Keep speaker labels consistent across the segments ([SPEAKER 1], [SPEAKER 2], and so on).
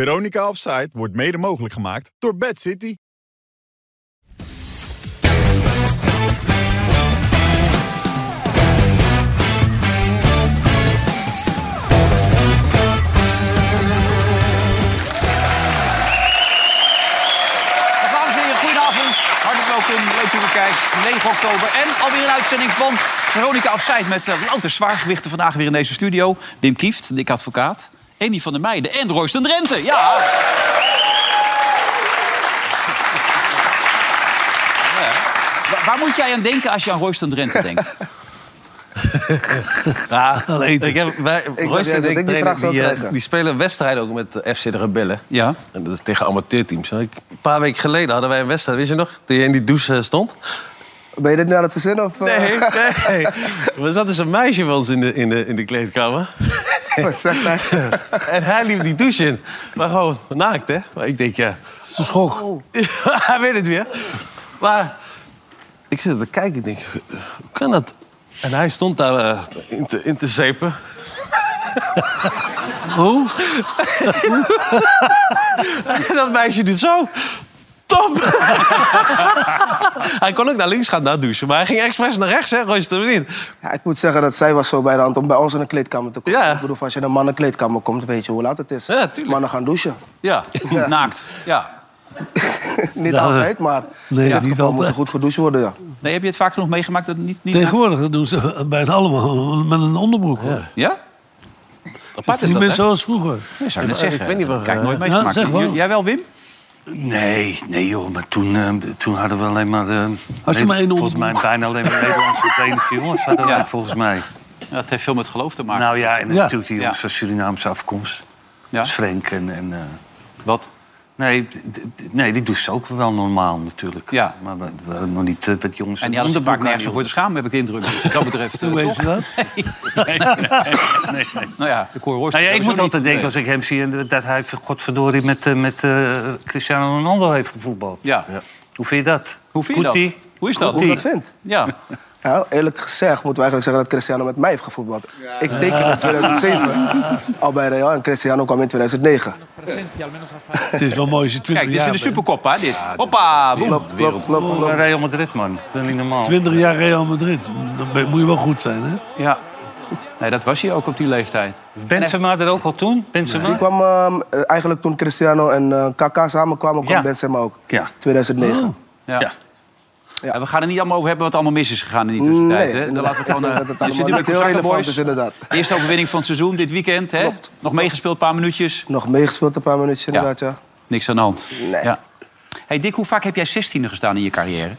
[SPEAKER 1] Veronica Offside wordt mede mogelijk gemaakt door Bad City.
[SPEAKER 2] Dames en heren, goedenavond. Hartelijk welkom. Leuk dat u kijkt. 9 oktober. En alweer een uitzending van Veronica Afzijd met eh, louter zwaargewichten vandaag weer in deze studio. Wim Kieft, de dik advocaat. Andy van der Meijden en Royston Drenthe. Ja! Ja. Wa- Waar moet jij aan denken als je aan Royston Drenthe denkt?
[SPEAKER 3] Ja, alleen. Ik heb, wij, Royce
[SPEAKER 4] dat
[SPEAKER 3] en
[SPEAKER 4] ik
[SPEAKER 3] ik
[SPEAKER 4] die
[SPEAKER 3] trainen-
[SPEAKER 4] vraag zou
[SPEAKER 3] die, eh,
[SPEAKER 4] krijgen.
[SPEAKER 3] die spelen wedstrijden ook met de FC de Rebellen.
[SPEAKER 2] Ja.
[SPEAKER 3] En dat is tegen amateurteams. En ik- Een paar weken geleden hadden wij een wedstrijd, weet je nog? Die in die douche eh, stond.
[SPEAKER 4] Ben je dit nu aan het verzinnen? Of, eh,
[SPEAKER 3] Nee, nee. Er zat dus een meisje bij ons in de, in de, in de kleedkamer.
[SPEAKER 4] wat zegt hij?
[SPEAKER 3] En hij liep die douche in. Maar gewoon naakt, hè? Maar ik denk, ja... Het is een schok. hij weet het weer. Maar ik zit te kijken, ik denk, hoe kan dat? En hij stond daar eh, in, te, in te zeepen. Hoe? en dat meisje doet zo. Top! hij kon ook naar links gaan, naar douchen. Maar hij ging expres naar rechts, hè? Royster, of niet?
[SPEAKER 4] Ja, ik moet zeggen dat zij was zo bij de hand om bij ons in een kleedkamer te komen.
[SPEAKER 3] Ja.
[SPEAKER 4] Ik bedoel, als je in een mannenkleedkamer komt, weet je hoe laat het is.
[SPEAKER 3] Ja, tuurlijk.
[SPEAKER 4] Mannen gaan douchen.
[SPEAKER 2] Ja, naakt. Ja.
[SPEAKER 4] niet
[SPEAKER 5] Nou,
[SPEAKER 4] altijd, maar
[SPEAKER 5] nee,
[SPEAKER 4] in dit
[SPEAKER 5] niet
[SPEAKER 4] geval moet er
[SPEAKER 5] altijd.
[SPEAKER 4] goed gedoucht worden. Ja.
[SPEAKER 2] Nee, heb je het vaak genoeg meegemaakt dat het niet... niet
[SPEAKER 5] Tegenwoordig doen ze bijna allemaal met een onderbroek. hoor. Het
[SPEAKER 2] Ja?
[SPEAKER 5] is niet meer zoals vroeger.
[SPEAKER 2] Dat zou ik net zeggen. Ik
[SPEAKER 3] weet niet wat-
[SPEAKER 2] Kijk, nooit
[SPEAKER 5] Ja,
[SPEAKER 2] meegemaakt.
[SPEAKER 5] zeg wel.
[SPEAKER 2] J- Jij wel, Wim?
[SPEAKER 6] Nee, nee joh, maar toen, eh, toen hadden we alleen maar... eh,
[SPEAKER 5] Had je maar één
[SPEAKER 6] Volgens mij bijna alleen maar Nederlandse Deense jongens hadden wij,
[SPEAKER 2] Ja.
[SPEAKER 6] volgens mij.
[SPEAKER 2] Ja, het heeft veel met geloof te maken.
[SPEAKER 6] Nou ja, en
[SPEAKER 5] Ja.
[SPEAKER 6] natuurlijk die jongens
[SPEAKER 2] Ja.
[SPEAKER 6] van Surinaamse afkomst.
[SPEAKER 2] Ja.
[SPEAKER 6] Dus Frank en... en eh,
[SPEAKER 2] Wat?
[SPEAKER 6] nee, d- d- nee, die douchen ook wel normaal natuurlijk.
[SPEAKER 2] Ja.
[SPEAKER 6] Maar we, we hadden nog niet eh, wat jongens...
[SPEAKER 2] En die hadden ze vaak nergens voor te schamen, heb ik de indruk. Wat dat betreft. eh,
[SPEAKER 5] Hoe heet
[SPEAKER 2] toch?
[SPEAKER 5] ze dat?
[SPEAKER 6] Nee, nee, nee, nee.
[SPEAKER 2] Nou ja, ik hoor Horst.
[SPEAKER 6] Nou ja, ik
[SPEAKER 2] sowieso
[SPEAKER 6] moet altijd
[SPEAKER 2] niet.
[SPEAKER 6] denken als ik hem zie... en dat hij godverdorie met, eh, met eh, Cristiano Ronaldo heeft gevoetbald.
[SPEAKER 2] Ja.
[SPEAKER 6] Hoe vind je dat?
[SPEAKER 2] Hoe vind je dat?
[SPEAKER 6] Kuti?
[SPEAKER 2] Hoe is dat?
[SPEAKER 4] Hoe ik dat vind.
[SPEAKER 2] Ja.
[SPEAKER 4] Ja, eerlijk gezegd moeten we eigenlijk zeggen dat Cristiano met mij heeft gevoetbald. Ik tekende in 2007 al bij Real en Cristiano kwam in 2009.
[SPEAKER 5] Het is wel mooi als je 20
[SPEAKER 2] Kijk, dit is
[SPEAKER 5] jaar
[SPEAKER 2] in de
[SPEAKER 5] bent.
[SPEAKER 2] Superkop, hè, dit. Hoppa, boem.
[SPEAKER 4] Klopt, klopt, klopt.
[SPEAKER 6] Oh,
[SPEAKER 4] klopt.
[SPEAKER 6] Real Madrid, man. Dat is niet normaal.
[SPEAKER 5] 20 jaar Real Madrid. Dan ben- moet je wel goed zijn, hè?
[SPEAKER 2] Ja. Nee, dat was hij ook op die leeftijd.
[SPEAKER 6] Benzema er ook al toen? Benzema?
[SPEAKER 4] Die kwam ehm, eh, eigenlijk toen Cristiano en eh, Kaka samenkwamen, kwam
[SPEAKER 6] Ja.
[SPEAKER 4] Benzema ook.
[SPEAKER 6] Ja.
[SPEAKER 4] 2009.
[SPEAKER 3] Oh.
[SPEAKER 2] Ja.
[SPEAKER 6] Ja.
[SPEAKER 4] Ja.
[SPEAKER 2] En we gaan er niet allemaal over hebben wat allemaal mis is gegaan in die
[SPEAKER 4] Nee,
[SPEAKER 2] tussentijd. hè. Dan
[SPEAKER 4] inderdaad.
[SPEAKER 2] laten we gewoon, eh,
[SPEAKER 4] Dat het
[SPEAKER 2] je zit nu
[SPEAKER 4] allemaal
[SPEAKER 2] bij
[SPEAKER 4] niet heel
[SPEAKER 2] Cosaca
[SPEAKER 4] relevant
[SPEAKER 2] Boys.
[SPEAKER 4] is, inderdaad.
[SPEAKER 2] Eerste overwinning van het seizoen dit weekend. Hè?
[SPEAKER 4] Klopt.
[SPEAKER 2] Nog meegespeeld, een paar minuutjes.
[SPEAKER 4] Nog meegespeeld een paar minuutjes, inderdaad, ja.
[SPEAKER 2] Niks aan de hand.
[SPEAKER 4] Nee.
[SPEAKER 2] Ja. Hey Dick, hoe vaak heb jij 16e gestaan in je carrière?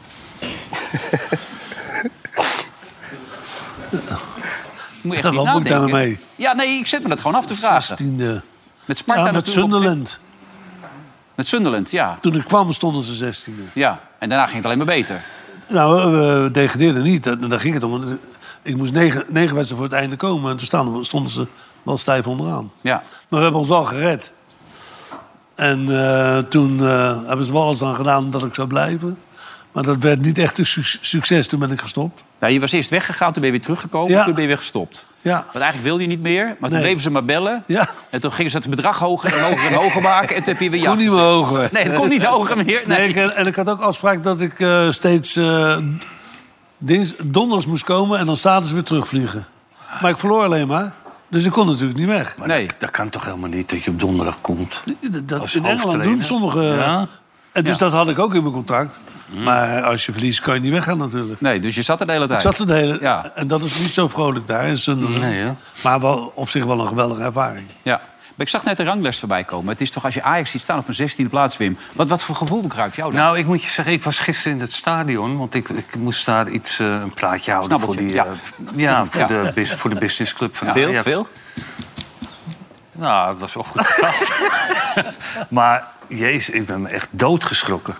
[SPEAKER 2] moet je echt
[SPEAKER 5] Wat
[SPEAKER 2] niet
[SPEAKER 5] moet ik
[SPEAKER 2] nadenken.
[SPEAKER 5] daar nou mee?
[SPEAKER 2] Ja, nee, ik zet me dat gewoon af te vragen.
[SPEAKER 5] 16e.
[SPEAKER 2] Met Sparta
[SPEAKER 5] Ja, met
[SPEAKER 2] natuurlijk op-
[SPEAKER 5] Sunderland.
[SPEAKER 2] Met Sunderland, ja.
[SPEAKER 5] Toen ik kwam stonden ze 16e.
[SPEAKER 2] ja. En daarna ging het alleen maar beter.
[SPEAKER 5] Nou, we we degradeerden niet. Daar daar ging het om. Want Ik moest negen, negen wedstrijden voor het einde komen. En toen staan we- stonden ze wel stijf onderaan.
[SPEAKER 2] Ja.
[SPEAKER 5] Maar we hebben ons wel gered. En eh, toen eh, hebben ze wel alles aan gedaan dat ik zou blijven. Maar dat werd niet echt een suc- succes. Toen ben ik gestopt.
[SPEAKER 2] Nou, je was eerst weggegaan, toen ben je weer teruggekomen,
[SPEAKER 5] Ja.
[SPEAKER 2] toen ben je weer gestopt.
[SPEAKER 5] Ja.
[SPEAKER 2] Want eigenlijk wilde je niet meer, maar toen
[SPEAKER 5] Nee.
[SPEAKER 2] bleven ze maar bellen.
[SPEAKER 5] Ja.
[SPEAKER 2] En toen gingen ze het bedrag hoger en hoger en hoger maken. En toen heb je weer ja.
[SPEAKER 5] Kon niet meer hoger.
[SPEAKER 2] Nee, het kon niet hoger meer.
[SPEAKER 5] Nee,
[SPEAKER 2] Nee.
[SPEAKER 5] ik- en ik had ook afspraak dat ik eh, steeds eh, dins, donders moest komen en dan zaterdags weer terugvliegen. Maar ik verloor alleen maar. Dus ik kon natuurlijk niet weg.
[SPEAKER 6] Maar
[SPEAKER 2] Nee.
[SPEAKER 6] Dat, dat kan toch helemaal niet dat je op donderdag komt?
[SPEAKER 5] Dat- Dat
[SPEAKER 6] Als
[SPEAKER 5] in Engeland
[SPEAKER 6] hoofdtrainer.
[SPEAKER 5] doen sommige.
[SPEAKER 6] Ja. Mhm.
[SPEAKER 5] En dus dat had ik ook in mijn contract. Maar als je verliest, kan je niet weggaan natuurlijk.
[SPEAKER 2] nee, dus je zat er de hele tijd.
[SPEAKER 5] Ik zat er de hele,
[SPEAKER 2] Ja.
[SPEAKER 5] En dat is niet zo vrolijk daar. in Sunderland.
[SPEAKER 6] Nee, hè?
[SPEAKER 5] Maar wel, op zich wel een geweldige ervaring.
[SPEAKER 2] Ja. Maar ik zag net de rangles voorbij komen. Het is toch als je Ajax ziet staan op een 16e plaats, Wim. Wat, wat voor gevoel ruikt jou dan?
[SPEAKER 6] Nou, ik moet je zeggen, ik was gisteren in het stadion. Want ik, ik moest daar iets, eh, een praatje houden voor, die,
[SPEAKER 2] Snabbeltje,
[SPEAKER 6] eh, ja, voor,
[SPEAKER 2] Ja.
[SPEAKER 6] De bus- voor de businessclub van
[SPEAKER 2] veel,
[SPEAKER 6] Ajax.
[SPEAKER 2] veel.
[SPEAKER 6] Nou, dat was wel goed gepraat. maar jezus, ik ben me echt doodgeschrokken.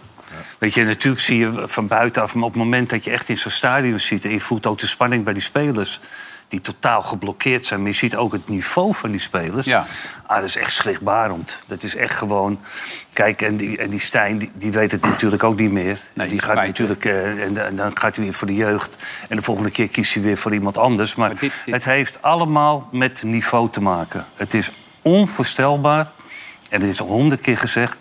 [SPEAKER 6] Weet je, natuurlijk zie je van buitenaf... maar op het moment dat je echt in zo'n stadion zit... en je voelt ook de spanning bij die spelers... die totaal geblokkeerd zijn. Maar je ziet ook het niveau van die spelers.
[SPEAKER 2] Ja.
[SPEAKER 6] Ah, dat is echt schrikbarend. Dat is echt gewoon... Kijk, en die, en die Stijn, die, die weet het natuurlijk ook niet meer.
[SPEAKER 2] Nee,
[SPEAKER 6] die gaat
[SPEAKER 2] spijt, hè.
[SPEAKER 6] natuurlijk... eh, en, da- en dan gaat hij weer voor de jeugd. En de volgende keer kiest hij weer voor iemand anders. Maar,
[SPEAKER 2] Maar dit- dit-
[SPEAKER 6] het heeft allemaal met niveau te maken. Het is onvoorstelbaar en dit is al honderd keer gezegd,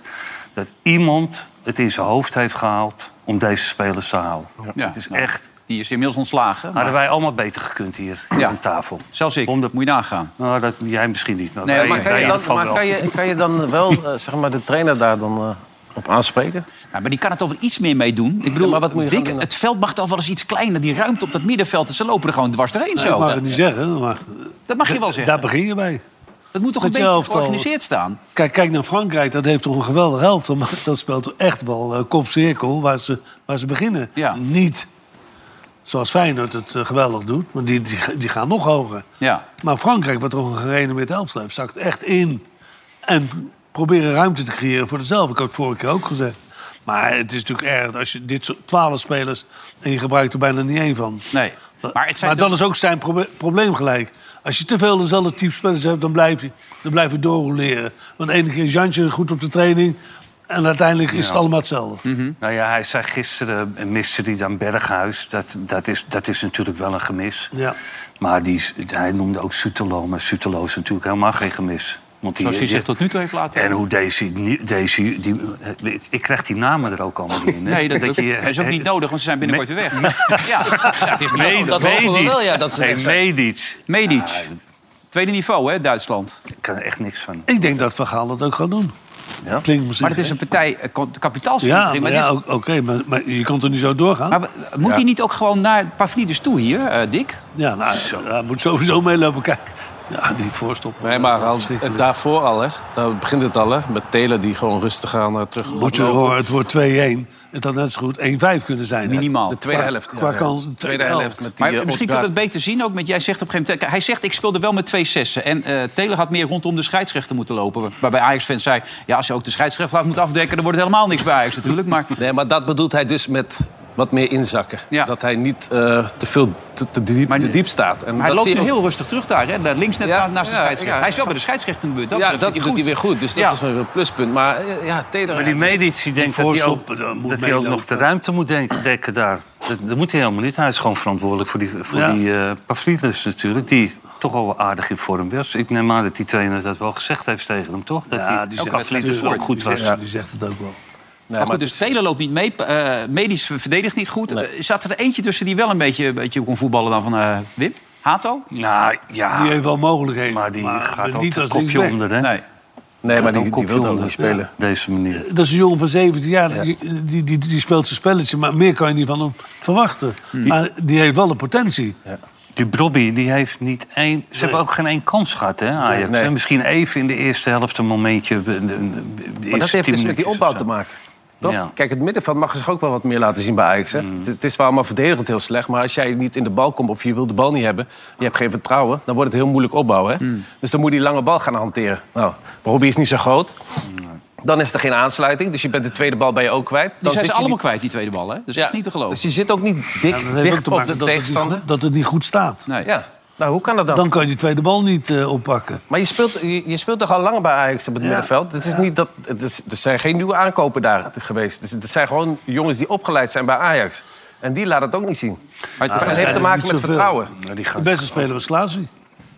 [SPEAKER 6] dat iemand het in zijn hoofd heeft gehaald om deze spelers te halen.
[SPEAKER 2] Ja,
[SPEAKER 6] het is
[SPEAKER 2] nou,
[SPEAKER 6] echt.
[SPEAKER 2] Die is inmiddels ontslagen. maar
[SPEAKER 6] Hadden wij allemaal beter gekund hier
[SPEAKER 2] Ja.
[SPEAKER 6] aan tafel.
[SPEAKER 2] zelfs ik,
[SPEAKER 6] Honderd-
[SPEAKER 2] moet je nagaan.
[SPEAKER 6] Nou, dat, jij misschien niet.
[SPEAKER 2] Nee,
[SPEAKER 6] wij-
[SPEAKER 2] maar
[SPEAKER 7] Maar kan
[SPEAKER 6] wij
[SPEAKER 7] je
[SPEAKER 6] in
[SPEAKER 7] dan,
[SPEAKER 6] ieder geval
[SPEAKER 7] maar
[SPEAKER 6] wel.
[SPEAKER 7] kan je, kan je dan wel eh, zeg maar de trainer daar dan eh, op aanspreken?
[SPEAKER 2] Nou, maar die kan er toch wel iets meer mee doen. Ik bedoel,
[SPEAKER 7] maar wat moet je gaan
[SPEAKER 2] Dick,
[SPEAKER 7] doen?
[SPEAKER 2] het veld mag toch wel eens iets kleiner. Die ruimte op dat middenveld, ze lopen er gewoon dwars doorheen
[SPEAKER 5] ik
[SPEAKER 2] zo.
[SPEAKER 5] mag het niet zeggen, maar
[SPEAKER 2] dat mag je wel zeggen.
[SPEAKER 5] daar begin je bij.
[SPEAKER 2] Dat moet toch een
[SPEAKER 5] met je
[SPEAKER 2] beetje
[SPEAKER 5] elftal.
[SPEAKER 2] georganiseerd staan.
[SPEAKER 5] Kijk, kijk naar Frankrijk, dat heeft toch een geweldige helft. Maar dat speelt toch echt wel eh, kopcirkel waar ze, waar ze beginnen.
[SPEAKER 2] Ja.
[SPEAKER 5] Niet zoals Feyenoord het eh, geweldig doet, maar die, die, die gaan nog hoger.
[SPEAKER 2] Ja.
[SPEAKER 5] Maar Frankrijk, wat toch een gerenommeerd elftal heeft, zakt echt in. En proberen ruimte te creëren voor dezelfde. Ik heb het vorige keer ook gezegd. Maar het is natuurlijk erg als je dit soort twaalf spelers... en je gebruikt er bijna niet één van.
[SPEAKER 2] Nee. Maar het zijn
[SPEAKER 5] dat is ook zijn proble- probleem gelijk. Als je te veel dezelfde type spelers hebt, dan blijf je, dan blijf je doorroleren. Want de ene keer is Jantje goed op de training... en uiteindelijk is het allemaal hetzelfde.
[SPEAKER 2] Mhm.
[SPEAKER 6] Nou ja, hij zei gisteren, eh, miste hij dan Berghuis. Dat, dat, is, dat is natuurlijk wel een gemis.
[SPEAKER 5] Ja.
[SPEAKER 6] Maar die, is- hij noemde ook Sutelo. Maar Sutelo is natuurlijk helemaal geen gemis. Want die,
[SPEAKER 2] Zoals hij
[SPEAKER 6] die-
[SPEAKER 2] zich tot nu toe heeft laten.
[SPEAKER 6] En hoe Daisy... nu- Daisy die, eh, ik- ik krijg die namen er ook allemaal niet in. hè.
[SPEAKER 2] Nee, dat,
[SPEAKER 6] je-
[SPEAKER 2] dat is ook niet
[SPEAKER 6] eh,
[SPEAKER 2] nodig, want ze zijn binnenkort weer weg. Ja, het is
[SPEAKER 6] Medi-
[SPEAKER 2] nodig.
[SPEAKER 7] dat hopen we wel, ja, dat ze
[SPEAKER 6] Nee,
[SPEAKER 7] weg zijn.
[SPEAKER 6] Medic.
[SPEAKER 2] Medic. Tweede niveau, hè, Duitsland.
[SPEAKER 6] Ik kan er echt niks van.
[SPEAKER 5] Ik denk dat Van Gaal dat ook gaat doen.
[SPEAKER 6] Ja.
[SPEAKER 5] Klinkt misschien
[SPEAKER 2] Maar het is een partij eh, ko-
[SPEAKER 5] Ja,
[SPEAKER 2] kapitaalsverandering.
[SPEAKER 5] maar
[SPEAKER 2] maar
[SPEAKER 5] ja,
[SPEAKER 2] dit-
[SPEAKER 5] ook- oké, maar, maar je kan toch niet zo doorgaan?
[SPEAKER 2] maar we- moet hij niet ook gewoon naar Pavlidis toe hier, eh, Dick?
[SPEAKER 5] Ja, nou, hij moet sowieso meelopen kijken. Ja, die eh, voorstop.
[SPEAKER 7] Nee, maar al,
[SPEAKER 5] Schrikkelijk.
[SPEAKER 7] daarvoor al, hè. Daar begint het al, hè. Met Telen die gewoon rustig aan eh, terug
[SPEAKER 5] Moet je
[SPEAKER 7] lopen.
[SPEAKER 5] horen, het wordt 2-1. Het had net zo goed 1-5 kunnen zijn.
[SPEAKER 2] Minimaal.
[SPEAKER 7] De tweede
[SPEAKER 5] Qua-
[SPEAKER 7] helft.
[SPEAKER 5] qua kans, Oh. de tweede helft.
[SPEAKER 7] Met die,
[SPEAKER 2] Maar
[SPEAKER 7] eh,
[SPEAKER 2] misschien kan
[SPEAKER 7] Odgaard.
[SPEAKER 2] we het beter zien ook met... Jij zegt op een gegeven moment... Hij zegt, ik speelde wel met twee zessen. En eh Taylor had meer rondom de scheidsrechter moeten lopen. Waarbij Ajax-fans zei... Ja, als je ook de scheidsrechter laat moeten afdekken... dan wordt het helemaal niks bij Ajax natuurlijk. Maar
[SPEAKER 7] Nee, maar dat bedoelt hij dus met wat meer inzakken.
[SPEAKER 2] Ja.
[SPEAKER 7] Dat hij niet eh, te veel te, te diep,
[SPEAKER 2] Maar-
[SPEAKER 7] te diep staat. En
[SPEAKER 2] hij
[SPEAKER 7] dat
[SPEAKER 2] loopt
[SPEAKER 7] zie
[SPEAKER 2] nu
[SPEAKER 7] je ook-
[SPEAKER 2] heel rustig terug daar. Hè? Daar Links net
[SPEAKER 7] Ja,
[SPEAKER 2] na- naast de
[SPEAKER 7] ja,
[SPEAKER 2] scheidsrechter.
[SPEAKER 7] ja.
[SPEAKER 2] Hij is wel bij de scheidsrechter in de buurt. Dat
[SPEAKER 7] Ja,
[SPEAKER 2] betreft
[SPEAKER 7] dat
[SPEAKER 2] hij
[SPEAKER 7] doet hij
[SPEAKER 2] goed.
[SPEAKER 7] weer goed. Dus dat
[SPEAKER 2] Ja.
[SPEAKER 7] is wel weer een pluspunt. Maar eh, ja, Taylor...
[SPEAKER 6] Maar die Medic die denkt dat hij ook,
[SPEAKER 5] voorzop, eh, moet
[SPEAKER 6] dat hij ook
[SPEAKER 5] meelopen.
[SPEAKER 6] nog de ruimte moet denken, dekken daar. Dat, dat moet hij helemaal niet. Hij is gewoon verantwoordelijk voor die, voor
[SPEAKER 5] Ja.
[SPEAKER 6] die eh Pavlidis natuurlijk. Die toch al wel aardig in vorm was. Ik neem aan dat die trainer dat wel gezegd heeft tegen hem, toch? Dat
[SPEAKER 5] Ja,
[SPEAKER 6] hij
[SPEAKER 5] die
[SPEAKER 6] ook
[SPEAKER 5] zegt dus
[SPEAKER 6] Pavlidis
[SPEAKER 5] natuurlijk-
[SPEAKER 6] ook goed
[SPEAKER 5] die
[SPEAKER 6] was.
[SPEAKER 5] zegt- Die zegt het ook wel.
[SPEAKER 7] Nee,
[SPEAKER 2] Maar
[SPEAKER 7] maar
[SPEAKER 2] goed, dus Taylor loopt niet mee. eh, medisch verdedigt niet goed. Eh, Zat er eentje tussen die wel een beetje, een beetje kon voetballen dan van eh, Wim? Hato?
[SPEAKER 6] Nou
[SPEAKER 5] Die
[SPEAKER 6] ja,
[SPEAKER 5] heeft wel mogelijkheden.
[SPEAKER 6] maar die gaat ook
[SPEAKER 5] niet
[SPEAKER 6] een
[SPEAKER 5] als
[SPEAKER 6] kopje
[SPEAKER 5] linksback.
[SPEAKER 6] onder, hè?
[SPEAKER 2] Nee.
[SPEAKER 7] nee, maar
[SPEAKER 6] Gaat ook
[SPEAKER 7] die,
[SPEAKER 6] een
[SPEAKER 7] die
[SPEAKER 6] kopje
[SPEAKER 7] wil dan
[SPEAKER 6] onder.
[SPEAKER 7] niet spelen.
[SPEAKER 6] Deze manier.
[SPEAKER 5] Dat is een jongen van 17 jaar, die, die, die, die speelt zijn spelletje. Maar meer kan je niet van hem verwachten.
[SPEAKER 6] Hm.
[SPEAKER 5] Maar die heeft wel de potentie.
[SPEAKER 6] Die Brobby, die heeft niet één... Ze hebben ook geen één kans gehad, hè, Ajax?
[SPEAKER 7] Nee.
[SPEAKER 6] En Misschien even in de eerste helft een momentje... de- de- de- de
[SPEAKER 7] Maar dat
[SPEAKER 6] eerste
[SPEAKER 7] heeft
[SPEAKER 6] tien
[SPEAKER 7] dus met die
[SPEAKER 6] minuutjes
[SPEAKER 7] opbouw
[SPEAKER 6] of zo.
[SPEAKER 7] te maken. Toch?
[SPEAKER 6] Ja.
[SPEAKER 7] Kijk, het middenveld mag zich ook wel wat meer laten zien bij Ajax. Hè? Het- Het is wel allemaal verdedigend heel slecht. Maar als jij niet in de bal komt of je wil de bal niet hebben... je hebt geen vertrouwen, dan wordt het heel moeilijk opbouwen. Hè? Dus dan moet je die lange bal gaan hanteren. Nou, Robbie is niet zo groot. Dan is er geen aansluiting. Dus je bent de tweede bal ben je ook kwijt.
[SPEAKER 2] Die
[SPEAKER 7] Dan
[SPEAKER 2] zijn
[SPEAKER 7] zit
[SPEAKER 2] ze
[SPEAKER 7] je
[SPEAKER 2] allemaal
[SPEAKER 7] niet-
[SPEAKER 2] kwijt, die tweede bal. Hè? Dat is echt niet te geloven.
[SPEAKER 7] Dus je zit ook niet dik
[SPEAKER 5] Dat heeft ook
[SPEAKER 7] dicht
[SPEAKER 5] te
[SPEAKER 7] op
[SPEAKER 5] maken
[SPEAKER 7] de
[SPEAKER 5] dat, het niet,
[SPEAKER 7] tegenstander.
[SPEAKER 5] goed- dat het niet goed staat.
[SPEAKER 2] Nee.
[SPEAKER 7] Ja, nou hoe kan dat dan?
[SPEAKER 5] Dan kan je die tweede bal niet eh, oppakken.
[SPEAKER 7] Maar je speelt, je, je speelt toch al langer bij Ajax op het middenveld? Het is niet dat, het is, er zijn geen nieuwe aankopen daar geweest. Dus het zijn gewoon jongens die opgeleid zijn bij Ajax. En die laat het ook niet zien.
[SPEAKER 2] Maar het-
[SPEAKER 7] Dus dat heeft te
[SPEAKER 5] eigenlijk
[SPEAKER 7] maken
[SPEAKER 5] niet
[SPEAKER 7] met
[SPEAKER 5] zoveel.
[SPEAKER 7] vertrouwen.
[SPEAKER 6] Ja, die
[SPEAKER 5] De
[SPEAKER 6] gaan
[SPEAKER 5] beste speler was Klaasie.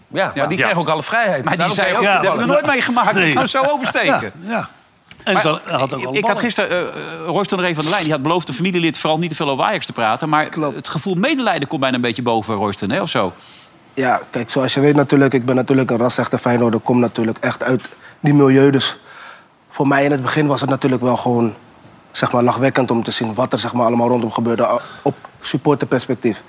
[SPEAKER 7] Ja, maar die krijgen ook alle vrijheid.
[SPEAKER 2] Maar die zei ook, dat hebben we nog nooit meegemaakt. Ik kan zo oversteken.
[SPEAKER 5] Ja, ja. En ze had- had ook al
[SPEAKER 2] Ik had
[SPEAKER 5] ballen.
[SPEAKER 2] gisteren eh, eh, Roy stond er even van de lijn. Die had beloofd een familielid vooral niet te veel over Ajax te praten. Maar het gevoel medelijden komt bijna een beetje boven Royston, hè, of zo.
[SPEAKER 4] Ja, kijk, zoals je weet natuurlijk, ik ben natuurlijk een rasechte Feyenoorder. Kom natuurlijk echt uit die milieu. Dus voor mij in het begin was het natuurlijk wel gewoon zeg maar, lachwekkend om te zien wat er zeg maar, allemaal rondom gebeurde a- op supporterperspectief.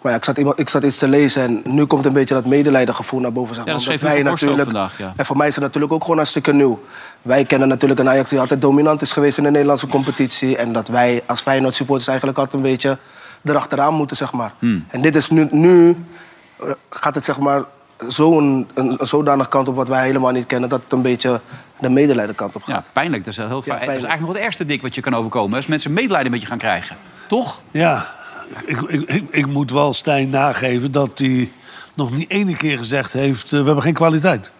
[SPEAKER 4] Maar ja, ik zat, iemand, ik zat iets te lezen en nu komt een beetje dat medelijdengevoel naar boven. Zeg
[SPEAKER 2] Ja,
[SPEAKER 4] maar,
[SPEAKER 2] dat schreef
[SPEAKER 4] omdat
[SPEAKER 2] Hugo Borst ook vandaag, ja.
[SPEAKER 4] En voor mij is het natuurlijk ook gewoon een stukje nieuw. Wij kennen natuurlijk een Ajax die altijd dominant is geweest in de Nederlandse competitie. En dat wij als Feyenoord supporters eigenlijk altijd een beetje erachteraan moeten, zeg maar. En dit is nu, nu eh, gaat het zeg maar zo'n een, een zodanig kant op wat wij helemaal niet kennen... dat het een beetje de medelijdenkant op gaat.
[SPEAKER 2] Ja, pijnlijk. Dat is, heel vaak- dat is
[SPEAKER 4] pijnlijk.
[SPEAKER 2] eigenlijk nog het ergste dik wat je kan overkomen. hè, Als mensen medelijden met je gaan krijgen. Toch?
[SPEAKER 5] Ja, ik, ik, ik, ik moet wel Stijn nageven dat hij nog niet ene keer gezegd heeft... eh, we hebben geen kwaliteit.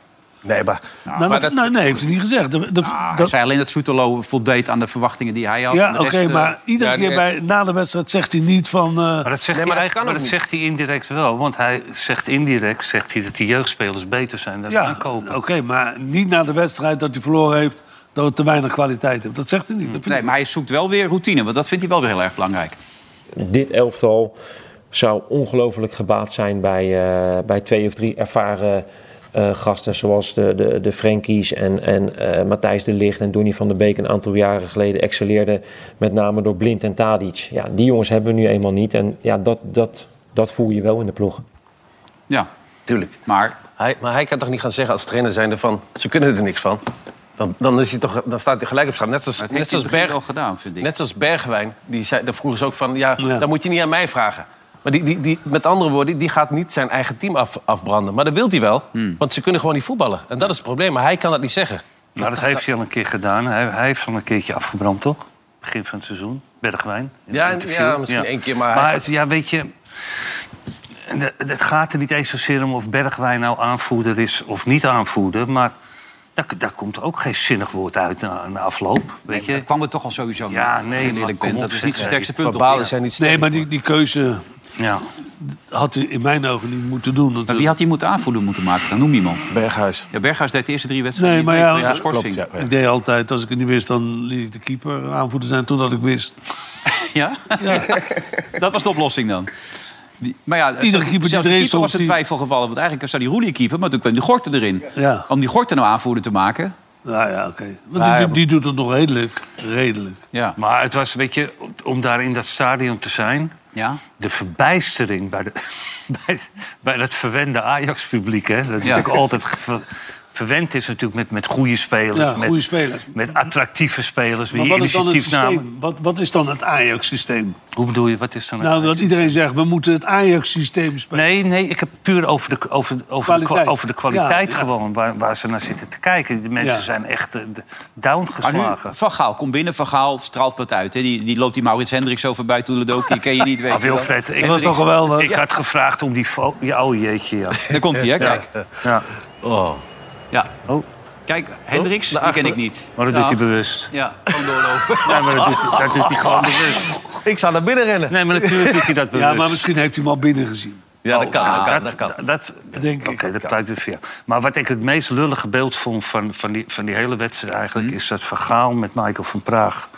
[SPEAKER 7] Nee, maar...
[SPEAKER 5] Nou, dat- nee, nee, heeft hij niet gezegd. De- de-
[SPEAKER 2] Ah,
[SPEAKER 5] dat-
[SPEAKER 2] hij zei alleen dat Soetelo voldeed aan de verwachtingen die hij had.
[SPEAKER 5] ja,
[SPEAKER 2] En de
[SPEAKER 5] oké,
[SPEAKER 2] rest, eh,
[SPEAKER 5] maar iedere
[SPEAKER 7] ja, die-
[SPEAKER 5] keer bij, na de wedstrijd zegt hij niet van... eh,
[SPEAKER 6] Maar dat zegt,
[SPEAKER 7] Nee, maar
[SPEAKER 6] hij,
[SPEAKER 7] dat
[SPEAKER 6] eigenlijk-
[SPEAKER 7] kan
[SPEAKER 6] maar
[SPEAKER 7] ook
[SPEAKER 6] dat zegt hij indirect wel. Want hij zegt indirect zegt hij dat die jeugdspelers beter zijn dan Nou,
[SPEAKER 5] ja,
[SPEAKER 6] aankopen.
[SPEAKER 5] oké, maar niet na de wedstrijd dat hij verloren heeft... dat het te weinig kwaliteit heeft. Dat zegt hij niet. Dat vind
[SPEAKER 2] Hmm. Nee,
[SPEAKER 5] ik-
[SPEAKER 2] maar hij zoekt wel weer routine, want dat vindt hij wel weer heel erg belangrijk.
[SPEAKER 8] dit elftal zou ongelooflijk gebaat zijn bij, eh, bij twee of drie ervaren eh, gasten. Zoals de, de, de Frenkies en, en eh, Matthijs de Ligt en Donny van der Beek een aantal jaren geleden excelleerden. Met name door Blind en Tadic. Ja, die jongens hebben we nu eenmaal niet. En ja, dat, dat, dat voel je wel in de ploeg.
[SPEAKER 2] Ja,
[SPEAKER 7] Tuurlijk.
[SPEAKER 2] maar
[SPEAKER 7] Hij, maar hij kan toch niet gaan zeggen als trainer zijnde van... ze kunnen er niks van. Dan, dan, is hij toch, dan staat hij gelijk op straat. Net zoals,
[SPEAKER 2] dat heeft
[SPEAKER 7] net
[SPEAKER 2] hij
[SPEAKER 7] zoals,
[SPEAKER 2] in het begin
[SPEAKER 7] Berg,
[SPEAKER 2] wel gedaan, vind ik.
[SPEAKER 7] net zoals Bergwijn. Die zei, daar vroegen ze ook van... Ja,
[SPEAKER 5] Ja.
[SPEAKER 7] dat moet je niet aan mij vragen. Maar die, die, die, met andere woorden, die gaat niet zijn eigen team af, afbranden. Maar dat wil hij wel.
[SPEAKER 9] Hmm.
[SPEAKER 7] Want ze kunnen gewoon niet voetballen. En dat is het probleem. Maar hij kan dat niet zeggen.
[SPEAKER 6] Maar dat heeft hij al een keer gedaan. Hij, hij heeft al een keertje afgebrand, toch? Begin van het seizoen. Bergwijn. in
[SPEAKER 7] Ja,
[SPEAKER 6] een interview.
[SPEAKER 7] ja, misschien één keer, maar hij-
[SPEAKER 6] het- ja, weet je... de- Het gaat er niet eens zozeer om of Bergwijn nou aanvoerder is of niet aanvoerder. Maar daar, daar komt ook geen zinnig woord uit na, na afloop. Weet je?
[SPEAKER 2] dat kwam er toch al sowieso niet.
[SPEAKER 6] Ja,
[SPEAKER 2] als je
[SPEAKER 6] nee,
[SPEAKER 2] eerlijk
[SPEAKER 6] maar
[SPEAKER 2] bent.
[SPEAKER 6] kom op,
[SPEAKER 2] Dat is
[SPEAKER 6] zeg,
[SPEAKER 2] niet zijn
[SPEAKER 6] eh,
[SPEAKER 2] sterkste punt. toch?
[SPEAKER 7] Verbalen zijn niet sterk.
[SPEAKER 5] nee, maar die, die keuze
[SPEAKER 6] Ja.
[SPEAKER 5] had hij in mijn ogen niet moeten doen.
[SPEAKER 2] Maar
[SPEAKER 5] natuurlijk.
[SPEAKER 2] wie had hij moeten aanvoelen moeten maken? Dan noem iemand.
[SPEAKER 7] Berghuis.
[SPEAKER 2] Ja, Berghuis deed de eerste drie wedstrijden
[SPEAKER 5] Nee,
[SPEAKER 2] niet
[SPEAKER 5] maar
[SPEAKER 2] mee
[SPEAKER 5] ja,
[SPEAKER 2] vanwege de
[SPEAKER 7] Klopt,
[SPEAKER 2] schorsing.
[SPEAKER 7] ja.
[SPEAKER 5] Ik deed altijd, als ik het niet wist, dan liet ik de keeper aanvoerder zijn totdat ik wist.
[SPEAKER 2] Ja? dat was de oplossing dan. Die- maar ja,
[SPEAKER 5] Iedere keeper die
[SPEAKER 2] zelfs de
[SPEAKER 5] erin
[SPEAKER 2] keeper
[SPEAKER 5] stond,
[SPEAKER 2] was een
[SPEAKER 5] die-
[SPEAKER 2] twijfelgevallen. Want eigenlijk zou die Roelie keeper, maar toen kwam die Gorten erin.
[SPEAKER 5] Ja.
[SPEAKER 2] Om die Gorten nou aanvoerder te maken.
[SPEAKER 5] Nou ja, oké. Want
[SPEAKER 7] ja,
[SPEAKER 5] die,
[SPEAKER 7] maar-
[SPEAKER 5] die doet het nog redelijk. Redelijk.
[SPEAKER 2] Ja.
[SPEAKER 6] Maar het was, weet je, om daar in dat stadion te zijn...
[SPEAKER 2] ja.
[SPEAKER 6] de verbijstering bij, de, bij, bij dat verwende Ajax-publiek. Hè? Dat natuurlijk altijd ver- verwend is natuurlijk met, met goede spelers.
[SPEAKER 5] Ja,
[SPEAKER 6] met,
[SPEAKER 5] goede spelers.
[SPEAKER 6] Met attractieve spelers die
[SPEAKER 5] Maar wat is dan het
[SPEAKER 6] initiatief namen.
[SPEAKER 5] systeem? Wat, wat is dan het Ajax-systeem?
[SPEAKER 6] Hoe bedoel je, wat is dan... het-
[SPEAKER 5] Nou, dat iedereen zegt, we moeten het Ajax-systeem spelen.
[SPEAKER 6] Nee, nee, ik heb puur over de, over, over de,
[SPEAKER 5] Kwaliteit.
[SPEAKER 6] kwa- over de kwaliteit
[SPEAKER 5] Ja, ja.
[SPEAKER 6] gewoon, waar, waar ze naar zitten te kijken. Die mensen
[SPEAKER 5] Ja. Ah,
[SPEAKER 6] zijn echt eh, d-
[SPEAKER 2] Maar nu,
[SPEAKER 6] downgeslagen.
[SPEAKER 2] Van Gaal, kom binnen. Van Gaal straalt wat uit. Hè. Die, die loopt die Maurits Hendricks over bij Toeledoki. Die ken je niet, weet
[SPEAKER 6] Ah,
[SPEAKER 2] je wel.
[SPEAKER 6] Wilfred, ik,
[SPEAKER 5] Dat was toch geweldig?
[SPEAKER 6] ik had gevraagd om die fo- Ja, oh jeetje, ja.
[SPEAKER 2] Daar komt hij, hè? Kijk.
[SPEAKER 6] ja.
[SPEAKER 2] Ja. Kijk, Hendricks, die ken ik niet.
[SPEAKER 6] Maar dat doet hij bewust.
[SPEAKER 2] Ja, gewoon doorlopen.
[SPEAKER 6] Nee, maar dat doet, hij- dat doet hij gewoon bewust.
[SPEAKER 7] Ik zou naar binnen rennen.
[SPEAKER 6] Nee, maar natuurlijk doet hij dat bewust.
[SPEAKER 5] Ja, maar misschien heeft hij hem al binnen gezien.
[SPEAKER 7] Ja, dat kan. dat kan, dat kan.
[SPEAKER 6] Dat,
[SPEAKER 5] denk ik.
[SPEAKER 6] Oké, dat pleit weer veel. Maar wat ik het meest lullige beeld vond van, van, die, van die hele wedstrijd eigenlijk... is dat Vergaal met Michael van Praag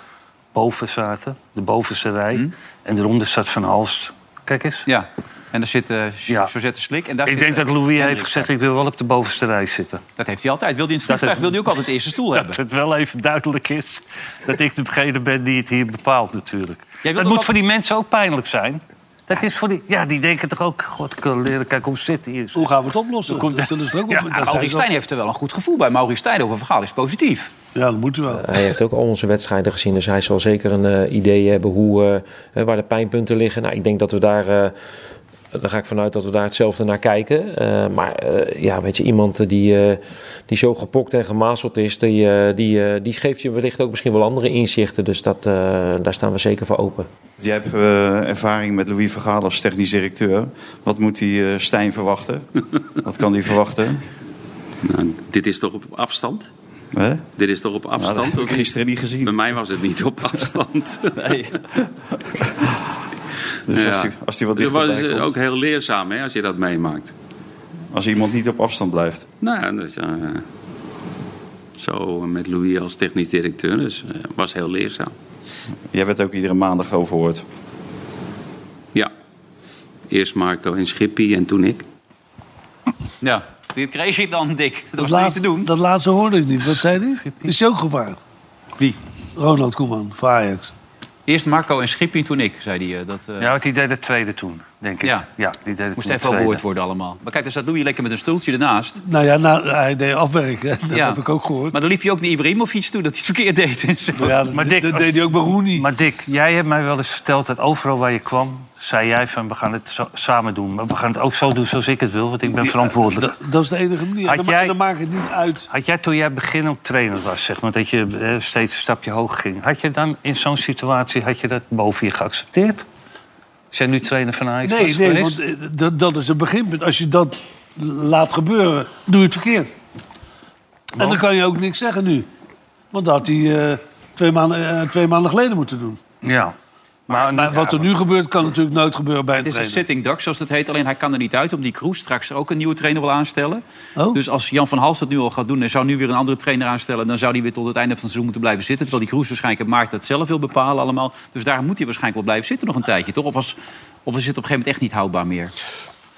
[SPEAKER 6] boven zaten. De bovenste rij. En eronder zat Van Halst. Kijk eens.
[SPEAKER 2] Ja. En daar zit eh
[SPEAKER 6] Ja.
[SPEAKER 2] Suzette Slik. En daar
[SPEAKER 6] Ik
[SPEAKER 2] zit,
[SPEAKER 6] denk
[SPEAKER 2] eh,
[SPEAKER 6] dat Louis heeft
[SPEAKER 2] Hendricks.
[SPEAKER 6] gezegd... ik wil wel op de bovenste rij zitten.
[SPEAKER 2] Dat heeft hij altijd. Wil hij in het vliegtuig,
[SPEAKER 6] heeft-
[SPEAKER 2] wil hij ook altijd de eerste stoel hebben.
[SPEAKER 6] Dat het wel even duidelijk is dat ik degene ben die het hier bepaalt natuurlijk.
[SPEAKER 2] wilt
[SPEAKER 6] Dat
[SPEAKER 2] nog
[SPEAKER 6] moet
[SPEAKER 2] ook-
[SPEAKER 6] voor die mensen ook pijnlijk zijn. Dat is voor die... Ja, die denken toch ook... God, ik kan leren kijken hoe zit hier.
[SPEAKER 5] Hoe gaan we het oplossen? dat zullen ze er ook op.
[SPEAKER 2] Ja,
[SPEAKER 5] dat zijn
[SPEAKER 2] Maurice
[SPEAKER 5] ze ook-
[SPEAKER 2] Stijn Nou, heeft er wel een goed gevoel bij. Maurice Stijn over Vergaal is positief.
[SPEAKER 5] ja, dat moeten we wel.
[SPEAKER 8] Hij heeft ook al onze wedstrijden gezien, dus hij zal zeker een eh, idee hebben hoe, eh, eh, waar de pijnpunten liggen. Nou, ik denk dat we daar, eh, daar ga ik vanuit dat we daar hetzelfde naar kijken. Eh, maar eh, ja, weet je, iemand eh, die, eh, die zo gepokt en gemazeld is, die, eh, die, eh, die geeft je wellicht ook misschien wel andere inzichten. Dus dat, eh, daar staan we zeker voor open.
[SPEAKER 10] Jij hebt eh, ervaring met Louis Vergaal als technisch directeur. Wat moet die eh, Stijn verwachten? Wat kan die verwachten?
[SPEAKER 9] Nou, dit is toch op afstand?
[SPEAKER 10] Hè?
[SPEAKER 9] Dit is toch op
[SPEAKER 10] Nou, dat
[SPEAKER 9] afstand?
[SPEAKER 10] heb ik
[SPEAKER 9] of niet?
[SPEAKER 10] gisteren niet
[SPEAKER 9] Bij
[SPEAKER 10] gezien.
[SPEAKER 9] mij was het niet op afstand.
[SPEAKER 10] Dus
[SPEAKER 9] Ja.
[SPEAKER 10] als, die, als die wat
[SPEAKER 9] Dat was
[SPEAKER 10] dichterbij
[SPEAKER 9] eh,
[SPEAKER 10] komt.
[SPEAKER 9] ook heel leerzaam hè, als je dat meemaakt. oh.
[SPEAKER 10] Als iemand niet op afstand blijft.
[SPEAKER 9] Nou ja, dus, eh, zo met Louis als technisch directeur. Dus eh, was heel leerzaam.
[SPEAKER 10] Jij werd ook iedere maandag overhoord.
[SPEAKER 9] Ja. Eerst Marco en Schippie en toen ik.
[SPEAKER 2] Ja. Dit kreeg je dan, Dick.
[SPEAKER 5] Dat,
[SPEAKER 2] Dat was niks te
[SPEAKER 5] laatste,
[SPEAKER 2] doen.
[SPEAKER 5] dat laatste hoorde ik niet. Wat zei hij? Is hij ook gevraagd?
[SPEAKER 2] Wie?
[SPEAKER 5] Ronald Koeman van Ajax.
[SPEAKER 2] Eerst Marco en Schippie, toen ik, zei hij. eh, Dat eh,
[SPEAKER 6] Ja, want die deed het tweede toen, denk ik.
[SPEAKER 2] Ja.
[SPEAKER 6] Ja, die deed het
[SPEAKER 2] moest
[SPEAKER 6] toen
[SPEAKER 2] even
[SPEAKER 6] het tweede.
[SPEAKER 2] overhoord worden allemaal. Maar kijk, dus dat doe je lekker met een stoeltje ernaast.
[SPEAKER 5] Nou ja, nou, hij deed afwerken. Dat
[SPEAKER 2] Ja.
[SPEAKER 5] heb ik ook gehoord.
[SPEAKER 2] Maar dan liep je ook naar Ibrahimovic toe dat hij het verkeerd deed. en zo.
[SPEAKER 5] ja, dat,
[SPEAKER 6] Maar Dick,
[SPEAKER 5] dat
[SPEAKER 6] als-
[SPEAKER 5] deed hij ook bij Rooney.
[SPEAKER 6] Maar Dick, jij hebt mij wel eens verteld dat overal waar je kwam... zei jij van, we gaan het zo- samen doen. Maar we gaan het ook zo doen zoals ik het wil, want ik ben verantwoordelijk.
[SPEAKER 5] dat, dat is de enige manier.
[SPEAKER 6] Had
[SPEAKER 5] Dan ma-
[SPEAKER 6] jij-
[SPEAKER 5] dan maakt het niet uit.
[SPEAKER 6] Had jij toen jij begin op trainer was, zeg maar, dat je eh, steeds een stapje hoger ging... had je dan in zo'n situatie had je dat boven je geaccepteerd? Als jij nu trainer van Ajax was
[SPEAKER 5] Nee, nee,
[SPEAKER 6] geweest?
[SPEAKER 5] want eh, dat, dat is het beginpunt. Als je dat laat gebeuren, doe je het verkeerd. En dan kan je ook niks zeggen nu. Want dat had hij eh, twee, maanden, eh, twee maanden geleden moeten doen.
[SPEAKER 6] Nou, Ja. Maar,
[SPEAKER 5] Maar wat er nu gebeurt, kan natuurlijk nooit gebeuren bij een
[SPEAKER 2] Het is een
[SPEAKER 5] trainer.
[SPEAKER 2] sitting duck, zoals dat heet. Alleen hij kan er niet uit, om die Kroes straks ook een nieuwe trainer wil aanstellen.
[SPEAKER 5] Oh.
[SPEAKER 2] Dus als Jan van Hals dat nu al gaat doen en zou nu weer een andere trainer aanstellen... dan zou die weer tot het einde van het seizoen moeten blijven zitten. Terwijl die Kroes waarschijnlijk maakt dat zelf wil bepalen allemaal. Dus daar moet hij waarschijnlijk wel blijven zitten nog een tijdje, toch? Of, als, of is het op een gegeven moment echt niet houdbaar meer?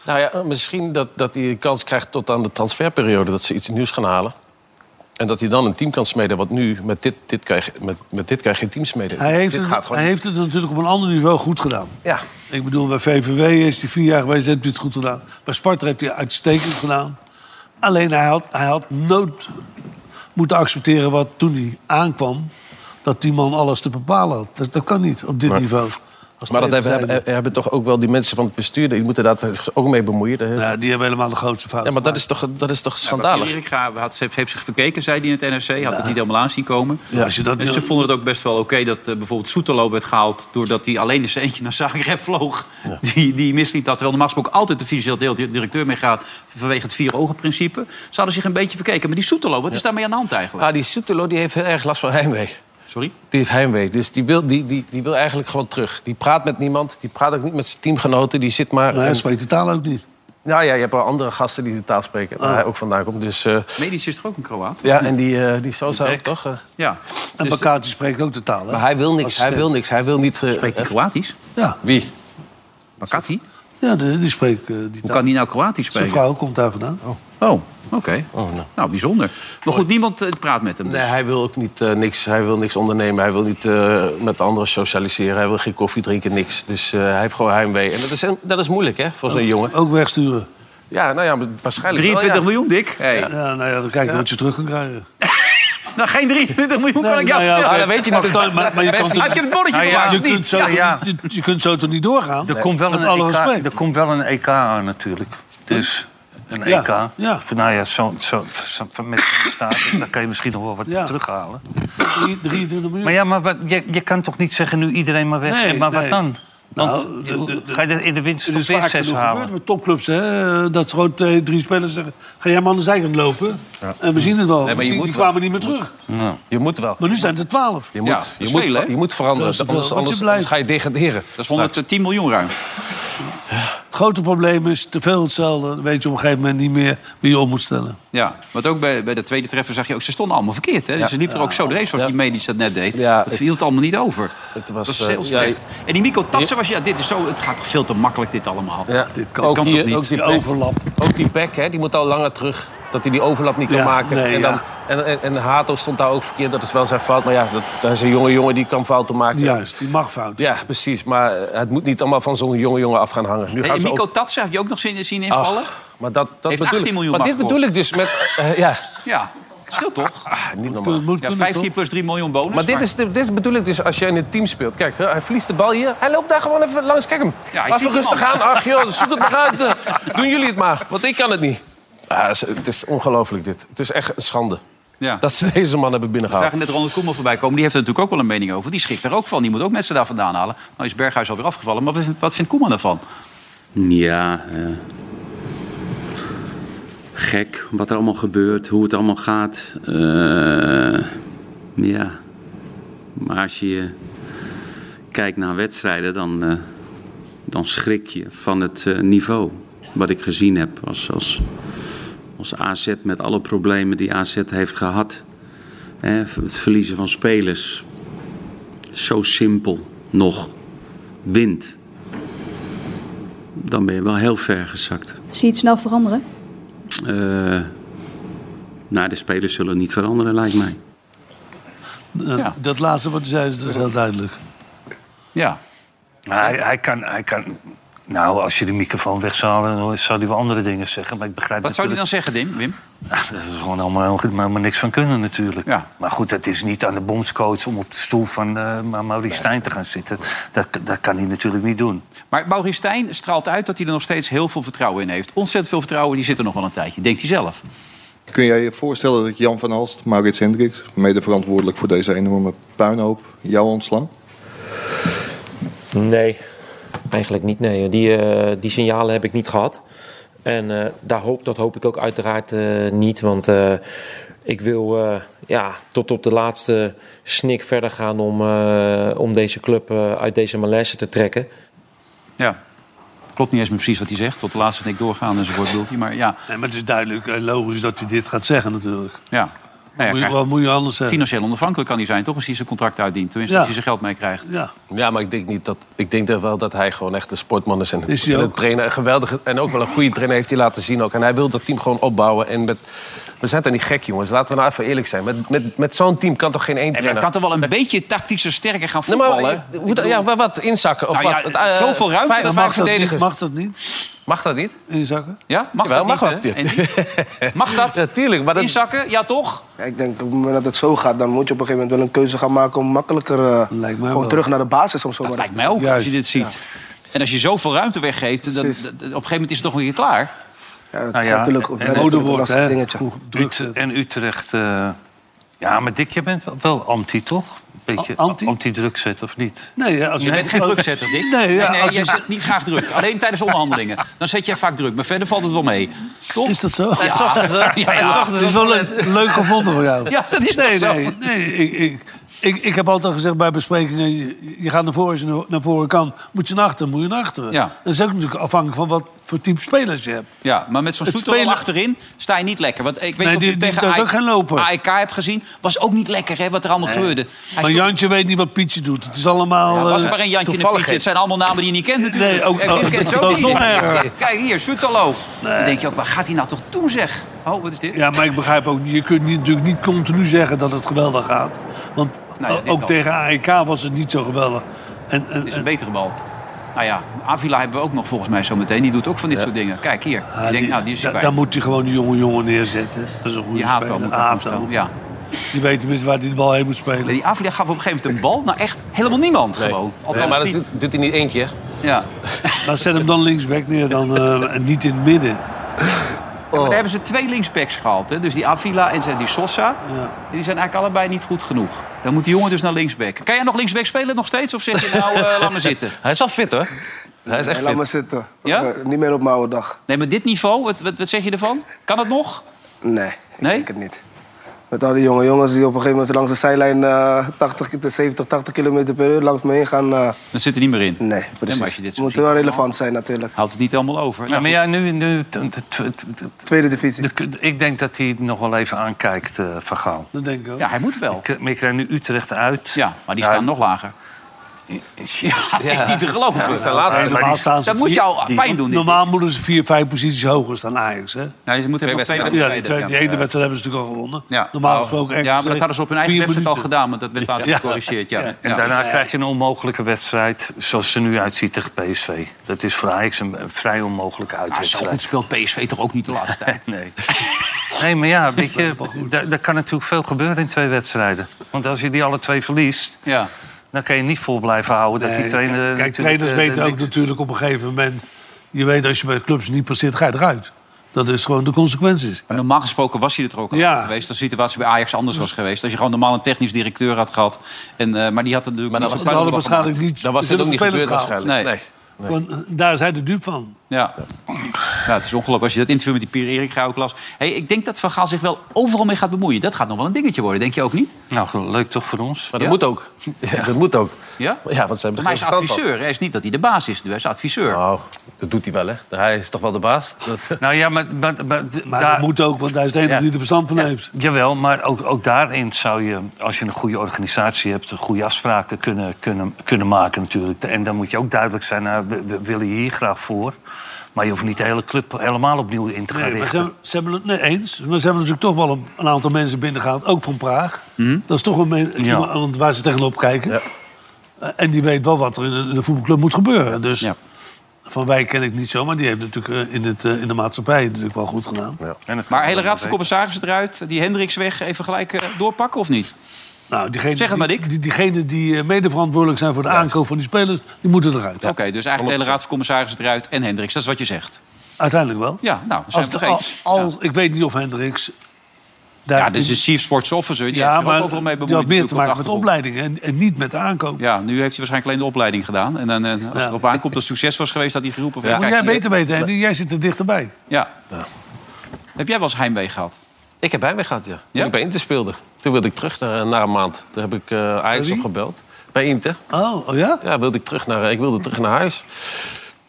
[SPEAKER 7] Nou ja, misschien dat, dat hij een kans krijgt tot aan de transferperiode... dat ze iets nieuws gaan halen. En dat hij dan een team kan smeden, want nu met dit, dit, kan, je, met, met dit kan je geen team smeden.
[SPEAKER 5] Hij heeft,
[SPEAKER 7] dit
[SPEAKER 5] het,
[SPEAKER 7] gaat gewoon
[SPEAKER 5] hij heeft het natuurlijk op een ander niveau goed gedaan.
[SPEAKER 7] Ja.
[SPEAKER 5] Ik bedoel, bij VVW is hij vier jaar geweest, heeft hij het goed gedaan. Bij Sparta heeft hij uitstekend gedaan. Alleen hij had, hij had nooit moeten accepteren wat toen hij aankwam... dat die man alles te bepalen had. Dat, dat kan niet op dit niveau. Als
[SPEAKER 7] Maar dat eh,
[SPEAKER 5] trainer
[SPEAKER 7] hebben,
[SPEAKER 5] zijnde.
[SPEAKER 7] hebben, hebben toch ook wel die mensen van het bestuur... die moeten daar toch ook mee bemoeien. Dat-
[SPEAKER 5] Ja, Nou, die hebben helemaal de grootste fout
[SPEAKER 7] Ja, maar dat
[SPEAKER 5] gemaakt.
[SPEAKER 7] is toch, dat is toch schandalig?
[SPEAKER 2] Erik Ga- had, heeft, heeft zich verkeken, zei hij in het NRC. Had het niet helemaal aan zien komen.
[SPEAKER 5] Ja, als je dat
[SPEAKER 2] En Dus ze vonden het ook best wel oké dat eh, bijvoorbeeld Soetelo werd gehaald... doordat hij alleen eens eentje naar Zagreb vloog. Die, die misliet dat. Terwijl normaal gesproken altijd de financieel deel- directeur mee gaat... vanwege het vier-ogen-principe. Ze hadden zich een beetje verkeken. Maar die Soetelo, wat is daarmee aan de hand eigenlijk?
[SPEAKER 7] Ah, die Soetelo die heeft heel erg last van heimwee.
[SPEAKER 5] Ah.
[SPEAKER 2] Sorry?
[SPEAKER 7] Die heeft heimwee, dus die wil, die, die, die wil eigenlijk gewoon terug. Die praat met niemand, die praat ook niet met zijn teamgenoten. Die zit maar...
[SPEAKER 5] Nee, hij
[SPEAKER 7] en-
[SPEAKER 5] spreekt de taal ook niet.
[SPEAKER 7] nou ja, je hebt wel andere gasten die de taal spreken.
[SPEAKER 5] Ah.
[SPEAKER 7] Waar hij ook vandaan komt, dus... eh,
[SPEAKER 2] Medisch is toch ook een Kroaat?
[SPEAKER 7] ja, en die, eh die Sosa ook toch? eh.
[SPEAKER 2] Ja.
[SPEAKER 5] En Bakati spreekt ook de taal. Hè?
[SPEAKER 7] maar hij wil niks, hij
[SPEAKER 5] Assistent.
[SPEAKER 7] wil niks. Hij wil niet... eh,
[SPEAKER 2] Spreekt hij
[SPEAKER 7] eh,
[SPEAKER 2] Kroatisch?
[SPEAKER 5] Ja,
[SPEAKER 7] wie?
[SPEAKER 2] Makati?
[SPEAKER 5] ja de- die spreekt eh, die
[SPEAKER 2] Hoe
[SPEAKER 5] taal.
[SPEAKER 2] kan die nou Kroatisch
[SPEAKER 5] Zijn
[SPEAKER 2] spreken?
[SPEAKER 5] vrouw komt daar vandaan.
[SPEAKER 2] Oh, oké. Nou, bijzonder. Maar goed, niemand eh, praat met hem dus.
[SPEAKER 7] Nee, hij wil ook niet, eh, niks, hij wil niks ondernemen. Hij wil niet eh, met anderen socialiseren. Hij wil geen koffie drinken, niks. Dus eh, hij heeft gewoon heimwee. En dat is, dat is moeilijk, hè, voor zo'n jongen.
[SPEAKER 5] Ook wegsturen.
[SPEAKER 7] Ja, nou ja, maar waarschijnlijk wel,
[SPEAKER 2] 23
[SPEAKER 7] ja.
[SPEAKER 2] miljoen, Dick. Hey.
[SPEAKER 5] oh Ja, nou ja, dan kijken we wat je terug kan krijgen.
[SPEAKER 2] Nou, geen 23 miljoen kan
[SPEAKER 5] Nee,
[SPEAKER 2] ik jou
[SPEAKER 5] nou ja,
[SPEAKER 2] vertellen.
[SPEAKER 7] Ah, dat weet je
[SPEAKER 5] Maar,
[SPEAKER 7] niet.
[SPEAKER 5] maar, maar je, kan
[SPEAKER 2] Ah, Heb
[SPEAKER 5] toch,
[SPEAKER 2] je het bonnetje
[SPEAKER 6] Nou ja,
[SPEAKER 2] bewaard
[SPEAKER 5] je,
[SPEAKER 2] of niet?
[SPEAKER 5] kunt zo,
[SPEAKER 6] Ja, ja.
[SPEAKER 5] Je, je kunt zo toch niet doorgaan?
[SPEAKER 6] Er, komt wel
[SPEAKER 5] Met
[SPEAKER 6] een
[SPEAKER 5] alle
[SPEAKER 6] EK,
[SPEAKER 5] respect.
[SPEAKER 6] er komt wel een EK aan natuurlijk. Dus een
[SPEAKER 5] Ja,
[SPEAKER 6] EK.
[SPEAKER 5] ja.
[SPEAKER 6] Van, Nou ja, zo, zo, zo- van met de staat, daar kan je misschien nog wel wat
[SPEAKER 5] Ja.
[SPEAKER 6] terughalen.
[SPEAKER 5] Drie- 23 miljoen.
[SPEAKER 6] Maar ja, maar wat, je, je kan toch niet zeggen nu iedereen maar weg.
[SPEAKER 5] Nee,
[SPEAKER 6] maar wat
[SPEAKER 5] nee.
[SPEAKER 6] dan? Want
[SPEAKER 5] Nou, de- de- de-
[SPEAKER 6] ga je er in de winst
[SPEAKER 5] Het
[SPEAKER 6] toch
[SPEAKER 5] is
[SPEAKER 6] weer
[SPEAKER 5] vaak
[SPEAKER 6] zes
[SPEAKER 5] genoeg gebeurd
[SPEAKER 6] halen?
[SPEAKER 5] met topclubs, hè? Dat ze gewoon twee, drie spelers zeggen... ga jij maar aan de zijkant lopen en we zien het wel.
[SPEAKER 7] maar je
[SPEAKER 5] die
[SPEAKER 7] moet
[SPEAKER 5] die
[SPEAKER 7] wel.
[SPEAKER 5] kwamen niet meer terug.
[SPEAKER 7] Je moet wel.
[SPEAKER 5] Maar nu zijn het er twaalf.
[SPEAKER 7] Je moet,
[SPEAKER 2] Ja, dat
[SPEAKER 7] je
[SPEAKER 2] is
[SPEAKER 7] moet,
[SPEAKER 2] veel, hè?
[SPEAKER 7] je moet veranderen,
[SPEAKER 5] Veel is te
[SPEAKER 7] anders,
[SPEAKER 5] veel, want
[SPEAKER 7] anders,
[SPEAKER 5] je
[SPEAKER 7] anders
[SPEAKER 5] blijft-
[SPEAKER 7] ga je degraderen.
[SPEAKER 2] Dat is 110 miljoen ruim.
[SPEAKER 5] Het grote probleem is te veel hetzelfde. Dan weet je op een gegeven moment niet meer wie je op moet stellen.
[SPEAKER 2] Ja, want ook bij, bij de tweede treffer zag je ook, ze stonden allemaal verkeerd. Hè? Dus ze liepen er ook zo doorheen, zoals die medisch dat net deed.
[SPEAKER 7] Ja,
[SPEAKER 2] dat
[SPEAKER 7] het-
[SPEAKER 2] viel het allemaal niet over.
[SPEAKER 7] Het
[SPEAKER 2] Dat
[SPEAKER 7] was,
[SPEAKER 2] was heel
[SPEAKER 7] eh, ja,
[SPEAKER 2] slecht. En die Mikko Tassen was, ja, dit is zo, het gaat toch veel te makkelijk dit allemaal.
[SPEAKER 7] ja.
[SPEAKER 5] Dit kan-
[SPEAKER 7] ook
[SPEAKER 2] kan
[SPEAKER 7] die,
[SPEAKER 2] toch niet?
[SPEAKER 7] Ook die,
[SPEAKER 5] Die
[SPEAKER 7] back,
[SPEAKER 5] overlap.
[SPEAKER 7] ook die back, hè, die moet al langer terug. Dat hij die overlap niet
[SPEAKER 5] Ja,
[SPEAKER 7] kan maken.
[SPEAKER 5] nee,
[SPEAKER 7] en, dan,
[SPEAKER 5] ja.
[SPEAKER 7] en, en, en Hato stond daar ook verkeerd. Dat is wel zijn fout. Maar ja, dat, dat is een jonge jongen die kan fouten maken.
[SPEAKER 5] Juist, die mag fout.
[SPEAKER 7] Ja, precies. Maar eh, het moet niet allemaal van zo'n jonge jongen af gaan hangen. Nu
[SPEAKER 2] Hey,
[SPEAKER 7] gaan
[SPEAKER 2] en
[SPEAKER 7] ze
[SPEAKER 2] Mikko
[SPEAKER 7] ook-
[SPEAKER 2] Tassen heb je ook nog zien, zien invallen?
[SPEAKER 7] maar dat, dat
[SPEAKER 2] heeft
[SPEAKER 7] bedoel
[SPEAKER 2] 18
[SPEAKER 7] ik.
[SPEAKER 2] miljoen
[SPEAKER 7] Maar dit
[SPEAKER 2] mag
[SPEAKER 7] bedoel ik dus met... eh, ja,
[SPEAKER 2] Ja, het scheelt toch?
[SPEAKER 7] niet normaal.
[SPEAKER 5] Moet
[SPEAKER 2] Ja,
[SPEAKER 5] kunnen,
[SPEAKER 2] 15 plus 3 miljoen bonus.
[SPEAKER 7] Maar dit, is de- dit bedoel ik dus als je in een team speelt. Kijk, hè, hij verliest de bal hier. Hij loopt daar gewoon even langs. Kijk hem.
[SPEAKER 2] Ja, hij
[SPEAKER 7] even
[SPEAKER 2] ziet
[SPEAKER 7] rustig
[SPEAKER 2] hem
[SPEAKER 7] aan. Ach joh, zoek het maar uit. eh. Doen jullie het maar. Want ik kan het niet. Ah, het is- het is ongelooflijk dit. Het is echt een schande.
[SPEAKER 2] ja.
[SPEAKER 7] Dat ze deze man hebben
[SPEAKER 2] We
[SPEAKER 7] binnengehaald.
[SPEAKER 2] zagen net Ronald Koeman voorbij komen. Die heeft er natuurlijk ook wel een mening over. Die schikt er ook van. Die moet ook mensen daar vandaan halen. Nou is Berghuis alweer afgevallen. Maar wat vindt- wat vindt Koeman daarvan?
[SPEAKER 9] Ja, eh, gek wat er allemaal gebeurt, hoe het allemaal gaat. Eh, ja, maar als je eh, kijkt naar wedstrijden, dan, eh, dan schrik je van het eh, niveau wat ik gezien heb als, als, als AZ met alle problemen die AZ heeft gehad. Hè, het verliezen van spelers, zo simpel nog, wint dan ben je wel heel ver gezakt.
[SPEAKER 11] Zie je het snel veranderen?
[SPEAKER 9] Eh nou, de spelers zullen niet veranderen, lijkt mij.
[SPEAKER 5] Eh,
[SPEAKER 2] Ja.
[SPEAKER 5] Dat laatste wat hij zei, dat is dus heel duidelijk.
[SPEAKER 2] Ja.
[SPEAKER 6] Hij, hij, kan, hij kan... Nou, als je de microfoon weg zou halen, dan zou hij wel andere dingen zeggen. Maar ik begrijp
[SPEAKER 2] Wat zou hij dan zeggen, Dim, Wim?
[SPEAKER 6] Dat is gewoon allemaal heel goed, maar helemaal niks van kunnen natuurlijk.
[SPEAKER 2] Ja.
[SPEAKER 6] Maar goed, het is niet aan de bondscoach om op de stoel van eh Maurice Stijn te gaan zitten. Dat, dat kan hij natuurlijk niet doen.
[SPEAKER 2] Maar Maurice Stijn straalt uit dat hij er nog steeds heel veel vertrouwen in heeft. Ontzettend veel vertrouwen, die zit er nog wel een tijdje, denkt hij zelf.
[SPEAKER 12] Kun jij je voorstellen dat Jan van Halst, Maurits Hendricks, mede verantwoordelijk voor deze enorme puinhoop, jou ontslaan?
[SPEAKER 8] Nee, eigenlijk niet. Nee. Die, eh, die signalen heb ik niet gehad. En eh, daar hoop, dat hoop ik ook uiteraard eh, niet. Want eh, ik wil eh, ja, tot op de laatste snik verder gaan om, eh, om deze club eh, uit deze malaise te trekken.
[SPEAKER 2] Ja. Klopt niet eens meer precies wat hij zegt. Tot de laatste snik doorgaan enzovoort bedoelt hij. Maar ja,
[SPEAKER 5] Nee, maar het is duidelijk en logisch dat hij dit gaat zeggen natuurlijk.
[SPEAKER 2] ja. Nou ja,
[SPEAKER 5] Moet je-
[SPEAKER 2] krijgt-
[SPEAKER 5] wat moet je anders zeggen?
[SPEAKER 2] financieel onafhankelijk kan hij zijn, toch? Als hij zijn contract uitdient. Tenminste,
[SPEAKER 5] Ja.
[SPEAKER 2] als hij zijn geld mee krijgt.
[SPEAKER 5] Ja.
[SPEAKER 7] Ja, maar ik denk, niet dat, ik denk dat wel dat hij gewoon echt een sportman is. En,
[SPEAKER 5] Is hij
[SPEAKER 7] en
[SPEAKER 5] ook.
[SPEAKER 7] een trainer, een geweldige en ook wel een goede trainer heeft hij laten zien ook. En hij wil dat team gewoon opbouwen. En met, we zijn toch niet gek, jongens? Laten we nou even eerlijk zijn. Met, met, met zo'n team kan toch geen één
[SPEAKER 2] En hij
[SPEAKER 7] trainer...
[SPEAKER 2] kan toch wel een beetje tactischer sterker gaan
[SPEAKER 7] Nee,
[SPEAKER 2] voetballen?
[SPEAKER 7] maar, je- hoe, dan- ja, maar wat, inzakken of
[SPEAKER 2] Nou ja,
[SPEAKER 7] wat? Het, eh,
[SPEAKER 2] zoveel ruimte,
[SPEAKER 7] Vijf,
[SPEAKER 2] dan
[SPEAKER 7] vijf
[SPEAKER 5] Mag dat, niet,
[SPEAKER 7] verdedigers.
[SPEAKER 5] mag dat niet
[SPEAKER 7] Mag dat niet?
[SPEAKER 5] inzakken?
[SPEAKER 2] ja? Mag
[SPEAKER 7] Jawel,
[SPEAKER 2] dat
[SPEAKER 7] mag
[SPEAKER 2] niet,
[SPEAKER 7] wel.
[SPEAKER 2] hè, Andy? Mag dat?
[SPEAKER 7] Natuurlijk, maar dat...
[SPEAKER 2] Inzakken? Ja, toch?
[SPEAKER 4] Ja, ik denk op het moment dat het zo gaat, dan moet je op een gegeven moment wel een keuze gaan maken om makkelijker eh,
[SPEAKER 5] Lijkt mij
[SPEAKER 4] gewoon
[SPEAKER 5] wel.
[SPEAKER 4] terug naar de basis om zo
[SPEAKER 2] Dat
[SPEAKER 4] maar
[SPEAKER 2] lijkt mij ook, als je
[SPEAKER 5] Juist,
[SPEAKER 2] dit ziet. En als je zoveel ruimte weggeeft, dan,
[SPEAKER 4] Precies.
[SPEAKER 2] dan- op een gegeven moment is het toch een keer klaar.
[SPEAKER 4] Ja, het
[SPEAKER 6] Nou
[SPEAKER 4] is
[SPEAKER 6] ja,
[SPEAKER 4] natuurlijk ook
[SPEAKER 6] en-
[SPEAKER 4] wel
[SPEAKER 6] en-
[SPEAKER 4] natuurlijk een
[SPEAKER 5] Ouder wordt,
[SPEAKER 4] lastig
[SPEAKER 5] hè?
[SPEAKER 4] dingetje.
[SPEAKER 5] Hoe druk
[SPEAKER 6] Ut-
[SPEAKER 5] zetten.
[SPEAKER 6] en Utrecht. eh, ja, maar Dick, je bent wel, wel anti, toch? Beetje
[SPEAKER 5] A- anti?
[SPEAKER 6] anti-druk zetten, of niet?
[SPEAKER 5] Nee, hè, als je
[SPEAKER 2] Je bent geen drukzetter, Dick.
[SPEAKER 5] Nee, ja,
[SPEAKER 2] nee,
[SPEAKER 5] als
[SPEAKER 2] jij
[SPEAKER 5] je-
[SPEAKER 2] zet niet graag druk. Alleen tijdens onderhandelingen. Dan zet jij vaak druk. Maar verder valt het wel mee. Toch?
[SPEAKER 5] Is dat zo?
[SPEAKER 2] Ja. Ja, ja.
[SPEAKER 5] Dat is wel leuk, leuk gevonden voor jou.
[SPEAKER 2] Ja, dat is
[SPEAKER 5] nee,
[SPEAKER 2] toch zo?
[SPEAKER 5] nee, nee. Ik, ik, ik, ik heb altijd gezegd bij besprekingen... je, je gaat naar voren als je naar- naar voren kan. Moet je naar achteren, moet je naar achteren.
[SPEAKER 2] Ja.
[SPEAKER 5] Dat is ook natuurlijk afhankelijk van wat voor type spelers je hebt.
[SPEAKER 2] Ja, maar met zo'n
[SPEAKER 5] Het
[SPEAKER 2] Soetelo
[SPEAKER 5] spelen-
[SPEAKER 2] achterin sta je niet lekker. Want ik weet
[SPEAKER 5] Nee,
[SPEAKER 2] niet of
[SPEAKER 5] die-
[SPEAKER 2] je
[SPEAKER 5] die-
[SPEAKER 2] tegen
[SPEAKER 5] dat is ook
[SPEAKER 2] AEK
[SPEAKER 5] geen loper.
[SPEAKER 2] AEK heb gezien. Was ook niet lekker, hè, wat er allemaal gebeurde. Hij
[SPEAKER 5] Maar
[SPEAKER 2] stond-
[SPEAKER 5] Jantje weet niet wat Pietje doet. Het is allemaal...
[SPEAKER 2] Ja, was er
[SPEAKER 5] eh,
[SPEAKER 2] maar een Jantje en een
[SPEAKER 7] toevalligheid.
[SPEAKER 2] Pietje. Het zijn allemaal namen die je niet kent natuurlijk.
[SPEAKER 5] Nee, ook-
[SPEAKER 2] en Wim
[SPEAKER 5] oh,
[SPEAKER 2] kent ze
[SPEAKER 5] dat
[SPEAKER 2] ook
[SPEAKER 5] is
[SPEAKER 2] niet.
[SPEAKER 5] nog erger.
[SPEAKER 2] Ja, Kijk hier, Soetelo. Dan denk je ook, waar gaat hij nou toch toe zeg? Oh, wat is dit?
[SPEAKER 5] Ja, maar ik begrijp ook niet. Je kunt niet, natuurlijk niet continu zeggen dat het geweldig gaat. Want
[SPEAKER 2] Nou ja,
[SPEAKER 5] o-
[SPEAKER 2] dit
[SPEAKER 5] ook
[SPEAKER 2] dan.
[SPEAKER 5] tegen AEK was het niet zo geweldig. En, en,
[SPEAKER 2] Dit is
[SPEAKER 5] en-
[SPEAKER 2] een betere bal. Nou ja, Avila hebben we ook nog volgens mij zo meteen. Die doet ook van dit soort dingen. Kijk hier.
[SPEAKER 5] ah,
[SPEAKER 2] ik denk,
[SPEAKER 5] die-
[SPEAKER 2] nou, die is
[SPEAKER 5] da-
[SPEAKER 2] kwijt.
[SPEAKER 5] daar moet hij gewoon die jonge jongen neerzetten. Dat is een goede
[SPEAKER 2] die
[SPEAKER 5] speler.
[SPEAKER 2] Hato moet dat
[SPEAKER 5] Hato.
[SPEAKER 2] opstellen. Ja.
[SPEAKER 5] Die weet tenminste waar hij de bal heen moet
[SPEAKER 2] Nee,
[SPEAKER 5] spelen.
[SPEAKER 2] Die Avila gaf op een gegeven moment een bal. Nou echt helemaal niemand gewoon. Althans,
[SPEAKER 7] Nee, maar dat
[SPEAKER 2] niet.
[SPEAKER 7] doet, doet hij niet één keer.
[SPEAKER 2] Ja.
[SPEAKER 5] Maar Nou, zet hem dan linksback neer dan, eh, en niet in het midden.
[SPEAKER 2] Maar daar hebben ze twee linksbacks gehaald. Hè? Dus die Avila en die Sosa. Die zijn eigenlijk allebei niet goed genoeg. Dan moet die jongen dus naar linksback. Kan jij nog linksback spelen nog steeds? Of zeg je nou, eh, laat maar zitten?
[SPEAKER 7] Hij is wel fit, hoor. Hij is echt
[SPEAKER 4] En laat
[SPEAKER 7] fit.
[SPEAKER 4] maar zitten.
[SPEAKER 2] Ja?
[SPEAKER 4] Eh, niet meer op mijn oude dag.
[SPEAKER 2] Nee, maar dit niveau, wat, wat, wat zeg je ervan? Kan het nog?
[SPEAKER 4] Nee, ik
[SPEAKER 2] Nee?
[SPEAKER 4] denk het niet. Met al die jonge jongens die op een gegeven moment langs de zijlijn eh 80, tot 70, 80 kilometer per uur langs me heen gaan. eh,
[SPEAKER 2] Dat zit er niet meer in.
[SPEAKER 4] nee, precies.
[SPEAKER 2] maar als je dit zo
[SPEAKER 4] Moet
[SPEAKER 2] ziet,
[SPEAKER 4] wel
[SPEAKER 2] dan-
[SPEAKER 4] relevant zijn natuurlijk.
[SPEAKER 2] Houdt het niet allemaal over.
[SPEAKER 6] Ja,
[SPEAKER 2] Nou,
[SPEAKER 6] maar
[SPEAKER 2] goed.
[SPEAKER 6] ja, nu... nu t- t- t- t- t-
[SPEAKER 4] Tweede divisie.
[SPEAKER 6] de- ik denk dat hij het nog wel even aankijkt, eh Van Gaal.
[SPEAKER 5] Dat denk ik ook.
[SPEAKER 2] ja, hij moet wel.
[SPEAKER 6] Ik, maar ik krijg nu Utrecht uit.
[SPEAKER 2] Ja, maar die
[SPEAKER 6] Ja,
[SPEAKER 2] staan nog lager. Ja, dat is niet te geloven.
[SPEAKER 7] Zijn laatste
[SPEAKER 5] Eh, Normaal
[SPEAKER 6] die-
[SPEAKER 5] staan ze
[SPEAKER 2] dat moet
[SPEAKER 5] vier-
[SPEAKER 2] je al pijn doen. dit.
[SPEAKER 5] Normaal moeten ze vier, vijf posities hoger staan Ajax. Hè?
[SPEAKER 2] Nou, ze moeten nog twee
[SPEAKER 5] Ja, die,
[SPEAKER 2] wedstrijden.
[SPEAKER 5] twee- die ene wedstrijd hebben ze natuurlijk al gewonnen.
[SPEAKER 2] Ja. Oh.
[SPEAKER 5] Normaal gesproken
[SPEAKER 2] Ja, maar dat hadden ze op hun eigen
[SPEAKER 5] vier
[SPEAKER 2] website al
[SPEAKER 5] minuten.
[SPEAKER 2] gedaan. Maar dat werd later
[SPEAKER 5] Ja.
[SPEAKER 2] gecorrigeerd. Ja.
[SPEAKER 6] En
[SPEAKER 2] Ja.
[SPEAKER 6] daarna krijg je een onmogelijke wedstrijd, zoals ze nu uitziet tegen PSV. Dat is voor Ajax een, een vrij onmogelijke
[SPEAKER 2] Ah, zo goed
[SPEAKER 6] uitwedstrijd.
[SPEAKER 2] speelt PSV toch ook niet de laatste tijd?
[SPEAKER 6] nee. nee, maar ja, weet je, daar, daar kan natuurlijk veel gebeuren in twee wedstrijden. Want als je die alle twee verliest,
[SPEAKER 2] Ja.
[SPEAKER 6] dan kan je niet vol blijven houden dat die
[SPEAKER 5] Nee,
[SPEAKER 6] trainer...
[SPEAKER 5] Kijk,
[SPEAKER 6] natuurlijk,
[SPEAKER 5] trainers
[SPEAKER 6] eh,
[SPEAKER 5] weten ook
[SPEAKER 6] niks-
[SPEAKER 5] natuurlijk op een gegeven moment... Je weet, als je bij clubs niet passeert, ga je eruit. Dat is gewoon de
[SPEAKER 7] Nou,
[SPEAKER 5] consequenties. Dus
[SPEAKER 2] Maar normaal gesproken was hij er toch ook al
[SPEAKER 5] Ja.
[SPEAKER 2] geweest. Als de situatie bij Ajax anders was geweest. Als je gewoon normaal een technisch directeur had gehad. En, eh, maar die had er natuurlijk...
[SPEAKER 7] Maar
[SPEAKER 2] niet
[SPEAKER 7] dat
[SPEAKER 2] zo'n
[SPEAKER 5] Dan hadden
[SPEAKER 2] puinhoop van
[SPEAKER 5] waarschijnlijk niet...
[SPEAKER 7] Dan was dit ook niet
[SPEAKER 5] zoveel
[SPEAKER 7] gebeurd
[SPEAKER 5] spelers
[SPEAKER 7] waarschijnlijk.
[SPEAKER 2] Nee.
[SPEAKER 5] gehaald. Want eh, daar zijn de dupe van.
[SPEAKER 2] Ja. ja, het is ongelooflijk. Als je dat interview met die Pierre Erika ook las. Hey, ik denk dat Van Gaal zich wel overal mee gaat bemoeien. Dat gaat nog wel een dingetje worden, denk je ook niet?
[SPEAKER 6] Nou, leuk toch voor ons?
[SPEAKER 7] Maar dat moet ook. Dat moet ook.
[SPEAKER 2] Ja?
[SPEAKER 7] Ja,
[SPEAKER 2] Maar
[SPEAKER 7] want ze
[SPEAKER 2] hij
[SPEAKER 7] hebben geen
[SPEAKER 2] is
[SPEAKER 7] verstand van.
[SPEAKER 2] adviseur. Hij is niet dat hij de baas is nu. Hij is adviseur.
[SPEAKER 7] Nou, dat doet hij wel, hè? Hij is toch wel de baas?
[SPEAKER 6] Nou ja, maar... maar, maar,
[SPEAKER 5] Maar
[SPEAKER 6] daar-
[SPEAKER 5] dat moet ook, want hij is de enige
[SPEAKER 6] Ja.
[SPEAKER 5] die er verstand van heeft.
[SPEAKER 6] Jawel, maar ook, ook daarin zou je, als je een goede organisatie hebt, goede afspraken kunnen, kunnen, kunnen maken natuurlijk. En dan moet je ook duidelijk zijn, nou, we, we willen je hier graag voor. Maar je hoeft niet de hele club helemaal opnieuw in te gaan
[SPEAKER 5] Nee, maar
[SPEAKER 6] richten.
[SPEAKER 5] ze, ze hebben het nee, eens. Maar ze hebben natuurlijk toch wel een, een aantal mensen binnengehaald. Ook van Praag. Dat is toch een men-
[SPEAKER 6] Hmm? Ja.
[SPEAKER 5] iemand waar ze tegenop kijken. Eh, En die weet wel wat er in een, in een voetbalclub moet gebeuren. Dus
[SPEAKER 2] Ja.
[SPEAKER 5] Van Wij ken ik niet zo, maar die heeft natuurlijk eh, in, het, eh, in de maatschappij natuurlijk wel goed gedaan.
[SPEAKER 6] En het
[SPEAKER 2] Maar
[SPEAKER 6] gaat
[SPEAKER 2] hele
[SPEAKER 6] wel
[SPEAKER 2] raad van
[SPEAKER 6] een
[SPEAKER 2] commissarissen eruit. Die Hendricks weg. Even gelijk eh, doorpakken of niet?
[SPEAKER 5] Nou, diegene,
[SPEAKER 2] Zeg het maar,
[SPEAKER 5] die-
[SPEAKER 2] Dick.
[SPEAKER 5] Die, diegene die eh, mede verantwoordelijk zijn voor de aankoop van die spelers, die moeten eruit.
[SPEAKER 2] Oké, dus eigenlijk de hele raad van commissarissen eruit. En Hendricks. Dat is wat je zegt.
[SPEAKER 5] Uiteindelijk wel.
[SPEAKER 2] Ja, nou, we zijn
[SPEAKER 5] de-
[SPEAKER 2] het toch eens.
[SPEAKER 5] al- als- Ik weet niet of Hendricks... Daar
[SPEAKER 2] Ja, dit is de chief sports officer. Die heeft
[SPEAKER 5] Ja,
[SPEAKER 2] zich
[SPEAKER 5] maar
[SPEAKER 2] ook overal mee
[SPEAKER 5] die
[SPEAKER 2] bemoeid.
[SPEAKER 5] had meer te maken
[SPEAKER 2] natuurlijk,
[SPEAKER 5] met
[SPEAKER 2] op de achtergrond.
[SPEAKER 5] opleidingen en, en niet met de aankoop.
[SPEAKER 2] Ja, nu heeft hij waarschijnlijk alleen de opleiding gedaan. En dan, eh, als
[SPEAKER 5] Ja.
[SPEAKER 2] het op aankomt dat het succes was geweest, had hij geroepen. Van, ja,
[SPEAKER 5] Moet
[SPEAKER 2] kijk, eh,
[SPEAKER 5] jij
[SPEAKER 2] hier-
[SPEAKER 5] beter weten, Henny. Jij zit er dichterbij.
[SPEAKER 2] Ja. Heb jij wel eens heimwee gehad?
[SPEAKER 7] Ik heb bijweer gehad, ja. Toen
[SPEAKER 2] Ja?
[SPEAKER 7] ik bij Inter speelde. Toen wilde ik terug naar, na een maand. Toen heb ik eh Ajax
[SPEAKER 5] Wie?
[SPEAKER 7] opgebeld. Bij Inter.
[SPEAKER 5] Oh, oh ja?
[SPEAKER 7] Ja, wilde ik, terug naar, eh, ik wilde terug naar huis.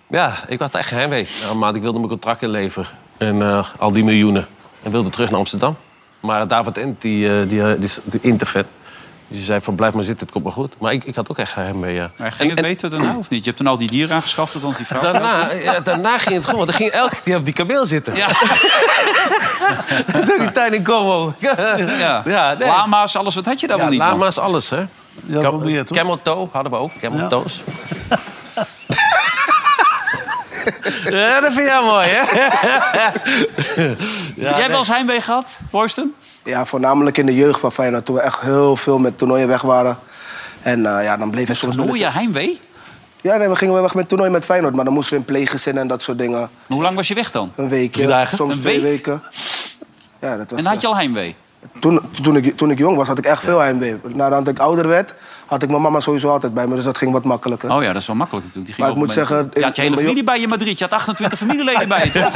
[SPEAKER 7] Ja, ik had echt heimwee. Na een maand, ik wilde mijn contract inleveren. En eh, al die miljoenen. En wilde terug naar Amsterdam. Maar David Ent, die, eh, die, eh, die, is- die Interfan... Die zei van blijf maar zitten, het komt maar goed. Maar ik, ik had ook echt heimwee, ja.
[SPEAKER 2] Maar ging
[SPEAKER 7] En-
[SPEAKER 2] het
[SPEAKER 7] en-
[SPEAKER 2] beter daarna of niet? Je hebt toen al die dieren aangeschaft, althans die vrouw.
[SPEAKER 7] Daarna, ja, daarna ging het gewoon. want Er ging elke keer op die kameel zitten. Ja. Door die tuin in Congo.
[SPEAKER 2] Ja.
[SPEAKER 7] Ja, nee.
[SPEAKER 2] Lama's, alles, wat had je daar
[SPEAKER 7] Ja,
[SPEAKER 2] wel niet? man?
[SPEAKER 7] lama's, alles, hè?
[SPEAKER 5] Ja,
[SPEAKER 7] Cam-
[SPEAKER 5] probeer toch?
[SPEAKER 7] Camel toe hadden we ook. Camel
[SPEAKER 5] Ja.
[SPEAKER 7] toes. ja, dat vind jij mooi, hè?
[SPEAKER 2] Jij hebt wel eens heimwee gehad, Royston?
[SPEAKER 4] Ja, voornamelijk in de jeugd van Feyenoord. Toen we echt heel veel met toernooien weg waren. En eh, ja, dan bleef je soms... wel eens-
[SPEAKER 2] Nooie heimwee?
[SPEAKER 4] Ja, nee, we gingen wel weg met toernooi met Feyenoord. Maar dan moesten we in pleeggezinnen en dat soort dingen.
[SPEAKER 2] Maar Hoe lang was je weg dan?
[SPEAKER 4] Een weekje.
[SPEAKER 7] dagen?
[SPEAKER 4] Soms
[SPEAKER 2] Een
[SPEAKER 4] twee
[SPEAKER 2] week?
[SPEAKER 4] weken. Ja, dat was...
[SPEAKER 2] En had je al heimwee?
[SPEAKER 4] eh, toen, toen, ik, toen ik jong was, had ik echt veel heimwee. Nadat ik ouder werd, had ik mijn mama sowieso altijd bij me. Dus dat ging wat makkelijker.
[SPEAKER 2] Oh ja, dat is wel makkelijk natuurlijk. Die ging
[SPEAKER 4] Maar ik
[SPEAKER 2] op
[SPEAKER 4] moet
[SPEAKER 2] een moment-
[SPEAKER 4] zeggen,
[SPEAKER 2] Je had je hele
[SPEAKER 4] in-
[SPEAKER 2] familie bij je in Madrid. Je had 28 familieleden bij je, toch?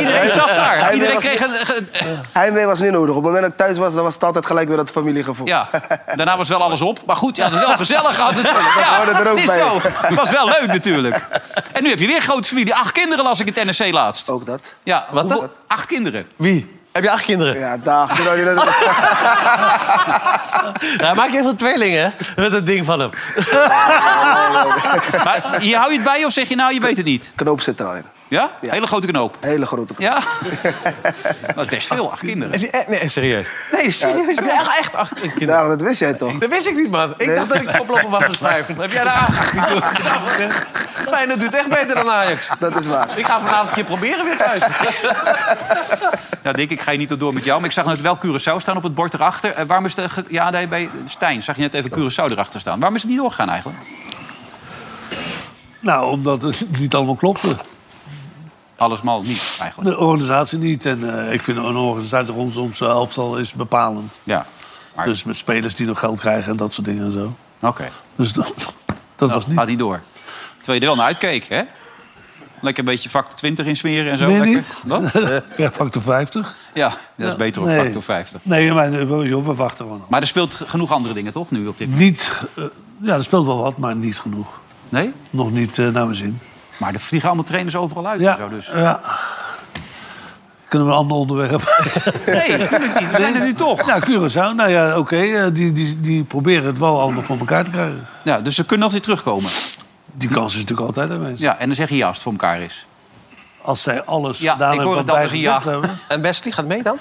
[SPEAKER 2] Iedereen zat daar.
[SPEAKER 4] Hij
[SPEAKER 2] Iedereen
[SPEAKER 4] was-
[SPEAKER 2] kreeg een... een-
[SPEAKER 4] Heimwee was niet nodig. Op het moment dat ik thuis was, dan was het altijd gelijk weer dat familiegevoel.
[SPEAKER 2] Ja, daarna was wel alles op. Maar goed, je had het wel gezellig gehad natuurlijk.
[SPEAKER 4] Dat
[SPEAKER 2] Ja,
[SPEAKER 4] hoorde er ook
[SPEAKER 2] is
[SPEAKER 4] bij.
[SPEAKER 2] zo. Het was wel leuk natuurlijk. En nu heb je weer grote familie. Acht kinderen las ik in het NRC laatst.
[SPEAKER 4] Ook dat.
[SPEAKER 2] Ja, wat Acht kinderen.
[SPEAKER 7] Wie? Heb je acht kinderen?
[SPEAKER 4] Ja, dag. Doe nou niet dat-
[SPEAKER 7] Ja, maak je even tweelingen, hè? Met dat ding van hem.
[SPEAKER 2] Maar je hou je het bij of zeg je nou, je weet het niet?
[SPEAKER 4] Knoop zit er al in.
[SPEAKER 2] Ja?
[SPEAKER 4] Ja.
[SPEAKER 2] Hele grote knoop.
[SPEAKER 4] Hele grote knoop.
[SPEAKER 2] Ja? Dat is best veel, acht kinderen.
[SPEAKER 7] eh, Nee, serieus.
[SPEAKER 2] Nee, serieus.
[SPEAKER 7] Heb je echt, echt acht kinderen?
[SPEAKER 4] Ja, dat wist jij toch?
[SPEAKER 7] Dat wist ik niet, man. Ik dacht dat ik oplopen was met vijf. Heb jij daar aangekomen? Feyenoord doet echt beter dan Ajax.
[SPEAKER 4] Dat is waar.
[SPEAKER 7] Ik ga vanavond een keer proberen weer thuis.
[SPEAKER 2] Ja, Nou, Dick, ik ga hier niet door met jou. Maar ik zag net wel Curaçao staan op het bord erachter. Eh, waarom is de... ge- Ja, nee, bij Stijn zag je net even Curaçao erachter staan. Waarom is het niet doorgegaan eigenlijk?
[SPEAKER 5] Nou, omdat het niet allemaal klopte.
[SPEAKER 2] Allesmaal niet, eigenlijk.
[SPEAKER 5] De organisatie niet. En eh, ik vind een organisatie rondom zijn elftal is bepalend.
[SPEAKER 2] Ja. Maar-
[SPEAKER 5] Dus met spelers die nog geld krijgen en dat soort dingen en zo.
[SPEAKER 2] Oké.
[SPEAKER 5] Dus dat, dat was niet.
[SPEAKER 2] Gaat niet door. Terwijl je er wel naar uitkeek, hè? Lekker een beetje factor 20 insmeren en zo.
[SPEAKER 5] Meer
[SPEAKER 2] lekker.
[SPEAKER 5] niet?
[SPEAKER 2] Wat?
[SPEAKER 5] Ja, factor 50.
[SPEAKER 2] Ja, dat is beter op
[SPEAKER 5] Nee.
[SPEAKER 2] factor 50.
[SPEAKER 5] Nee, maar eh, joh, we wachten gewoon. af.
[SPEAKER 2] Maar er speelt genoeg andere dingen, toch, nu op dit
[SPEAKER 5] Niet, eh, ja, er speelt wel wat, maar niet genoeg.
[SPEAKER 2] Nee?
[SPEAKER 5] Nog niet eh, naar mijn zin.
[SPEAKER 2] Maar er vliegen allemaal trainers overal uit.
[SPEAKER 5] Ja,
[SPEAKER 2] En zo, dus.
[SPEAKER 5] ja. Kunnen we een ander onderwerp?
[SPEAKER 2] Nee, natuurlijk niet. We zijn er nu toch.
[SPEAKER 5] Ja, Curaçao, nou ja, oké. eh, die, die, die proberen het wel allemaal voor elkaar te krijgen.
[SPEAKER 2] Ja, dus ze kunnen nog weer terugkomen.
[SPEAKER 5] Die kans is natuurlijk altijd aanwezig.
[SPEAKER 2] Ja, en dan zeg je ja als het voor elkaar is.
[SPEAKER 5] Als zij alles
[SPEAKER 2] Ja,
[SPEAKER 5] gedaan
[SPEAKER 2] ik hoor
[SPEAKER 5] hebben wat
[SPEAKER 2] het
[SPEAKER 5] wij
[SPEAKER 2] al, dus
[SPEAKER 5] gezegd
[SPEAKER 2] ja.
[SPEAKER 5] hebben.
[SPEAKER 7] En Wesley gaat mee dan?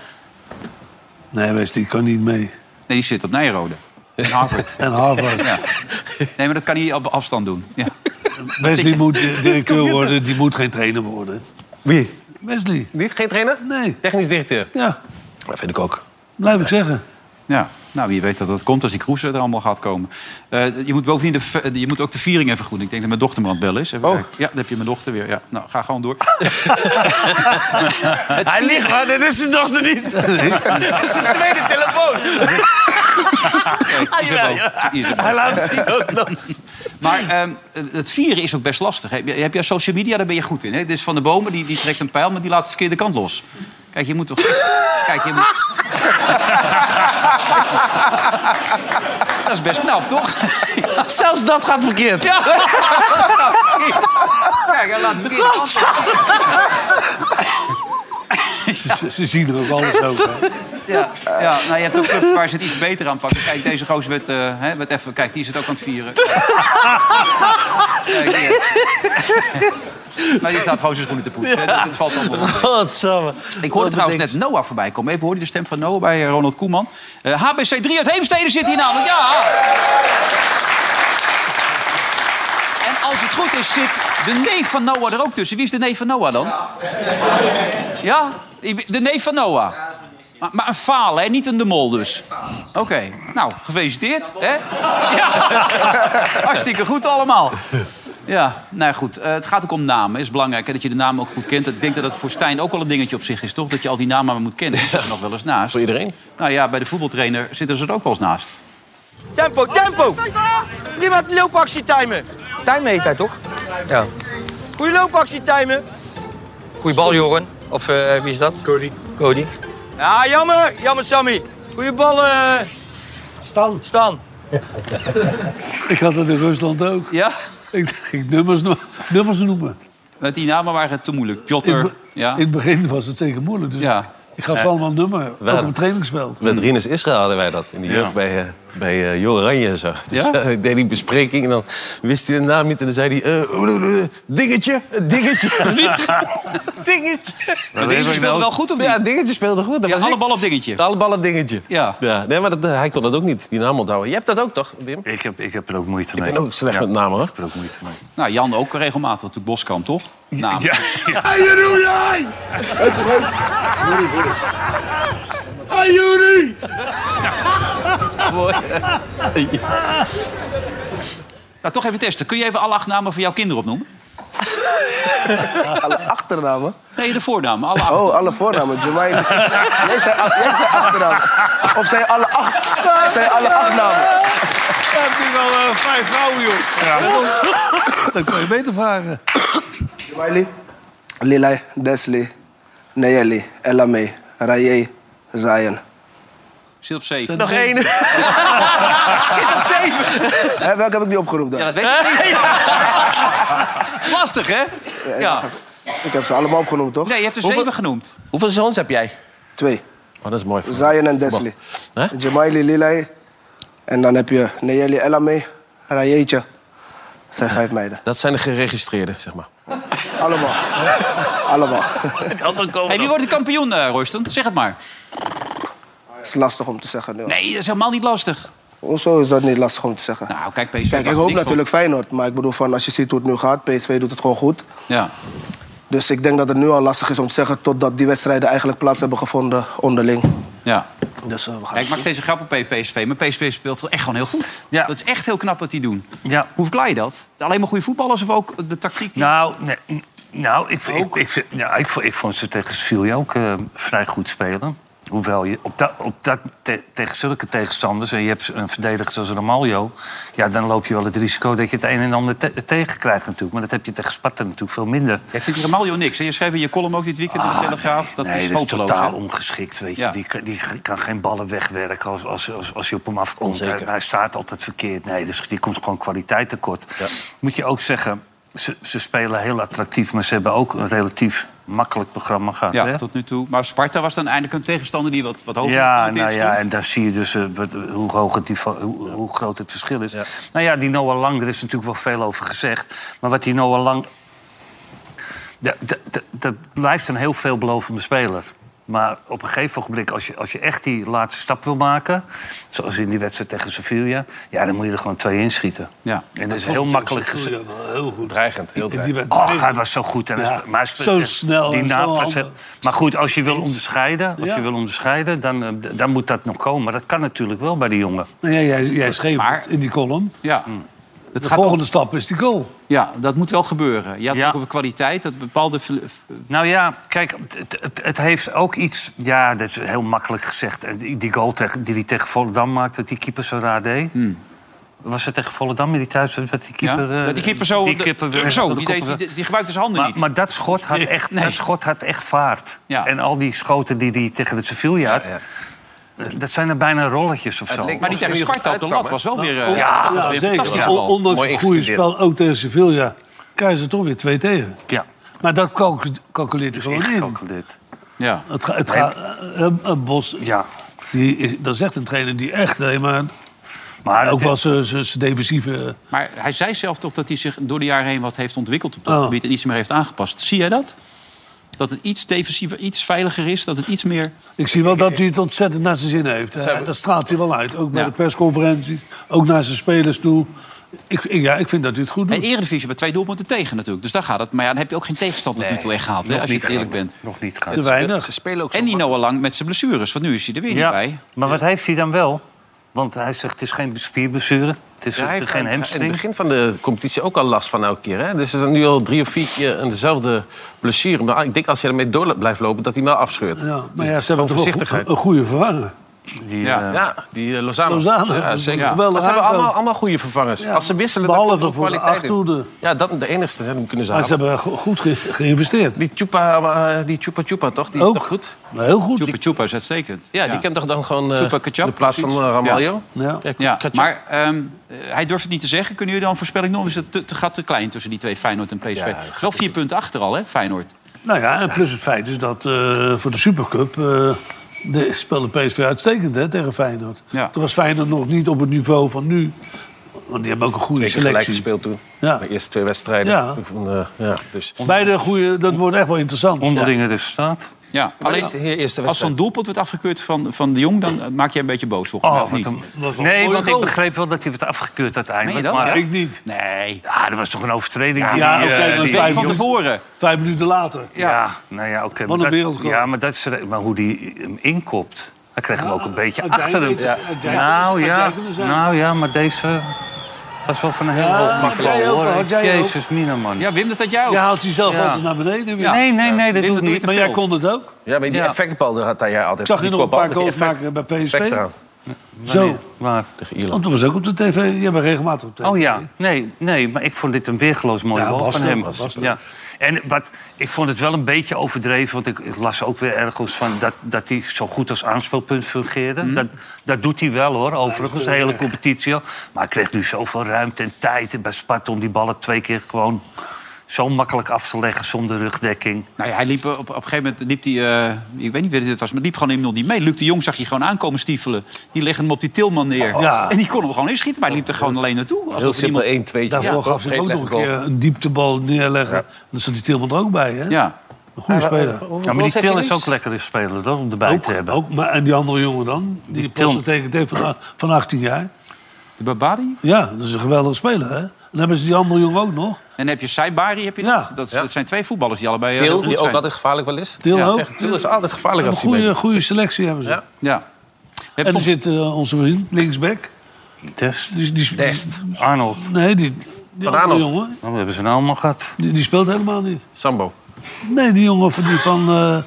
[SPEAKER 5] Nee, Wes, die kan niet mee.
[SPEAKER 2] Nee, die zit op Nijrode. In Harvard.
[SPEAKER 5] En Harvard.
[SPEAKER 2] Ja. Nee, maar dat kan hij op afstand doen. Ja.
[SPEAKER 5] Wesley moet di- directeur worden, die moet geen trainer worden.
[SPEAKER 7] Wie?
[SPEAKER 5] Wesley,
[SPEAKER 7] Niet? Geen trainer?
[SPEAKER 5] nee.
[SPEAKER 7] Technisch directeur.
[SPEAKER 5] Ja,
[SPEAKER 7] Dat vind ik ook.
[SPEAKER 5] blijf ik zeggen.
[SPEAKER 2] Ja, nou wie weet dat dat komt als die cruise er allemaal gaat komen. Eh, je moet bovendien de, v- je moet ook de viering even goed. Ik denk dat mijn dochter me aan het bellen is. Even
[SPEAKER 7] Oh.
[SPEAKER 2] kijken. Ja, dan heb je mijn dochter weer. Ja, nou, ga gewoon door.
[SPEAKER 7] Hij ligt, maar dit is zijn dochter niet. dat is zijn tweede telefoon.
[SPEAKER 2] Kijk, die is er ook. Die is er ook.
[SPEAKER 7] Hij laat het zien ook nog.
[SPEAKER 2] Maar ehm, het vieren is ook best lastig. Heb je, heb je social media, daar ben je goed in. Hè? Dus Van de Bomen, die, die trekt een pijl, maar die laat de verkeerde kant los. Kijk, je moet toch... Kijk, je moet... Dat is best knap, toch?
[SPEAKER 7] Zelfs dat gaat verkeerd.
[SPEAKER 2] Ja. Kijk, hij laat de verkeerde kant los.
[SPEAKER 5] Ze, ze zien er ook alles over.
[SPEAKER 2] Ja, ja nou, je hebt ook clubs waar ze het iets beter aanpakken. Kijk, deze gozer werd, eh, hè, werd even... Kijk, die is het ook aan het vieren. Kijk, Nou, hier. Maar die staat gewoon zijn schoenen te poetsen. hè. Dat, dat valt allemaal wel mee.
[SPEAKER 7] Godsamme.
[SPEAKER 2] Ik hoorde trouwens net Noah voorbij komen. Even hoor je de stem van Noah bij eh, Ronald Koeman. Eh, HBC 3 uit Heemstede zit hier namelijk. Ja! En als het goed is, zit de neef van Noah er ook tussen. Wie is de neef van Noah dan? Ja? De neef van Noah? Maar, maar een faal, hè? Niet een de mol dus. Oké, nou, gefeliciteerd. Hè? Ja. Hartstikke goed allemaal. Ja, nou ja, goed. Eh, het gaat ook om namen. Het is belangrijk hè, dat je de namen ook goed kent. Ik denk dat dat voor Stijn ook wel een dingetje op zich is, toch? Dat je al die namen maar moet kennen. Die zit er nog wel eens naast.
[SPEAKER 7] Voor iedereen.
[SPEAKER 2] Nou ja, bij de voetbaltrainer zitten ze er ook wel eens naast.
[SPEAKER 11] Tempo, tempo! Prima loopactie timen. Timen heet hij toch? Ja. eh, Goeie loopactie timen. Goeie bal, Joren. Of eh, wie is dat? Cody. Cody. Ja, jammer. Jammer, Sammy. Goeie bal, eh, Stan. Stan.
[SPEAKER 5] Ik had het in Rusland ook.
[SPEAKER 2] Ja?
[SPEAKER 5] Ik ging nummers, no- nummers noemen.
[SPEAKER 2] Met die namen waren het te moeilijk. Jotter.
[SPEAKER 5] In-
[SPEAKER 2] Ja.
[SPEAKER 5] In het begin was het zeker moeilijk. Dus
[SPEAKER 2] ja.
[SPEAKER 5] ik gaf ze
[SPEAKER 3] Ja.
[SPEAKER 5] allemaal nummer. Ook
[SPEAKER 3] Wel.
[SPEAKER 5] op het trainingsveld.
[SPEAKER 2] Hmm.
[SPEAKER 3] Met Rinus Israël hadden wij dat in de
[SPEAKER 5] Ja.
[SPEAKER 3] jeugd bij, eh, bij eh, Jo Oranje en zo. Dus
[SPEAKER 5] Ja?
[SPEAKER 3] eh, ik deed die bespreking en dan wist hij de naam niet en dan zei hij... eh, eh, eh, dingetje, eh, dingetje, dingetje.
[SPEAKER 2] Maar Dingetje speelde wel goed, of niet?
[SPEAKER 3] Ja, Dingetje speelde goed. Dat
[SPEAKER 2] Ja,
[SPEAKER 3] was
[SPEAKER 2] alle
[SPEAKER 3] ik.
[SPEAKER 2] bal op dingetje.
[SPEAKER 3] Alle ballen dingetje.
[SPEAKER 2] Ja.
[SPEAKER 3] ja. Nee, maar dat, eh, hij kon dat ook niet, die naam onthouden. Je hebt dat ook toch, Wim?
[SPEAKER 6] Ik heb, ik heb er ook moeite mee.
[SPEAKER 3] Ik ben ook slecht met namen, hoor.
[SPEAKER 6] Ik heb er ook moeite mee.
[SPEAKER 2] Nou, Jan ook regelmatig. Natuurlijk Boskamp, toch? Nou. Naam.
[SPEAKER 13] Hey Jeroen, jij! Hey Jury!
[SPEAKER 2] Nou, toch even testen. Kun je even alle acht namen van jouw kinderen opnoemen?
[SPEAKER 4] Alle achternamen?
[SPEAKER 2] Nee, de voornamen. Alle acht.
[SPEAKER 4] Oh, alle voornamen. Jermaine. Jij zei, ach- jij zei achternamen. Of zijn alle acht... Of zijn alle acht namen?
[SPEAKER 5] heb je wel vijf vrouwen, joh. Ja. Dat kan je beter vragen.
[SPEAKER 4] Jermaine, Lilay, Desley, Nayeli, Elame, Raye, Zayan.
[SPEAKER 2] Zit op zeven.
[SPEAKER 4] Nog één.
[SPEAKER 2] Zit op zeven.
[SPEAKER 4] Hè, welke heb ik niet opgeroepen dan?
[SPEAKER 2] Ja, dat weet ik niet. Lastig, hè? Ja.
[SPEAKER 4] Ik heb ze allemaal opgenoemd, toch?
[SPEAKER 2] Nee, je hebt er
[SPEAKER 4] Hoeveel-
[SPEAKER 2] zeven genoemd.
[SPEAKER 3] Hoeveel zoons heb jij?
[SPEAKER 4] Twee.
[SPEAKER 3] Oh, dat is mooi.
[SPEAKER 4] Zayan en Desley. Jamaili, Lilay. En dan heb je Nayeli, Elame, Rayeetje. Dat zijn vijf meiden.
[SPEAKER 3] Dat zijn de geregistreerden, zeg maar.
[SPEAKER 4] Allemaal. Allemaal.
[SPEAKER 2] Hey, wie wordt de kampioen, eh Royston? Zeg het maar.
[SPEAKER 4] Het is lastig om te zeggen. joh.
[SPEAKER 2] Nee, dat is helemaal niet lastig.
[SPEAKER 4] Hoezo is dat niet lastig om te zeggen?
[SPEAKER 2] Nou, kijk, PSV.
[SPEAKER 4] Kijk,
[SPEAKER 2] mag
[SPEAKER 4] ik
[SPEAKER 2] er
[SPEAKER 4] hoop
[SPEAKER 2] niks
[SPEAKER 4] natuurlijk Feyenoord. Maar ik bedoel, van, als je ziet hoe het nu gaat, PSV doet het gewoon goed.
[SPEAKER 2] van. Ja.
[SPEAKER 4] Dus ik denk dat het nu al lastig is om te zeggen... totdat die wedstrijden eigenlijk plaats hebben gevonden onderling.
[SPEAKER 2] Ja.
[SPEAKER 4] Dus eh, we gaan
[SPEAKER 2] Ja, ik maak deze grap op PSV, maar PSV speelt wel echt gewoon heel goed. Dat is echt heel knap wat die doen.
[SPEAKER 6] Ja.
[SPEAKER 2] Hoe verklaar je dat? Alleen maar goede voetballers of ook de tactiek? die-
[SPEAKER 6] Nou, nee, nou ik, ik, ik, vind- ja, ik, vond- ik vond ze tegen Sevilla ook eh, vrij goed spelen. Hoewel je op dat, op dat, te- tegen zulke tegenstanders... en je hebt een verdediger zoals Ramaljo... ja, dan loop je wel het risico dat je het een en ander te- tegen krijgt natuurlijk. Maar dat heb je tegen Sparta natuurlijk veel minder.
[SPEAKER 2] Jij vindt Ramaljo niks. Hè? Je schreef in je column ook dit weekend in de Telegraaf. Ah, Dat
[SPEAKER 6] nee,
[SPEAKER 2] is
[SPEAKER 6] dat is
[SPEAKER 2] hopeloos,
[SPEAKER 6] totaal
[SPEAKER 2] hè?
[SPEAKER 6] ongeschikt. Weet je.
[SPEAKER 2] Ja.
[SPEAKER 6] Die, kan- die kan geen ballen wegwerken als, als, als, als je op hem afkomt. Hij, hij staat altijd verkeerd. Nee, dus die komt gewoon kwaliteit tekort. Moet je ook zeggen, ze, ze spelen heel attractief... maar ze hebben ook een relatief makkelijk programma gehad.
[SPEAKER 2] Ja,
[SPEAKER 6] hè?
[SPEAKER 2] tot nu toe. Maar Sparta was dan eindelijk een tegenstander die wat, wat hoger
[SPEAKER 6] Ja,
[SPEAKER 2] op de
[SPEAKER 6] nou
[SPEAKER 2] stand
[SPEAKER 6] ja,
[SPEAKER 2] stond.
[SPEAKER 6] en daar zie je dus eh, wat, hoe, hoog het niveau, hoe, hoe groot het verschil is. Nou ja, die Noah Lang, er is natuurlijk wel veel over gezegd. Maar wat die Noah Lang... Dat, dat, dat, dat blijft een heel veelbelovende speler. Maar op een gegeven ogenblik, als je, als je echt die laatste stap wil maken... zoals in die wedstrijd tegen Sevilla... ja, dan moet je er gewoon twee inschieten.
[SPEAKER 2] Ja.
[SPEAKER 6] En dat is heel makkelijk gezegd.
[SPEAKER 5] gezegd. Heel goed.
[SPEAKER 3] Dreigend, heel
[SPEAKER 5] En die werd-
[SPEAKER 6] Ach, hij was zo goed. En hij
[SPEAKER 5] Ja,
[SPEAKER 6] spe- maar hij speelt
[SPEAKER 5] zo
[SPEAKER 6] echt-
[SPEAKER 5] snel
[SPEAKER 6] Die
[SPEAKER 5] en
[SPEAKER 6] naam
[SPEAKER 5] zo
[SPEAKER 6] was
[SPEAKER 5] handig.
[SPEAKER 6] heel- maar goed, als je wil onderscheiden, als
[SPEAKER 5] Ja.
[SPEAKER 6] je wil onderscheiden dan, eh, d- dan moet dat nog komen. Maar dat kan natuurlijk wel bij die jongen.
[SPEAKER 5] Nou ja, jij, jij schreef het in die column.
[SPEAKER 2] Ja.
[SPEAKER 6] Mm.
[SPEAKER 5] De
[SPEAKER 2] Het gaat
[SPEAKER 5] volgende stap is die goal.
[SPEAKER 2] Ja, dat moet wel gebeuren. Je had het ook over kwaliteit. Dat bepaalde... vle-
[SPEAKER 6] Nou ja, kijk, het, het, het heeft ook iets... Ja, dat is heel makkelijk gezegd. En Die die goal tegen, die hij tegen Volendam maakte, dat die keeper zo raar deed. Was het tegen Volendam in die thuis? Dat die keeper,
[SPEAKER 2] Hmm. Ja,
[SPEAKER 6] eh,
[SPEAKER 2] dat die keeper zo-
[SPEAKER 6] Die
[SPEAKER 2] de-
[SPEAKER 6] keeper weer-
[SPEAKER 2] zo,
[SPEAKER 6] de
[SPEAKER 2] die
[SPEAKER 6] koppen weer-
[SPEAKER 2] deed- die- die gebruikte zijn handen
[SPEAKER 6] maar,
[SPEAKER 2] niet.
[SPEAKER 6] Maar dat schot had echt, dat schot had echt vaart. En al die schoten die hij tegen de Sevilla had... eh, Dat zijn er bijna rolletjes of zo.
[SPEAKER 2] maar die tegen Sparta op de lat was wel weer... eh,
[SPEAKER 6] Nou, ja,
[SPEAKER 2] dat was
[SPEAKER 5] Ja,
[SPEAKER 2] weer een
[SPEAKER 5] zeker.
[SPEAKER 2] fantastisch
[SPEAKER 5] O-
[SPEAKER 2] bal.
[SPEAKER 5] Ondanks het goede spel, ook tegen Sevilla, krijgen ze toch weer twee tegen.
[SPEAKER 6] Ja.
[SPEAKER 5] Maar dat calcu- calculeert
[SPEAKER 6] Dus
[SPEAKER 5] hij gewoon in.
[SPEAKER 6] ingecalculeerd.
[SPEAKER 2] Ja.
[SPEAKER 5] Het, ga- het gaat... eh, eh, eh, Bos,
[SPEAKER 6] ja.
[SPEAKER 5] die is, dat is echt een trainer die echt alleen maar...
[SPEAKER 6] Maar
[SPEAKER 5] ook wel zijn- zijn zijn defensieve... eh,
[SPEAKER 2] Maar hij zei zelf toch dat hij zich door de jaren heen wat heeft ontwikkeld op dat
[SPEAKER 5] Oh.
[SPEAKER 2] gebied en iets meer heeft aangepast. Zie jij dat? Dat het iets defensiever, iets veiliger is, dat het iets meer.
[SPEAKER 5] Ik zie wel dat hij het ontzettend naar zijn zin heeft. hè. Dat straalt hij wel uit. Ook bij
[SPEAKER 2] Ja.
[SPEAKER 5] de persconferenties, ook naar zijn spelers toe. Ik, ik- ja, ik vind dat hij het goed
[SPEAKER 6] Hm.
[SPEAKER 2] En
[SPEAKER 5] doet.
[SPEAKER 2] Eredivisie met twee doelpunten tegen natuurlijk. Dus daar gaat het. Maar ja, dan heb je ook geen tegenstand tot nu toe echt gehaald, hè,
[SPEAKER 6] nog
[SPEAKER 2] als je
[SPEAKER 6] niet
[SPEAKER 2] het eerlijk
[SPEAKER 6] gehaald.
[SPEAKER 2] bent.
[SPEAKER 6] Nog niet
[SPEAKER 5] Te weinig.
[SPEAKER 2] En die Noah Lang met zijn blessures, want nu is hij er weer niet
[SPEAKER 6] Ja,
[SPEAKER 2] bij.
[SPEAKER 6] Maar wat heeft hij dan wel? Want hij zegt, het is geen spierblessure. Het is
[SPEAKER 3] Ja, hij
[SPEAKER 6] ook
[SPEAKER 3] heeft
[SPEAKER 6] geen
[SPEAKER 3] aan- In het
[SPEAKER 6] hamstring.
[SPEAKER 3] begin van de competitie ook al last van elke keer. Hè? Dus er zijn nu al drie of vier keer een dezelfde blessure. Maar ik denk als je ermee door blijft lopen, dat hij hem wel afscheurt.
[SPEAKER 5] Ja, maar
[SPEAKER 3] Dus het
[SPEAKER 5] ja, ze
[SPEAKER 3] is gewoon
[SPEAKER 5] hebben toch wel
[SPEAKER 3] voorzichtigheid.
[SPEAKER 5] een goede vervanger.
[SPEAKER 7] Die,
[SPEAKER 6] Ja.
[SPEAKER 7] ja. ja, die eh, Lozano.
[SPEAKER 5] Lozano, dat
[SPEAKER 7] Ja,
[SPEAKER 5] is
[SPEAKER 7] zeker.
[SPEAKER 5] een geweldige
[SPEAKER 7] Maar ze hebben
[SPEAKER 5] aankoop.
[SPEAKER 7] allemaal, allemaal goede vervangers.
[SPEAKER 5] Ja,
[SPEAKER 7] Als ze wisselen,
[SPEAKER 5] behalve
[SPEAKER 7] dan komt
[SPEAKER 5] voor
[SPEAKER 7] er
[SPEAKER 5] de
[SPEAKER 7] kwaliteit in.
[SPEAKER 5] Achtoede.
[SPEAKER 7] Ja, dat de enigste. Hè, die kunnen ze
[SPEAKER 5] Maar ze
[SPEAKER 7] halen.
[SPEAKER 5] hebben go- goed ge- geïnvesteerd.
[SPEAKER 7] Die Chupa, eh, die Chupa Chupa, toch? Die
[SPEAKER 5] Ook.
[SPEAKER 7] is toch goed?
[SPEAKER 5] Heel goed.
[SPEAKER 2] Chupa Chupa is uitstekend.
[SPEAKER 7] Ja, die kent toch dan gewoon eh,
[SPEAKER 2] Chupa Kachap,
[SPEAKER 7] in plaats van eh,
[SPEAKER 2] precies.
[SPEAKER 7] Ramaljo?
[SPEAKER 5] Ja.
[SPEAKER 2] Ja, maar ehm, eh, hij durft het niet te zeggen. Kunnen jullie dan een voorspelling doen? Of is het te, te gat te klein tussen die twee, Feyenoord en PSV?
[SPEAKER 5] Ja,
[SPEAKER 2] wel vier punten achter al, hè, Feyenoord?
[SPEAKER 5] Nou ja, en plus het feit is dat eh, voor de Supercup... eh, de, speelde PSV uitstekend hè, tegen Feyenoord.
[SPEAKER 2] Ja.
[SPEAKER 5] Toen was Feyenoord nog niet op het niveau van nu. Want die hebben ook een goede
[SPEAKER 7] Twee keer gelijk
[SPEAKER 5] selectie.
[SPEAKER 7] gespeeld toen.
[SPEAKER 5] Ja.
[SPEAKER 7] De eerste twee wedstrijden.
[SPEAKER 5] Ja.
[SPEAKER 7] Toen van, eh, ja, dus.
[SPEAKER 5] Beide goede, dat wordt echt wel interessant.
[SPEAKER 6] Onderlinge resultaat.
[SPEAKER 2] Ja, alleen
[SPEAKER 7] de heer eerste
[SPEAKER 2] als zo'n
[SPEAKER 7] wedstrijd.
[SPEAKER 2] doelpunt wordt afgekeurd van, van de Jong... dan eh, maak je een beetje boos, volgens mij,
[SPEAKER 6] Oh,
[SPEAKER 2] of
[SPEAKER 6] wat
[SPEAKER 2] niet?
[SPEAKER 6] een-
[SPEAKER 5] was wel een
[SPEAKER 6] nee,
[SPEAKER 5] mooie
[SPEAKER 6] want ik
[SPEAKER 5] goal.
[SPEAKER 6] begreep wel dat hij werd afgekeurd uiteindelijk.
[SPEAKER 2] Meen je dat?
[SPEAKER 6] maar
[SPEAKER 2] Ja.
[SPEAKER 5] Ik niet.
[SPEAKER 2] Nee,
[SPEAKER 6] ah, dat was toch een overtreding?
[SPEAKER 5] Ja,
[SPEAKER 6] die,
[SPEAKER 5] ja,
[SPEAKER 6] eh,
[SPEAKER 5] oké, maar
[SPEAKER 6] die-
[SPEAKER 5] dat
[SPEAKER 2] Week
[SPEAKER 5] vijf
[SPEAKER 2] van
[SPEAKER 5] minuten-
[SPEAKER 2] tevoren.
[SPEAKER 5] Vijf minuten later.
[SPEAKER 6] Ja, nou ja, oké. maar
[SPEAKER 5] Wat een
[SPEAKER 6] dat-
[SPEAKER 5] wereldgoal.
[SPEAKER 6] Ja, maar, dat is, maar hoe die hem inkopt, hij kreeg hem ook een beetje
[SPEAKER 5] had jij-
[SPEAKER 6] achter hem.
[SPEAKER 5] had jij- had jij-
[SPEAKER 6] Nou
[SPEAKER 5] had jij
[SPEAKER 6] ja,
[SPEAKER 5] kunnen zijn.
[SPEAKER 6] nou ja, maar deze was wel van een heel
[SPEAKER 5] Ja,
[SPEAKER 6] hoog
[SPEAKER 5] had
[SPEAKER 6] niveau
[SPEAKER 5] jij ook,
[SPEAKER 6] hoor.
[SPEAKER 5] had jij ook.
[SPEAKER 6] Jezus, Mina man.
[SPEAKER 2] Ja, Wim, dat had jij ook.
[SPEAKER 5] Je haalt jezelf
[SPEAKER 6] Ja.
[SPEAKER 5] altijd naar beneden. Weer.
[SPEAKER 6] Nee, nee, nee, dat
[SPEAKER 2] Dit
[SPEAKER 6] doet
[SPEAKER 2] doe je
[SPEAKER 6] niet.
[SPEAKER 2] te
[SPEAKER 5] Maar jij
[SPEAKER 2] veel.
[SPEAKER 5] kon het ook.
[SPEAKER 7] Ja, maar die
[SPEAKER 6] Ja.
[SPEAKER 7] effectbal had hij ja, altijd.
[SPEAKER 5] Ik zag je
[SPEAKER 7] die
[SPEAKER 5] nog een
[SPEAKER 7] kopbal,
[SPEAKER 5] paar
[SPEAKER 7] met die
[SPEAKER 5] goals
[SPEAKER 7] effect-
[SPEAKER 5] maken bij PSV.
[SPEAKER 7] effect eraan.
[SPEAKER 5] Zo.
[SPEAKER 6] Waar?
[SPEAKER 7] Tegen Ierland.
[SPEAKER 5] Want dat was ook op de tv. Je bent regelmatig op tv.
[SPEAKER 6] Oh ja, nee, nee, maar ik vond dit een weergeloos mooi
[SPEAKER 5] Ja,
[SPEAKER 6] goal
[SPEAKER 5] was
[SPEAKER 6] van
[SPEAKER 5] het,
[SPEAKER 6] hem.
[SPEAKER 5] was het.
[SPEAKER 6] ja. En wat, ik vond het wel een beetje overdreven, want ik, ik las ook weer ergens van dat, dat hij zo goed als aanspeelpunt fungeerde.
[SPEAKER 5] Hmm.
[SPEAKER 6] Dat, dat doet hij wel hoor, overigens, de hele competitie. al. Maar hij kreeg nu zoveel ruimte en tijd en bij Sparta om die ballen twee keer gewoon zo makkelijk af te leggen zonder rugdekking.
[SPEAKER 2] Nou ja, hij liep eh, op, op een gegeven moment liep hij, eh, ik weet niet wie dit was, maar liep gewoon iemand niet mee. Luc de Jong zag je gewoon aankomen stiefelen. Die legde hem op die tilman neer.
[SPEAKER 5] Ja.
[SPEAKER 2] En die kon hem gewoon inschieten, maar hij liep er gewoon alleen naartoe.
[SPEAKER 7] Heel
[SPEAKER 2] er
[SPEAKER 7] simpel,
[SPEAKER 2] iemand-
[SPEAKER 7] 1 2
[SPEAKER 5] Daarvoor gaf ze hem ook nog een keer een dieptebal neerleggen. Dan zat die Tilman er ook bij. Hè?
[SPEAKER 2] Ja.
[SPEAKER 5] Een goede speler.
[SPEAKER 6] Ja, maar die Til is ook lekker in spelen, dat om erbij te hebben.
[SPEAKER 5] Ook, maar, en die andere jongen dan? Die pas
[SPEAKER 6] Tilman.
[SPEAKER 5] getekend heeft van, van 18 jaar.
[SPEAKER 2] De Babari?
[SPEAKER 5] Ja, dat is een geweldige speler. Hè? Dan hebben ze die andere jongen ook nog.
[SPEAKER 2] En dan heb je Saibari, heb je
[SPEAKER 5] Ja.
[SPEAKER 2] nog. dat, is- dat zijn twee voetballers die allebei eh, heel
[SPEAKER 7] Til,
[SPEAKER 2] goed
[SPEAKER 7] die ook
[SPEAKER 2] zijn.
[SPEAKER 7] altijd gevaarlijk wel is.
[SPEAKER 5] Til ook.
[SPEAKER 7] Til is altijd gevaarlijk
[SPEAKER 5] Een
[SPEAKER 7] als hij
[SPEAKER 5] goede,
[SPEAKER 7] mee-
[SPEAKER 5] goede selectie hebben ze.
[SPEAKER 7] Ja.
[SPEAKER 2] Ja. We
[SPEAKER 5] En
[SPEAKER 2] hebben
[SPEAKER 5] er
[SPEAKER 2] toch-
[SPEAKER 5] zit eh, onze vriend, linksback.
[SPEAKER 6] Tess,
[SPEAKER 5] Die, die, die,
[SPEAKER 7] Echt.
[SPEAKER 6] Arnold,
[SPEAKER 5] nee, die, die
[SPEAKER 7] Van
[SPEAKER 5] andere
[SPEAKER 7] Arnold.
[SPEAKER 5] jongen.
[SPEAKER 6] nou, we hebben ze nou allemaal gehad.
[SPEAKER 5] Die, die speelt helemaal niet.
[SPEAKER 7] Sambo.
[SPEAKER 5] Nee, die jongen van die van eh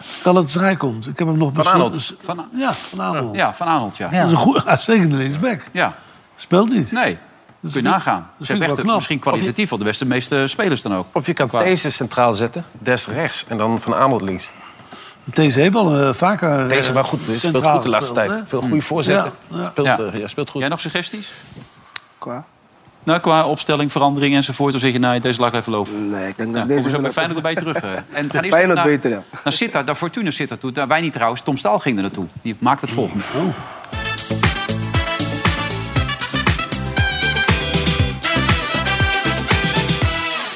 [SPEAKER 5] Galatasaray komt. Ik heb hem nog
[SPEAKER 7] Arnold.
[SPEAKER 5] dus-
[SPEAKER 2] Van-
[SPEAKER 5] ja, van Arnold.
[SPEAKER 2] ja, Van Aanholt, ja. ja.
[SPEAKER 5] Dat is een goede, uitstekende linksback. Speelt niet.
[SPEAKER 2] Nee, kun je nagaan. Ze
[SPEAKER 5] vind ik
[SPEAKER 2] hebben
[SPEAKER 5] wel
[SPEAKER 2] echt
[SPEAKER 5] knap.
[SPEAKER 2] misschien kwalitatief wel de beste meeste spelers dan ook.
[SPEAKER 7] Of je kan deze centraal zetten, des rechts en dan van Arnold links.
[SPEAKER 5] Deze heeft wel eh, vaker.
[SPEAKER 7] Deze
[SPEAKER 5] eh,
[SPEAKER 7] wel goed, speelt
[SPEAKER 5] centraal
[SPEAKER 7] goed de laatste
[SPEAKER 5] gespeeld,
[SPEAKER 7] tijd.
[SPEAKER 5] hè? Hm.
[SPEAKER 7] Veel goede voorzetten.
[SPEAKER 5] Ja, ja.
[SPEAKER 7] Speelt,
[SPEAKER 2] Ja.
[SPEAKER 7] eh, ja, speelt goed.
[SPEAKER 2] Jij nog suggesties?
[SPEAKER 4] Qua?
[SPEAKER 2] Nou, qua opstelling, verandering enzovoort. Of zeg je, nee, deze laat ik even lopen.
[SPEAKER 4] Nee, ik denk
[SPEAKER 2] Ja,
[SPEAKER 4] dat
[SPEAKER 2] komen
[SPEAKER 4] deze...
[SPEAKER 2] ze ook bij
[SPEAKER 4] wel-
[SPEAKER 2] Feyenoord erbij terug. eh. En gaan eerst even
[SPEAKER 4] Feyenoord
[SPEAKER 2] naar-
[SPEAKER 4] beter, ja.
[SPEAKER 2] Naar Nou, Sittard, naar Fortuna Sittard toe. Daar, wij niet trouwens. Tom Staal ging er naartoe. Die maakt het volgende.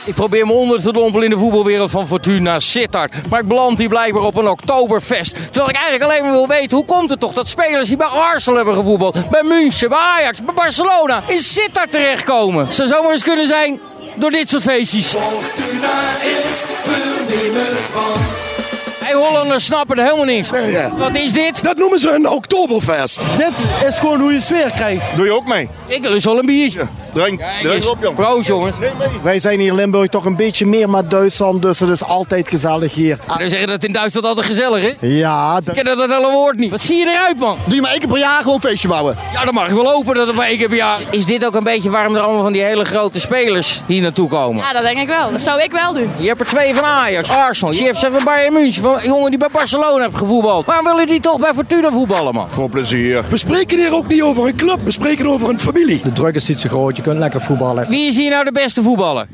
[SPEAKER 14] Ik probeer me onder te dompelen in de voetbalwereld van Fortuna Sittard. Maar ik beland hier blijkbaar op een oktoberfest. Terwijl ik eigenlijk alleen maar wil weten hoe komt het toch dat spelers die bij Arsenal hebben gevoetbald, bij München, bij Ajax, bij Barcelona, in Sittard terechtkomen. Zou zomaar eens kunnen zijn door dit soort feestjes. Hey, Hollanders snappen er helemaal niks. Wat is dit?
[SPEAKER 13] Dat noemen ze een Oktoberfest.
[SPEAKER 14] Dit is gewoon hoe je sfeer krijgt.
[SPEAKER 13] Doe je ook mee?
[SPEAKER 14] Ik wil eens wel een biertje.
[SPEAKER 13] Drink, drink op, jong.
[SPEAKER 14] Proost, jongen.
[SPEAKER 15] Wij zijn hier in Limburg toch een beetje meer met Duitsland, dus het is altijd gezellig hier.
[SPEAKER 14] Nou, zeggen dat het in Duitsland altijd gezellig is.
[SPEAKER 15] Ja,
[SPEAKER 14] Ik
[SPEAKER 15] dat...
[SPEAKER 14] ken dat hele woord niet. Wat zie je eruit, man?
[SPEAKER 15] Doe je maar één keer per jaar gewoon een feestje bouwen.
[SPEAKER 14] Ja, Nou, dan mag ik wel hopen dat het maar één keer per jaar... Is dit ook een beetje waarom er allemaal van die hele grote spelers hier naartoe komen?
[SPEAKER 16] Ja, dat denk ik wel. Dat zou ik wel doen.
[SPEAKER 14] Je hebt er twee van Ajax, Arsenal, je hebt ze van Bayern München, van een jongen die bij Barcelona heeft gevoetbald. Waarom willen die toch bij Fortuna voetballen, man?
[SPEAKER 13] Voor plezier.
[SPEAKER 15] We spreken hier ook niet over een club, we spreken over een familie. De druk is niet zo groot, je kunt lekker voetballen.
[SPEAKER 14] Wie is hier nou de beste voetballer?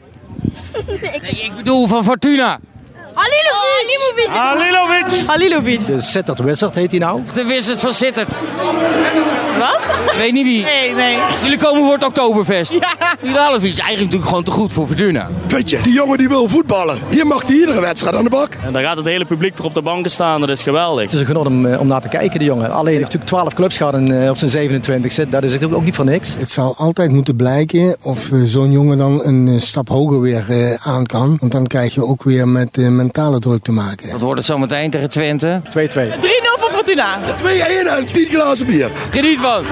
[SPEAKER 14] Nee, ik bedoel van Fortuna.
[SPEAKER 16] Halilovic! Halilovic! Halilovic.
[SPEAKER 15] De Sittard Wizard heet hij nou.
[SPEAKER 14] De wizard van Sittert.
[SPEAKER 16] Wat?
[SPEAKER 14] Ik weet niet wie.
[SPEAKER 16] Nee, nee.
[SPEAKER 14] Jullie komen voor het Oktoberfest.
[SPEAKER 16] Ja.
[SPEAKER 14] Die Ralf is eigenlijk natuurlijk gewoon te goed voor Fortuna.
[SPEAKER 15] Weet je, die jongen die wil voetballen. Hier mag hij iedere wedstrijd aan de bak.
[SPEAKER 17] En daar gaat het hele publiek voor op de banken staan, dat is geweldig.
[SPEAKER 18] Het is een genot om, eh, om naar te kijken, de jongen. Alleen hij heeft natuurlijk 12 clubs gehad en, eh, op zijn 27 Dat is het ook, ook niet voor niks.
[SPEAKER 19] Het zou altijd moeten blijken of eh, zo'n jongen dan een eh, stap hoger weer eh, aan kan. Want dan krijg je ook weer met eh, mentale druk te maken.
[SPEAKER 14] Dat wordt het zometeen tegen Twente.
[SPEAKER 16] 3-0
[SPEAKER 18] 2-2.
[SPEAKER 16] voor Fortuna.
[SPEAKER 15] 2-1 en 10 glazen bier.
[SPEAKER 14] Geniet van.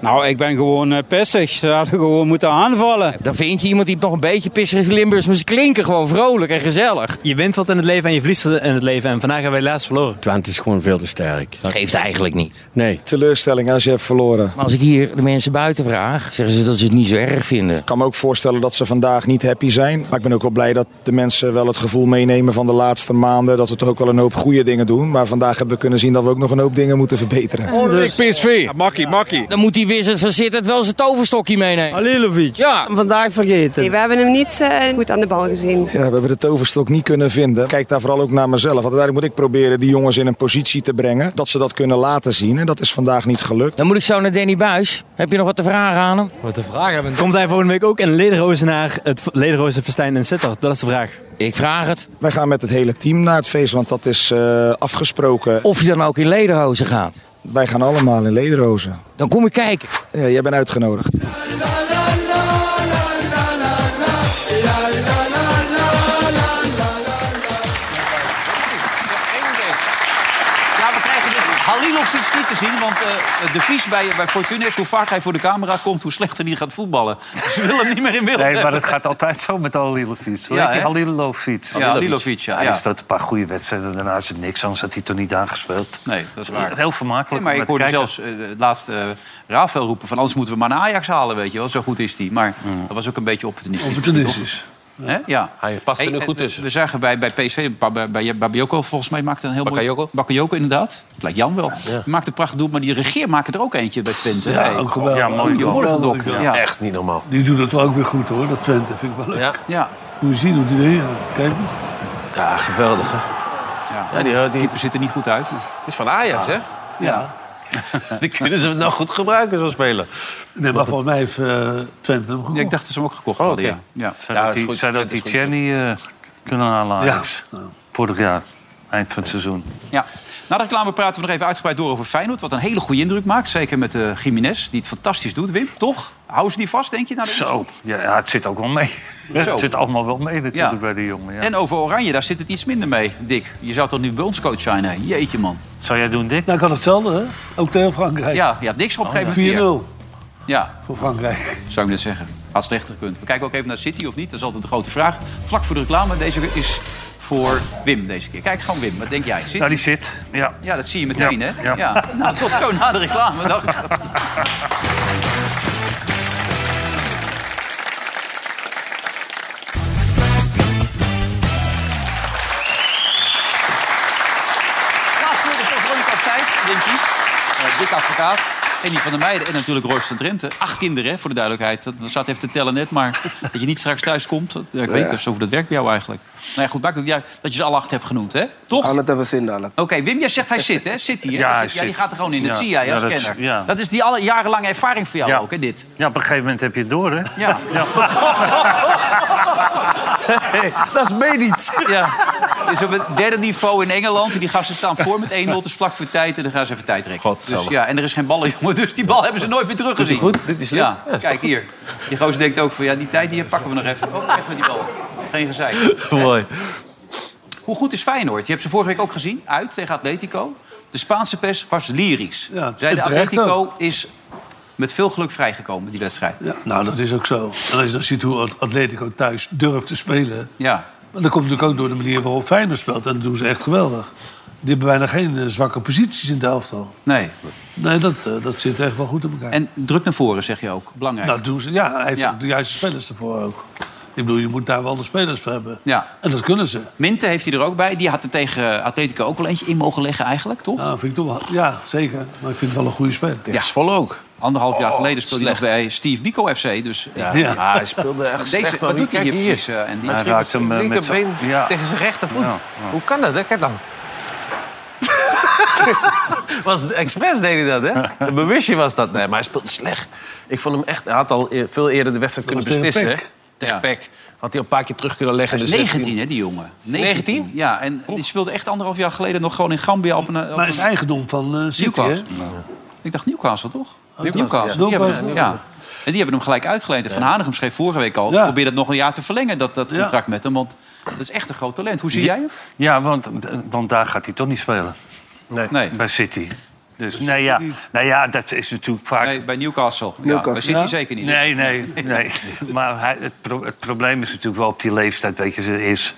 [SPEAKER 20] Nou, ik ben gewoon eh, pissig. Ze hadden gewoon moeten aanvallen.
[SPEAKER 14] Dan vind je iemand die nog een beetje pissig is in Limburgs, maar ze klinken gewoon vrolijk en gezellig.
[SPEAKER 21] Je wint wat in het leven en je verliest wat in het leven. En vandaag hebben wij helaas verloren.
[SPEAKER 22] Twente is gewoon veel te sterk.
[SPEAKER 14] Dat geeft eigenlijk niet.
[SPEAKER 22] Nee. Teleurstelling als je hebt verloren.
[SPEAKER 14] Maar als ik hier de mensen buiten vraag, zeggen ze dat ze het niet zo erg vinden.
[SPEAKER 22] Ik kan me ook voorstellen dat ze vandaag niet happy zijn. Maar ik ben ook wel blij dat de mensen wel het gevoel meenemen van de laatste maanden. Dat we toch ook wel een hoop goede dingen doen. Maar vandaag hebben we kunnen zien dat we ook nog een hoop dingen moeten verbeteren. PSV. Makkie, makkie.
[SPEAKER 14] Dan moet die wizard van Sittard wel zijn toverstokje meenemen.
[SPEAKER 22] Alilovic.
[SPEAKER 14] Ja.
[SPEAKER 23] Vandaag vergeten. we hebben hem niet eh, goed aan de bal gezien.
[SPEAKER 22] Ja, we hebben de toverstok niet kunnen vinden. Kijk daar vooral ook naar mezelf. Want uiteindelijk moet ik proberen die jongens in een positie te brengen. Dat ze dat kunnen laten zien. En dat is vandaag niet gelukt.
[SPEAKER 14] Dan moet ik zo naar Danny Buis. Heb je nog wat te vragen aan hem? Wat te vragen hebben?
[SPEAKER 21] Komt hij volgende week ook in Lederozen naar het Lederozen Festijn in Sittard? Dat is de vraag.
[SPEAKER 14] Ik vraag het.
[SPEAKER 22] Wij gaan met het hele team naar het feest. Want dat is eh, afgesproken.
[SPEAKER 14] Of je dan ook in lederhozen gaat.
[SPEAKER 22] Wij gaan allemaal in lederhozen.
[SPEAKER 14] Dan kom ik kijken.
[SPEAKER 22] Ja, jij bent uitgenodigd.
[SPEAKER 2] Ja, we krijgen dus Halilovic niet te zien, want eh, de vies bij, bij Fortuna is hoe vaak hij voor de camera komt, hoe slechter hij gaat voetballen. Ze willen hem niet meer in beeld
[SPEAKER 6] Nee, maar
[SPEAKER 2] hebben.
[SPEAKER 6] het gaat altijd zo met Halilovic.
[SPEAKER 2] Ja,
[SPEAKER 6] Ja,
[SPEAKER 2] hè?
[SPEAKER 6] Halilovic.
[SPEAKER 2] Ja, Halilovic, ja, ja.
[SPEAKER 6] Hij speelt een paar goede wedstrijden. Daarna is het niks, anders had hij toch niet aangespeeld.
[SPEAKER 2] Nee, dat is waar.
[SPEAKER 6] Heel vermakelijk.
[SPEAKER 2] Ja, maar
[SPEAKER 6] om
[SPEAKER 2] ik
[SPEAKER 6] naar
[SPEAKER 2] hoorde
[SPEAKER 6] te kijken.
[SPEAKER 2] zelfs eh, het laatste eh, Rafael roepen van anders moeten we maar naar Ajax halen, weet je wel. Zo goed is die. Maar dat was ook een beetje opportunistisch.
[SPEAKER 5] Opportunistisch.
[SPEAKER 2] toch? Hè? Ja.
[SPEAKER 7] Hij past er nu goed
[SPEAKER 2] tussen. We, zagen bij, bij PSV, Ba- Ba- bij Bakayoko volgens mij maakte een heel
[SPEAKER 7] Bakayoko?
[SPEAKER 2] mooi... Bakayoko, inderdaad. Het lijkt Jan wel. Die Maakte een prachtig doel, maar die regeer maakte er ook eentje bij Twente.
[SPEAKER 5] Ja,
[SPEAKER 2] Hey.
[SPEAKER 5] ook geweldig.
[SPEAKER 2] Ja, mooi
[SPEAKER 5] Ook
[SPEAKER 2] Goedemorgen,
[SPEAKER 5] geweldig,
[SPEAKER 2] dokter.
[SPEAKER 5] ja.
[SPEAKER 2] Ja.
[SPEAKER 7] Echt niet normaal.
[SPEAKER 5] Die doet dat wel ook weer goed hoor, dat Twente. Vind ik wel leuk.
[SPEAKER 7] Ja.
[SPEAKER 2] Ja.
[SPEAKER 5] Moet je zien hoe die erin gaat. Kijk eens.
[SPEAKER 7] Ja, geweldig hè. Ja, die, Ah. die...
[SPEAKER 2] ziet er niet goed uit.
[SPEAKER 7] is van Ajax hè.
[SPEAKER 5] Ja.
[SPEAKER 7] Die kunnen ze nou goed gebruiken, zo'n speler.
[SPEAKER 5] Nee, maar volgens mij heeft eh, Twente hem gekocht.
[SPEAKER 2] Ja, ik dacht dat ze hem ook gekocht
[SPEAKER 5] Oh,
[SPEAKER 2] hadden,
[SPEAKER 5] oké.
[SPEAKER 2] ja. ja.
[SPEAKER 6] Zou dat die- zou dat die Jenny eh, kunnen halen,
[SPEAKER 2] Ja.
[SPEAKER 6] Ajax? Vorig jaar, eind van het seizoen.
[SPEAKER 2] Ja. Na de reclame praten we nog even uitgebreid door over Feyenoord. Wat een hele goede indruk maakt. Zeker met eh Jiménez, die het fantastisch doet. Wim, toch? Houden ze die vast, denk je? na de
[SPEAKER 6] Zo, ja, ja, het zit ook wel mee.
[SPEAKER 2] Zo.
[SPEAKER 6] Het zit allemaal wel mee natuurlijk
[SPEAKER 2] Ja.
[SPEAKER 6] bij die jongen. Ja.
[SPEAKER 2] En over Oranje, daar zit het iets minder mee, Dick. Je zou toch nu bij ons coach zijn, hè? Jeetje, man.
[SPEAKER 6] Zou jij doen, Dick?
[SPEAKER 5] Nou, ik had hetzelfde, hè? Ook tegen Frankrijk.
[SPEAKER 2] Ja, ja Dick op een
[SPEAKER 5] Oh,
[SPEAKER 2] gegeven moment
[SPEAKER 5] 4-0
[SPEAKER 2] weer. Ja,
[SPEAKER 5] voor Frankrijk.
[SPEAKER 2] zou ik net zeggen. Had slechter gekund. We kijken ook even naar City of niet. Dat is altijd de grote vraag. Vlak voor de reclame. Deze is voor Wim deze keer. Kijk, gewoon Wim. Wat denk jij? City?
[SPEAKER 6] Nou, die zit. Ja.
[SPEAKER 2] Ja, dat zie je meteen,
[SPEAKER 6] Ja,
[SPEAKER 2] hè?
[SPEAKER 6] ja.
[SPEAKER 2] Nou, tot zo na de reclame, dacht ik. Naast mij is nog dus Veronica Feit, Wim Kieft, eh, dik advocaat. Annie van der Meijden en natuurlijk Roos van Drenthe. Acht kinderen, hè, voor de duidelijkheid. Dat zat even te tellen net, maar dat je niet straks thuis komt. eh, Ik weet
[SPEAKER 4] Ja.
[SPEAKER 2] niet of dat werkt bij jou eigenlijk. Nou ja, goed, maakt ook niet uit dat je ze alle acht hebt genoemd, hè? Toch?
[SPEAKER 4] Aan het hebben zin dadelijk.
[SPEAKER 2] Oké, Wim, jij zegt hij zit, hè? Zit hij, hè?
[SPEAKER 6] Ja, hij
[SPEAKER 2] Ja, die
[SPEAKER 6] zit.
[SPEAKER 2] gaat er gewoon in. Dat
[SPEAKER 6] Ja.
[SPEAKER 2] zie jij
[SPEAKER 6] Ja,
[SPEAKER 2] als
[SPEAKER 6] dat is-
[SPEAKER 2] kenner.
[SPEAKER 6] ja.
[SPEAKER 2] Dat is die alle, jarenlange ervaring voor jou
[SPEAKER 6] Ja.
[SPEAKER 2] ook, hè, dit?
[SPEAKER 6] Ja, op een gegeven moment heb je het door, hè?
[SPEAKER 2] Ja.
[SPEAKER 6] dat is medisch.
[SPEAKER 2] Ja. Dus op het derde niveau in Engeland. En die gasten staan voor met 1-0. Het is vlak voor tijd. En dan gaan ze even tijd rekken. Dus,
[SPEAKER 7] Godsamme.
[SPEAKER 2] ja, en er is geen ballen, jongen. Dus die bal hebben ze nooit meer teruggezien.
[SPEAKER 7] Doet hij goed? Dit is slim.
[SPEAKER 2] Ja,
[SPEAKER 7] Ja, is toch
[SPEAKER 2] kijk
[SPEAKER 7] goed?
[SPEAKER 2] hier. Die gozer denkt ook van... Ja, die tijd die pakken we nog even. Oh, weg met die bal. Geen gezeik.
[SPEAKER 7] Mooi.
[SPEAKER 2] Hoe goed is Feyenoord? Je hebt ze vorige week ook gezien. Uit tegen Atletico. De Spaanse pers was lyrisch.
[SPEAKER 5] Ja,
[SPEAKER 2] Zei de
[SPEAKER 5] en terecht
[SPEAKER 2] Atletico is met veel geluk vrijgekomen, die wedstrijd.
[SPEAKER 5] Ja, nou, dat is ook zo. En als je dan ziet hoe Atletico thuis durft te spelen...
[SPEAKER 2] Ja.
[SPEAKER 5] Maar dat komt natuurlijk ook door de manier waarop Feyenoord speelt. En dat doen ze echt geweldig. Die hebben bijna geen eh, zwakke posities in het elftal.
[SPEAKER 2] Nee.
[SPEAKER 5] Nee, dat, eh, dat zit echt wel goed in elkaar.
[SPEAKER 2] En druk naar voren, zeg je ook. Belangrijk.
[SPEAKER 5] dat doen ze. Ja, hij heeft
[SPEAKER 2] Ja.
[SPEAKER 5] ook de juiste spelers ervoor ook. Ik bedoel, je moet daar wel de spelers voor hebben.
[SPEAKER 2] Ja.
[SPEAKER 5] En dat kunnen ze.
[SPEAKER 2] Minte heeft hij er ook bij. Die had er tegen Atletico ook wel eentje in mogen leggen eigenlijk, toch?
[SPEAKER 5] Ja, vind ik toch wel, ja, zeker. Maar ik vind het wel een goede speler.
[SPEAKER 2] Ja.
[SPEAKER 7] Zwolle ook.
[SPEAKER 2] Anderhalf jaar
[SPEAKER 7] Oh,
[SPEAKER 2] geleden speelde hij nog bij Steve Biko FC. Dus
[SPEAKER 7] Ja, ah, hij speelde echt
[SPEAKER 2] Deze-
[SPEAKER 7] slecht. maar
[SPEAKER 2] Wat
[SPEAKER 7] wie
[SPEAKER 2] doet hij hier?
[SPEAKER 7] kijkt
[SPEAKER 2] precies, eh, Andy?
[SPEAKER 7] Hij raakt hem
[SPEAKER 6] eh,
[SPEAKER 7] met
[SPEAKER 6] met zijn-
[SPEAKER 7] linkerbeen
[SPEAKER 6] Ja.
[SPEAKER 7] tegen zijn rechtervoet.
[SPEAKER 6] Ja,
[SPEAKER 7] Hoe kan dat? hè? Kijk dan. was het expres deed hij dat, hè? Een bewustje was dat. Nee, maar hij speelde slecht. Ik vond hem echt... Hij had al eer- veel eerder de wedstrijd
[SPEAKER 5] Dat
[SPEAKER 7] kunnen
[SPEAKER 5] was tegen
[SPEAKER 7] beslissen. hè?
[SPEAKER 5] PEC.
[SPEAKER 7] Tegen Peck. Had hij een paar keer terug kunnen leggen.
[SPEAKER 2] Hij is
[SPEAKER 7] in de 16.
[SPEAKER 2] 19, hè, die jongen.
[SPEAKER 7] 19?
[SPEAKER 2] Ja, en die speelde echt anderhalf jaar geleden nog gewoon in Gambia op een... Op
[SPEAKER 5] Maar hij is
[SPEAKER 2] een
[SPEAKER 5] eigendom van eh City, hè?
[SPEAKER 2] Newcastle. Ik dacht Newcastle, toch?
[SPEAKER 5] Newcastle,
[SPEAKER 2] Newcastle. Die
[SPEAKER 5] ja.
[SPEAKER 2] hebben,
[SPEAKER 5] Newcastle,
[SPEAKER 2] ja. En die hebben hem gelijk uitgeleend. En Van Hanegem schreef vorige week al... probeer dat nog een jaar te verlengen, dat, dat
[SPEAKER 6] Ja.
[SPEAKER 2] contract met hem. Want dat is echt een groot talent. Hoe zie jij hem?
[SPEAKER 6] Ja, want, want daar gaat hij toch niet spelen.
[SPEAKER 7] Nee.
[SPEAKER 2] Nee.
[SPEAKER 6] Bij City. Dus nee, ja. Nou ja, dat is natuurlijk vaak... Nee,
[SPEAKER 2] bij Newcastle.
[SPEAKER 6] Newcastle.
[SPEAKER 2] Ja, daar zit hij zeker niet in.
[SPEAKER 6] Nee, nee, nee. maar hij, het, pro- het probleem is natuurlijk wel op die leeftijd, weet je, ze is...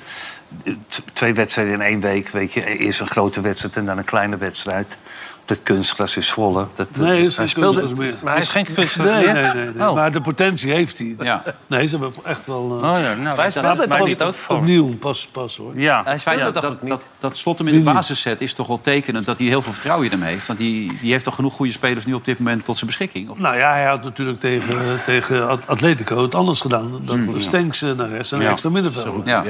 [SPEAKER 6] t- Twee wedstrijden in één week, weet je. Eerst een grote wedstrijd en dan een kleine wedstrijd. Dat kunstgras is volle. Dat, eh,
[SPEAKER 5] Nee, dat is
[SPEAKER 6] hij
[SPEAKER 5] geen
[SPEAKER 6] speelde-
[SPEAKER 5] kunstgras meer.
[SPEAKER 6] Maar hij is geen kunstgras
[SPEAKER 5] nee,
[SPEAKER 6] meer?
[SPEAKER 5] Nee, nee, nee.
[SPEAKER 6] Oh.
[SPEAKER 5] Maar de potentie heeft hij.
[SPEAKER 2] Ja.
[SPEAKER 5] Nee, ze hebben echt wel... eh,
[SPEAKER 6] Oh ja, nou, dat
[SPEAKER 5] speelden
[SPEAKER 6] had mij
[SPEAKER 5] toch
[SPEAKER 6] niet ook voor.
[SPEAKER 5] Opnieuw, pas, pas hoor.
[SPEAKER 6] Ja.
[SPEAKER 2] Hij feit
[SPEAKER 6] Ja,
[SPEAKER 2] dat,
[SPEAKER 6] dat
[SPEAKER 2] dat, dat, dat slot hem in de basis zet is toch wel tekenend dat hij heel veel vertrouwen in hem heeft. Want die, die heeft toch genoeg goede spelers nu op dit moment tot zijn beschikking. Of-
[SPEAKER 5] Nou ja, hij had natuurlijk tegen, tegen At- Atletico het anders gedaan. Dan
[SPEAKER 2] Hmm, ja.
[SPEAKER 5] Stenks eh, naar rechts en
[SPEAKER 2] Ja.
[SPEAKER 5] extra middenveld.
[SPEAKER 2] Ja.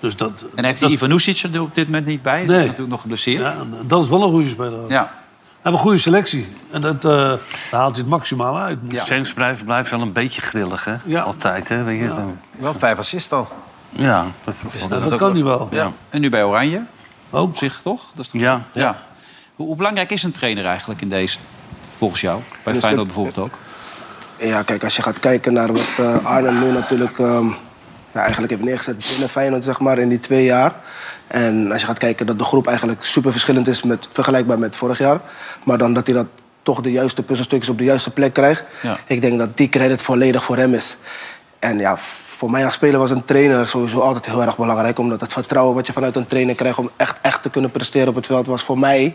[SPEAKER 5] Dus dat,
[SPEAKER 2] En heeft
[SPEAKER 5] dat-
[SPEAKER 2] die Ivanusic er op dit moment niet bij? Die
[SPEAKER 5] Nee.
[SPEAKER 2] is natuurlijk nog geblesseerd.
[SPEAKER 5] ja, dat is wel een goede speler. ook.
[SPEAKER 2] Ja.
[SPEAKER 5] Hij heeft een goede selectie. En dat, eh, daar haalt hij het maximaal uit.
[SPEAKER 6] Ja. Stenks blijft, blijft wel een beetje grillig, hè? Altijd, hè? Weet je, dan-
[SPEAKER 7] Wel vijf assists al.
[SPEAKER 6] ja. dat,
[SPEAKER 5] dat dat kan ook- hij wel.
[SPEAKER 2] Ja. En nu bij Oranje. Op zich toch? Dat is toch
[SPEAKER 6] ja.
[SPEAKER 2] Ja. Hoe, hoe belangrijk is een trainer eigenlijk in deze, volgens jou? Bij
[SPEAKER 4] Dus
[SPEAKER 2] Feyenoord
[SPEAKER 4] het-
[SPEAKER 2] bijvoorbeeld ook.
[SPEAKER 4] Ja, kijk, als je gaat kijken naar wat eh, Arnhem nu natuurlijk ehm, ja, eigenlijk heeft neergezet binnen Feyenoord, zeg maar, in die twee jaar. En als je gaat kijken dat de groep eigenlijk super verschillend is, met, vergelijkbaar met vorig jaar. Maar dan dat hij dat toch de juiste puzzelstukjes op de juiste plek krijgt.
[SPEAKER 2] Ja.
[SPEAKER 4] Ik denk dat die credit volledig voor hem is. En ja, voor mij als speler was een trainer sowieso altijd heel erg belangrijk. Omdat het vertrouwen wat je vanuit een trainer krijgt om echt, echt te kunnen presteren op het veld... was voor mij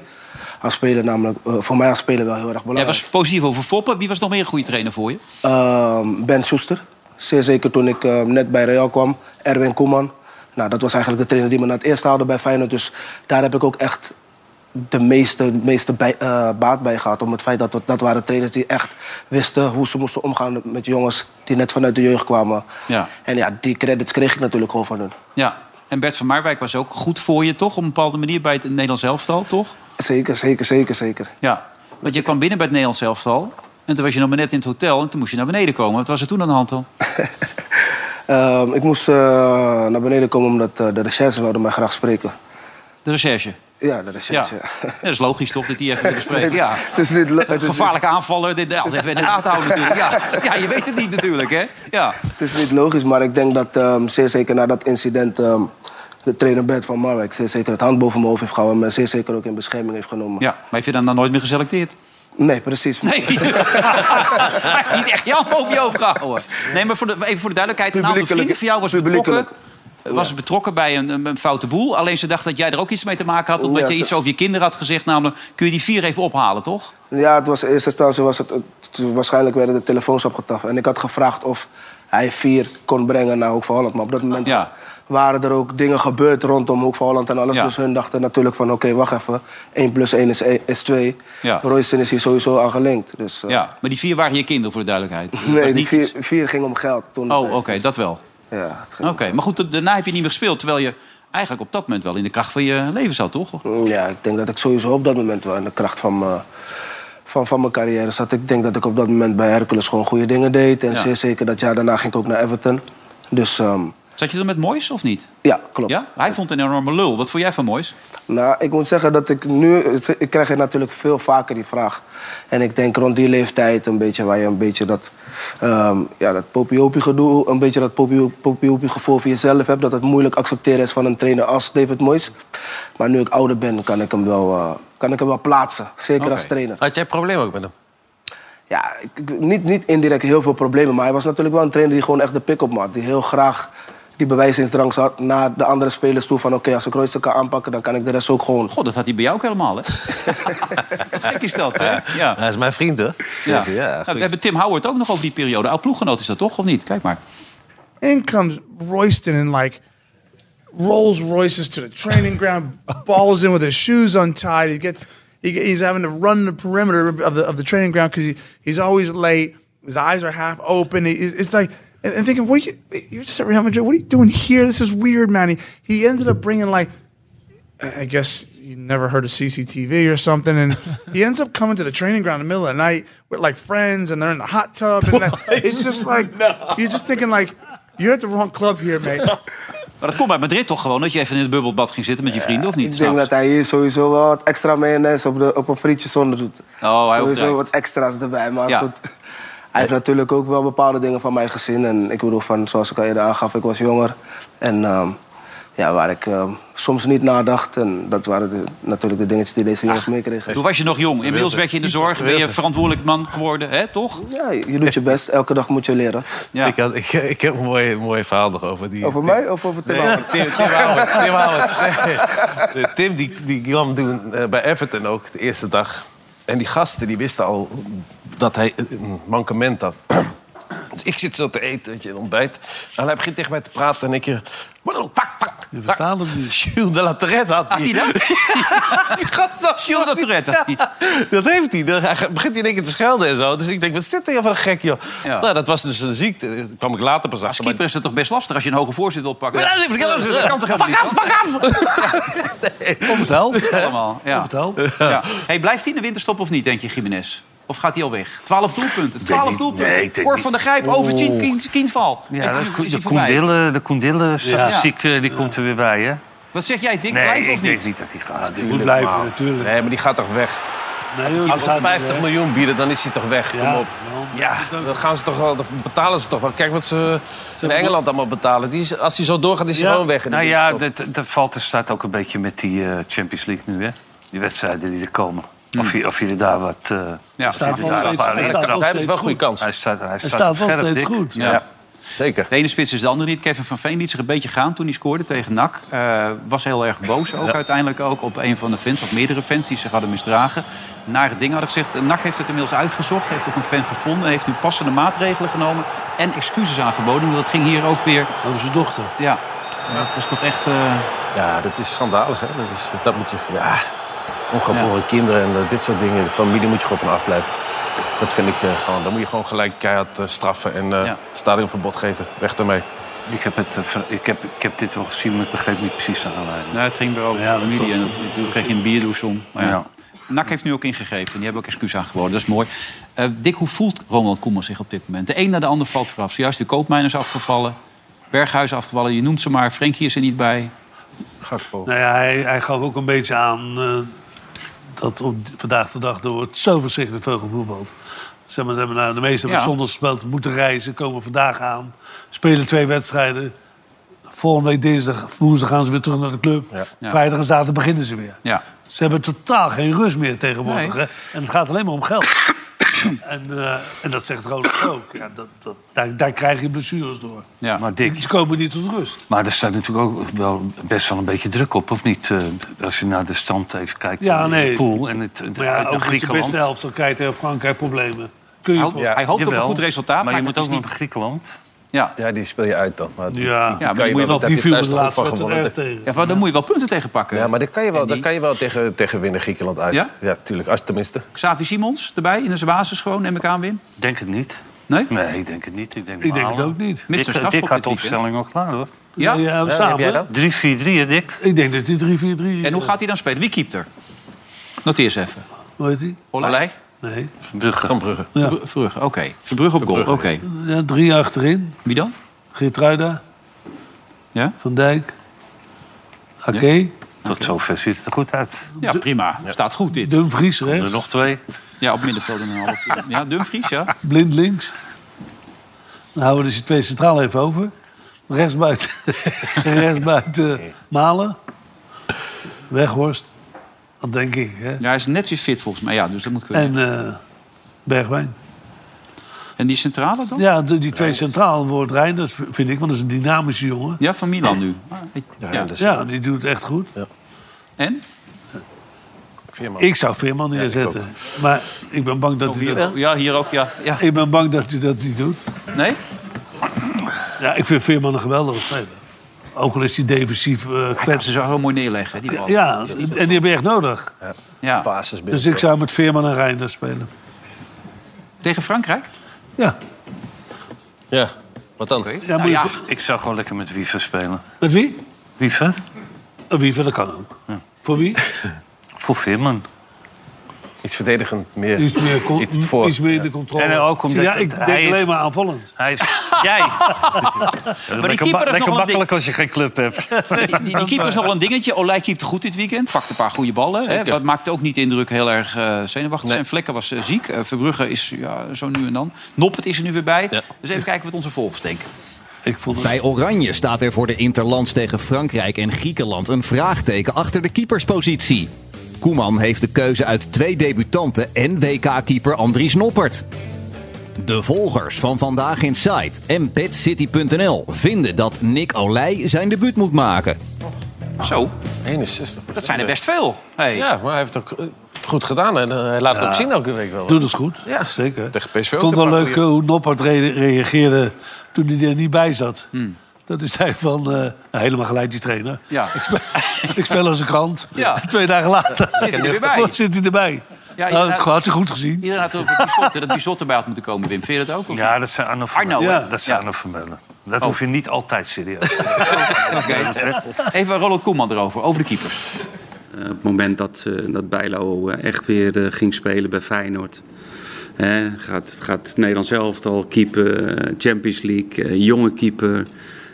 [SPEAKER 4] als speler, namelijk, eh, voor mij als speler wel heel erg belangrijk.
[SPEAKER 2] Jij was positief over Foppen. Wie was nog meer een goede trainer voor je?
[SPEAKER 4] Ehm, ben Schuster. Zeer zeker toen ik ehm, net bij Real kwam. Erwin Koeman. Nou, dat was eigenlijk de trainer die me naar het eerst haalde bij Feyenoord. Dus daar heb ik ook echt de meeste, meeste bij- eh, baat bij gehad. Om het feit dat dat waren trainers die echt wisten hoe ze moesten omgaan met jongens die net vanuit de jeugd kwamen.
[SPEAKER 2] Ja.
[SPEAKER 4] En ja, die credits kreeg ik natuurlijk gewoon van hun.
[SPEAKER 2] ja. En Bert van Marwijk was ook goed voor je, toch? Op een bepaalde manier bij het Nederlands elftal, toch?
[SPEAKER 4] Zeker, zeker, zeker, zeker.
[SPEAKER 2] Ja. Want je kwam binnen bij het Nederlands elftal. En toen was je nog maar net in het hotel en toen moest je naar beneden komen. Wat was er toen aan de hand dan?
[SPEAKER 4] Ehm, ik moest eh, naar beneden komen omdat eh, de recherche wilde mij graag spreken.
[SPEAKER 2] De recherche.
[SPEAKER 4] Ja, de recherche.
[SPEAKER 2] Ja. Ja, dat is logisch toch, dat die even willen spreken.
[SPEAKER 4] Nee,
[SPEAKER 2] Ja.
[SPEAKER 4] het is niet lo- het is niet-
[SPEAKER 2] Gevaarlijke aanvaller, dit, alles even in de gaten houden natuurlijk. Ja. ja, je weet het niet natuurlijk, hè? Ja.
[SPEAKER 4] Het is niet logisch, maar ik denk dat ehm, zeer zeker na dat incident... ehm, de trainer Bert van Marwijk zeer zeker het hand boven mijn hoofd heeft gehouden... maar zeer zeker ook in bescherming heeft genomen.
[SPEAKER 2] ja. Maar heeft je dan nou nooit meer geselecteerd?
[SPEAKER 4] Nee, precies.
[SPEAKER 2] Nee. niet echt jou boven je hoofd gehouden. Nee, maar voor de, even voor de duidelijkheid. Een aantal
[SPEAKER 4] Publiekelijk.
[SPEAKER 2] vrienden van jou was betrokken,
[SPEAKER 4] Publiekelijk.
[SPEAKER 2] was betrokken bij een, een, een foute boel. Alleen ze dacht dat jij er ook iets mee te maken had. Omdat
[SPEAKER 4] Ja,
[SPEAKER 2] je
[SPEAKER 4] ze-
[SPEAKER 2] iets over je kinderen had gezegd. Namelijk, kun je die vier even ophalen, toch?
[SPEAKER 4] Ja, het was in eerste instantie was het, het- waarschijnlijk werden de telefoons opgetaft. En ik had gevraagd of hij vier kon brengen naar Hoek van Holland. Maar op dat moment waren er ook dingen gebeurd rondom Hoek van Holland en alles. Dus hun dachten natuurlijk van, oké, wacht even. 1 plus 1 is, één- is 2.
[SPEAKER 2] Ja.
[SPEAKER 4] Royston is hier sowieso aan gelinkt. Dus, eh,
[SPEAKER 2] Ja, maar die vier waren je kinderen, voor de duidelijkheid. Dat was
[SPEAKER 4] Nee, die
[SPEAKER 2] niet
[SPEAKER 4] vier,
[SPEAKER 2] iets-
[SPEAKER 4] vier ging om geld toen.
[SPEAKER 2] Oh, oké, dat wel.
[SPEAKER 4] Ja,
[SPEAKER 2] Oké, maar goed, daarna heb je niet meer gespeeld. Terwijl je eigenlijk op dat moment wel in de kracht van je leven zat, toch?
[SPEAKER 4] Mm, Ja, ik denk dat ik sowieso op dat moment wel in de kracht van mijn, van, van mijn carrière zat. Ik denk dat ik op dat moment bij Hercules gewoon goede dingen deed. En
[SPEAKER 2] Ja.
[SPEAKER 4] zeer zeker dat jaar daarna ging ik ook naar Everton. Dus ehm,
[SPEAKER 2] Zat je er met Moois of niet?
[SPEAKER 4] ja, klopt.
[SPEAKER 2] Ja? Hij vond een enorme lul. Wat vond jij van Moois?
[SPEAKER 4] Nou, ik moet zeggen dat ik nu... Ik krijg er natuurlijk veel vaker die vraag. En ik denk rond die leeftijd een beetje waar je een beetje dat... ehm ja, dat popiopie gedoe, een beetje dat popiopie gevoel voor jezelf hebt. Dat het moeilijk accepteren is van een trainer als David Moyes. Maar nu ik ouder ben, kan ik hem wel, eh, kan ik hem wel plaatsen. Zeker als trainer.
[SPEAKER 7] Had jij problemen ook met hem?
[SPEAKER 4] Ja, ik- ik- niet, niet indirect heel veel problemen. Maar hij was natuurlijk wel een trainer die gewoon echt de pick-up maakt. Die heel graag die bewijsingsdrang had naar de andere spelers toe. Van oké, als ik Royce kan aanpakken, dan kan ik de rest ook gewoon.
[SPEAKER 2] God, dat had hij bij jou ook helemaal, hè? Gek is dat, hè? Ja.
[SPEAKER 7] Hij is mijn vriend, hè?
[SPEAKER 2] Ja.
[SPEAKER 7] ja.
[SPEAKER 2] Nou, we hebben Tim Howard ook nog over die periode. Oud ploeggenoot is dat toch, of niet? Kijk maar.
[SPEAKER 1] In comes Royston and like rolls Royces to the training ground, balls in with his shoes untied. He gets he, he's having to run the perimeter of the of the training ground because he, he's always late. His eyes are half open. He, it's like and, and thinking, what are you? You're just at Real Madrid. What are you doing here? This is weird, man. He, he ended up bringing like I guess you never heard of CCTV or something, and he ends up coming to the training ground in the middle of the night with like friends, and they're in the hot tub, and that, it's just like you're just thinking like you're at the wrong club here, mate.
[SPEAKER 2] Maar dat komt bij Madrid toch gewoon, dat je even in het bubbelbad ging zitten met je vrienden, of niet?
[SPEAKER 4] Ik denk
[SPEAKER 2] S'nachts?
[SPEAKER 4] dat hij hier sowieso wel wat extra mayonaise op, de, op een frietje zonder doet.
[SPEAKER 2] Oh, hij
[SPEAKER 4] sowieso
[SPEAKER 2] opdraait.
[SPEAKER 4] wat extra's erbij, maar
[SPEAKER 2] Ja.
[SPEAKER 4] goed. Hij heeft natuurlijk ook wel bepaalde dingen van mij gezien. En ik bedoel, van, zoals ik al eerder aangaf, ik was jonger. En ehm, ja, waar ik eh, soms niet nadacht. En dat waren de- natuurlijk de dingetjes die deze jongens meekregen.
[SPEAKER 2] Toen was je nog jong. Inmiddels werd je in de zorg. Ben je verantwoordelijk man geworden, hè, toch?
[SPEAKER 4] Ja, je doet je best. Elke dag moet je leren.
[SPEAKER 7] Ik, had, ik, ik heb een mooi, mooi verhaal nog over die.
[SPEAKER 4] Over mij of over Tim? Howard?
[SPEAKER 7] Tim, Tim Howard. Tim, Howard. Nee. Tim die, die kwam toen eh, bij Everton ook, de eerste dag. En die gasten die wisten al dat hij een mankement had. Dus ik zit zo te eten, weet je, een ontbijt. En hij begint tegen mij te praten en ik... eh, Wat een fuck, fuck. Je verstaat hem niet. Jules de La Tourette had die.
[SPEAKER 2] dat?
[SPEAKER 7] die gast was Jules de Tourette. dat heeft hij. Dan hij begint hij in één keer te schelden en zo. Dus ik denk, wat is dit tegen voor een gek, joh?
[SPEAKER 2] Ja.
[SPEAKER 7] Nou, dat was dus een ziekte. Dat kwam ik later pas achter.
[SPEAKER 2] Als keeper is het toch best lastig als je een hoge voorzit wilt pakken.
[SPEAKER 7] Ja,
[SPEAKER 2] Dat kan toch helemaal niet?
[SPEAKER 7] Pak af, pak af!
[SPEAKER 2] Of het helpt. Allemaal, ja.
[SPEAKER 7] Of het helpt.
[SPEAKER 2] Ja. Hey, blijft hij in de winterstop of niet, denk je, Jiménez? Of gaat hij al weg? 12 doelpunten. 12
[SPEAKER 6] niet.
[SPEAKER 2] doelpunten.
[SPEAKER 6] Nee, ik denk
[SPEAKER 2] Cor
[SPEAKER 6] niet.
[SPEAKER 2] van der Grijp over
[SPEAKER 6] Oeh.
[SPEAKER 2] Kienval.
[SPEAKER 6] Ja, de, de Koendille- de Koendille-statistiek eh, die komt er weer bij, hè?
[SPEAKER 2] Wat zeg jij, Dick?
[SPEAKER 6] Nee,
[SPEAKER 2] blijft
[SPEAKER 6] ik
[SPEAKER 2] of
[SPEAKER 6] denk
[SPEAKER 2] niet?
[SPEAKER 6] niet dat die gaat.
[SPEAKER 7] Die moet blijven, natuurlijk. Nee, maar die gaat toch weg? Als ze
[SPEAKER 5] eh,
[SPEAKER 7] 50 miljoen bieden, dan is hij toch weg. Kom op. Ja, dan, gaan ze toch wel, dan betalen ze toch wel. Kijk wat ze in Engeland allemaal betalen. Die is, als hij zo doorgaat, is hij gewoon weg. in de
[SPEAKER 6] Nou ja,
[SPEAKER 7] winterstop.
[SPEAKER 6] dat, dat valt er staat ook een beetje met die eh, Champions League nu, hè? Die wedstrijden die er komen. Of, je, of je er daar wat... eh
[SPEAKER 7] Ja,
[SPEAKER 6] of je
[SPEAKER 7] staat
[SPEAKER 6] er
[SPEAKER 7] wel
[SPEAKER 6] daar
[SPEAKER 7] steeds-
[SPEAKER 6] een paar
[SPEAKER 7] hij
[SPEAKER 6] lekker
[SPEAKER 7] staat wel
[SPEAKER 6] trappen.
[SPEAKER 7] steeds Hij is wel goed. goede kans.
[SPEAKER 6] Hij staat, hij staat,
[SPEAKER 2] vast
[SPEAKER 6] scherp, Dick.
[SPEAKER 2] Ja.
[SPEAKER 6] Ja.
[SPEAKER 7] Zeker.
[SPEAKER 2] De ene spits is de andere niet. Kevin van Veen liet zich een beetje gaan toen hij scoorde tegen NAC. Eh, was heel erg boos ook
[SPEAKER 7] Ja.
[SPEAKER 2] uiteindelijk ook op een van de fans, of meerdere fans die zich hadden misdragen. Nare dingen hadden gezegd. NAC heeft het inmiddels uitgezocht, heeft ook een fan gevonden. Heeft nu passende maatregelen genomen en excuses aangeboden. Want dat ging hier ook weer...
[SPEAKER 5] Over zijn dochter.
[SPEAKER 2] Ja, En dat was toch echt... eh,
[SPEAKER 7] Ja, dat is schandalig, hè? Dat, is, dat moet je... Ja, ongeboren kinderen en eh, dit soort dingen. De familie moet je gewoon van afblijven. Dat vind ik eh, gewoon... Dan moet je gewoon gelijk keihard eh, straffen en eh stadionverbod geven. Weg ermee.
[SPEAKER 6] Ik heb, het, eh, ver- ik, heb, ik heb dit wel gezien, maar ik begreep niet precies de aanleiding.
[SPEAKER 2] Nou, het ging weer over familie en dat, toen kreeg je een bierdouche om. Maar ja.
[SPEAKER 6] Ja.
[SPEAKER 2] NAC heeft nu ook ingegrepen. Die hebben ook excuus aangeboden. Dat is mooi. Eh Dick, hoe voelt Ronald Koeman zich op dit moment? De een na de ander valt vooraf. Zojuist de koopmijners afgevallen. Berghuis afgevallen. Je noemt ze maar. Frenkie is er niet bij.
[SPEAKER 7] Gakpo.
[SPEAKER 5] Nou ja, hij, hij gaf ook een beetje aan eh, dat op, d- vandaag de dag er wordt zo verschrikkelijk veel gevoetbald. Zeg maar, zeg maar, nou, de meesten
[SPEAKER 2] Ja.
[SPEAKER 5] hebben zondag gespeeld, moeten reizen, komen vandaag aan, spelen twee wedstrijden. Volgende week dinsdag, woensdag gaan ze weer terug naar de club.
[SPEAKER 2] Ja.
[SPEAKER 5] Vrijdag en zaterdag beginnen ze weer.
[SPEAKER 2] Ja.
[SPEAKER 5] Ze hebben totaal geen rust meer tegenwoordig.
[SPEAKER 2] Nee.
[SPEAKER 5] hè. En het gaat alleen maar om geld. en, eh, en dat zegt Ronald ook. Ja, dat, dat, daar, daar krijg je blessures door.
[SPEAKER 2] Ja.
[SPEAKER 6] Maar Dick,
[SPEAKER 5] Ze komen niet tot rust.
[SPEAKER 6] Maar er staat natuurlijk ook wel best wel een beetje druk op, of niet? Eh, Als je naar de stand even kijkt,
[SPEAKER 5] Ja,
[SPEAKER 6] in de
[SPEAKER 5] nee.
[SPEAKER 6] pool en het, het
[SPEAKER 5] Maar ja,
[SPEAKER 6] uit naar
[SPEAKER 5] ook met je
[SPEAKER 6] Griekenland.
[SPEAKER 5] beste helft, dan krijgt heel Frankrijk problemen. Kun je
[SPEAKER 2] Hij hoopt-
[SPEAKER 5] ja.
[SPEAKER 2] hij hoopt op
[SPEAKER 6] Jawel,
[SPEAKER 2] een goed resultaat.
[SPEAKER 6] Maar je
[SPEAKER 2] dat
[SPEAKER 6] moet ook
[SPEAKER 2] is
[SPEAKER 6] nog
[SPEAKER 2] niet...
[SPEAKER 6] naar Griekenland.
[SPEAKER 2] Ja.
[SPEAKER 7] Ja, die speel je uit dan. Maar die-
[SPEAKER 5] Ja,
[SPEAKER 7] die
[SPEAKER 2] Ja, maar
[SPEAKER 7] kan
[SPEAKER 2] dan moet je wel-
[SPEAKER 7] daar
[SPEAKER 2] die
[SPEAKER 7] heb
[SPEAKER 2] viel
[SPEAKER 7] je
[SPEAKER 2] me
[SPEAKER 7] thuis
[SPEAKER 2] de
[SPEAKER 7] toch ook
[SPEAKER 2] laatste
[SPEAKER 7] van
[SPEAKER 2] wedstrijd
[SPEAKER 7] gewonnen.
[SPEAKER 5] erg tegen.
[SPEAKER 2] Ja, maar dan moet je wel punten tegen pakken.
[SPEAKER 7] Ja, maar daar kan je wel,
[SPEAKER 2] En die-
[SPEAKER 7] daar kan je wel tegen, tegen winnen Griekenland uit.
[SPEAKER 2] Ja?
[SPEAKER 7] tuurlijk. Als, tenminste.
[SPEAKER 2] Xavi Simons erbij in de basis gewoon, neem ik aan, Wim.
[SPEAKER 6] Denk het niet.
[SPEAKER 2] Nee?
[SPEAKER 6] Nee, ik denk het niet. Ik denk,
[SPEAKER 5] Ik denk
[SPEAKER 6] maar
[SPEAKER 5] het
[SPEAKER 6] Alan.
[SPEAKER 5] ook niet.
[SPEAKER 2] Mr.
[SPEAKER 6] Dick,
[SPEAKER 2] Strafschop
[SPEAKER 6] Dick had
[SPEAKER 2] dit
[SPEAKER 6] de opstelling al klaar, hoor.
[SPEAKER 2] Ja?
[SPEAKER 5] Ja,
[SPEAKER 6] heb
[SPEAKER 5] samen.
[SPEAKER 6] jij dat? 3-4-3, hè, Dick?
[SPEAKER 5] Ik denk dat die 3-4-3...
[SPEAKER 2] En hoe gaat hij dan spelen? Wie keept er? Noteer eens even.
[SPEAKER 5] eh, Hoe heet die?
[SPEAKER 2] Olij?
[SPEAKER 5] Nee.
[SPEAKER 6] Verbrugge.
[SPEAKER 7] Van Brugge.
[SPEAKER 5] Ja.
[SPEAKER 2] Ver- Verbrugge, oké. Verbrugge op goal, oké.
[SPEAKER 5] Ja, drie achterin.
[SPEAKER 2] Wie dan?
[SPEAKER 5] Geertruida.
[SPEAKER 2] Ja?
[SPEAKER 5] Van Dijk. Ake.
[SPEAKER 6] Tot zover ziet het er goed uit.
[SPEAKER 2] Ja, prima. Staat goed dit.
[SPEAKER 5] Dumfries
[SPEAKER 2] Dus?
[SPEAKER 6] Er
[SPEAKER 5] rechts.
[SPEAKER 6] nog twee.
[SPEAKER 2] Ja, op middenveld en een half. uur. Ja, Dumfries, ja.
[SPEAKER 5] Blind links. Dan houden we dus die twee centraal even over. Rechtsbuiten. Rechtsbuiten Malen. Weghorst. Dat denk ik. Hè.
[SPEAKER 2] Ja, hij is net weer fit volgens mij. Ja, dus dat moet kunnen.
[SPEAKER 5] En eh, Bergwijn.
[SPEAKER 2] En die centrale dan? Ja,
[SPEAKER 5] Ja, de- die twee centraal wordt Reinders, v- vind ik, want dat is een dynamische jongen.
[SPEAKER 2] van Milan nu. Ja.
[SPEAKER 5] Ja, die doet het echt goed.
[SPEAKER 2] En?
[SPEAKER 5] Ik zou Veerman neerzetten. maar ik ben bang dat
[SPEAKER 2] Oh,
[SPEAKER 5] hij
[SPEAKER 2] hier,
[SPEAKER 5] dat,
[SPEAKER 2] ook. ja, hier ook, ja. ja.
[SPEAKER 5] ik ben bang dat, hij dat niet doet.
[SPEAKER 2] Nee?
[SPEAKER 5] Ja, ik vind Veerman een geweldige speler. Ook al is hij defensief eh
[SPEAKER 2] Hij kan
[SPEAKER 5] kwets.
[SPEAKER 2] ze zo heel mooi neerleggen, die bal.
[SPEAKER 5] Ja, en die heb je echt nodig.
[SPEAKER 2] ja.
[SPEAKER 7] Basis binnen.
[SPEAKER 5] Dus ik zou met Veerman en Reinders spelen.
[SPEAKER 2] Tegen Frankrijk?
[SPEAKER 5] Ja,
[SPEAKER 7] Ja, wat dan?
[SPEAKER 5] ja, moet
[SPEAKER 2] Nou
[SPEAKER 5] je-
[SPEAKER 2] ja,
[SPEAKER 6] Ik zou gewoon lekker met Wiever spelen.
[SPEAKER 5] met wie?
[SPEAKER 6] Wiever?
[SPEAKER 5] Een wiever, dat kan ook. Voor wie?
[SPEAKER 6] Voor Veerman.
[SPEAKER 7] Iets verdedigend meer.
[SPEAKER 5] Iets meer, con-
[SPEAKER 7] Iets voor.
[SPEAKER 5] iets meer in de controle.
[SPEAKER 6] En ook omdat
[SPEAKER 5] ja,
[SPEAKER 6] het-
[SPEAKER 5] ik denk
[SPEAKER 6] hij is-
[SPEAKER 5] alleen maar aanvallend.
[SPEAKER 6] Hij is... Jij!
[SPEAKER 2] keeper heeft
[SPEAKER 6] lekker
[SPEAKER 2] nog
[SPEAKER 6] ma-
[SPEAKER 2] wel een
[SPEAKER 6] lekker
[SPEAKER 2] ding.
[SPEAKER 6] makkelijk als je geen club hebt.
[SPEAKER 2] Die, die- die keeper is nog wel een dingetje. Olij keepte goed dit weekend. Pakte een paar goede ballen. Hè. Dat maakte ook niet de indruk heel erg eh, zenuwachtig. Zijn vlekken was eh, ziek. Eh, Verbrugge is ja, zo nu en dan. Noppet is er nu weer bij. Dus even kijken wat onze volgers denken.
[SPEAKER 10] Bij Oranje staat er voor de Interlands tegen Frankrijk en Griekenland een vraagteken achter de keeperspositie. Koeman heeft de keuze uit twee debutanten en WK-keeper Andries Noppert. De volgers van Vandaag Inside en PetCity.nl vinden dat Nick Olij zijn debuut moet maken.
[SPEAKER 2] Zo.
[SPEAKER 7] 61.
[SPEAKER 2] Dat zijn er best veel. Hey.
[SPEAKER 7] Ja, maar hij heeft ook eh, het goed gedaan. En eh, hij laat het
[SPEAKER 5] Ja.
[SPEAKER 7] ook zien elke week wel.
[SPEAKER 5] Doet het goed.
[SPEAKER 7] Ja,
[SPEAKER 5] zeker.
[SPEAKER 7] Tegen PSV
[SPEAKER 5] Ik
[SPEAKER 7] ook
[SPEAKER 5] vond het wel
[SPEAKER 7] een paar
[SPEAKER 5] leuk eh,
[SPEAKER 7] goeie-
[SPEAKER 5] hoe Noppert re- reageerde toen hij er niet bij zat. Dat is hij van, eh, nou, helemaal gelijk die trainer.
[SPEAKER 2] Ja.
[SPEAKER 5] Ik, speel, ik speel als een krant.
[SPEAKER 2] Ja.
[SPEAKER 5] Twee dagen later
[SPEAKER 2] Zit hij er weer bij?
[SPEAKER 5] Zit hij erbij.
[SPEAKER 2] Ja,
[SPEAKER 5] Nou, dat had hij goed gezien.
[SPEAKER 2] Iedereen had het over Bizotte, dat Bizotte bij had moeten komen. Wim, vind je dat ook? of
[SPEAKER 6] Ja,
[SPEAKER 2] niet?
[SPEAKER 6] dat zijn Arno
[SPEAKER 2] Arno,
[SPEAKER 6] Vermeulen.
[SPEAKER 2] hè?
[SPEAKER 6] Dat zijn Arno Vermeulen. Dat
[SPEAKER 2] Oh.
[SPEAKER 6] hoef je niet altijd serieus te
[SPEAKER 2] Oké. Even Ronald Koeman erover, over de keepers.
[SPEAKER 9] Eh, op het moment dat, eh, dat Bijlo eh, echt weer eh, ging spelen bij Feyenoord. Hè, gaat, gaat het Nederlands elftal keeper, eh, Champions League, eh, jonge keeper.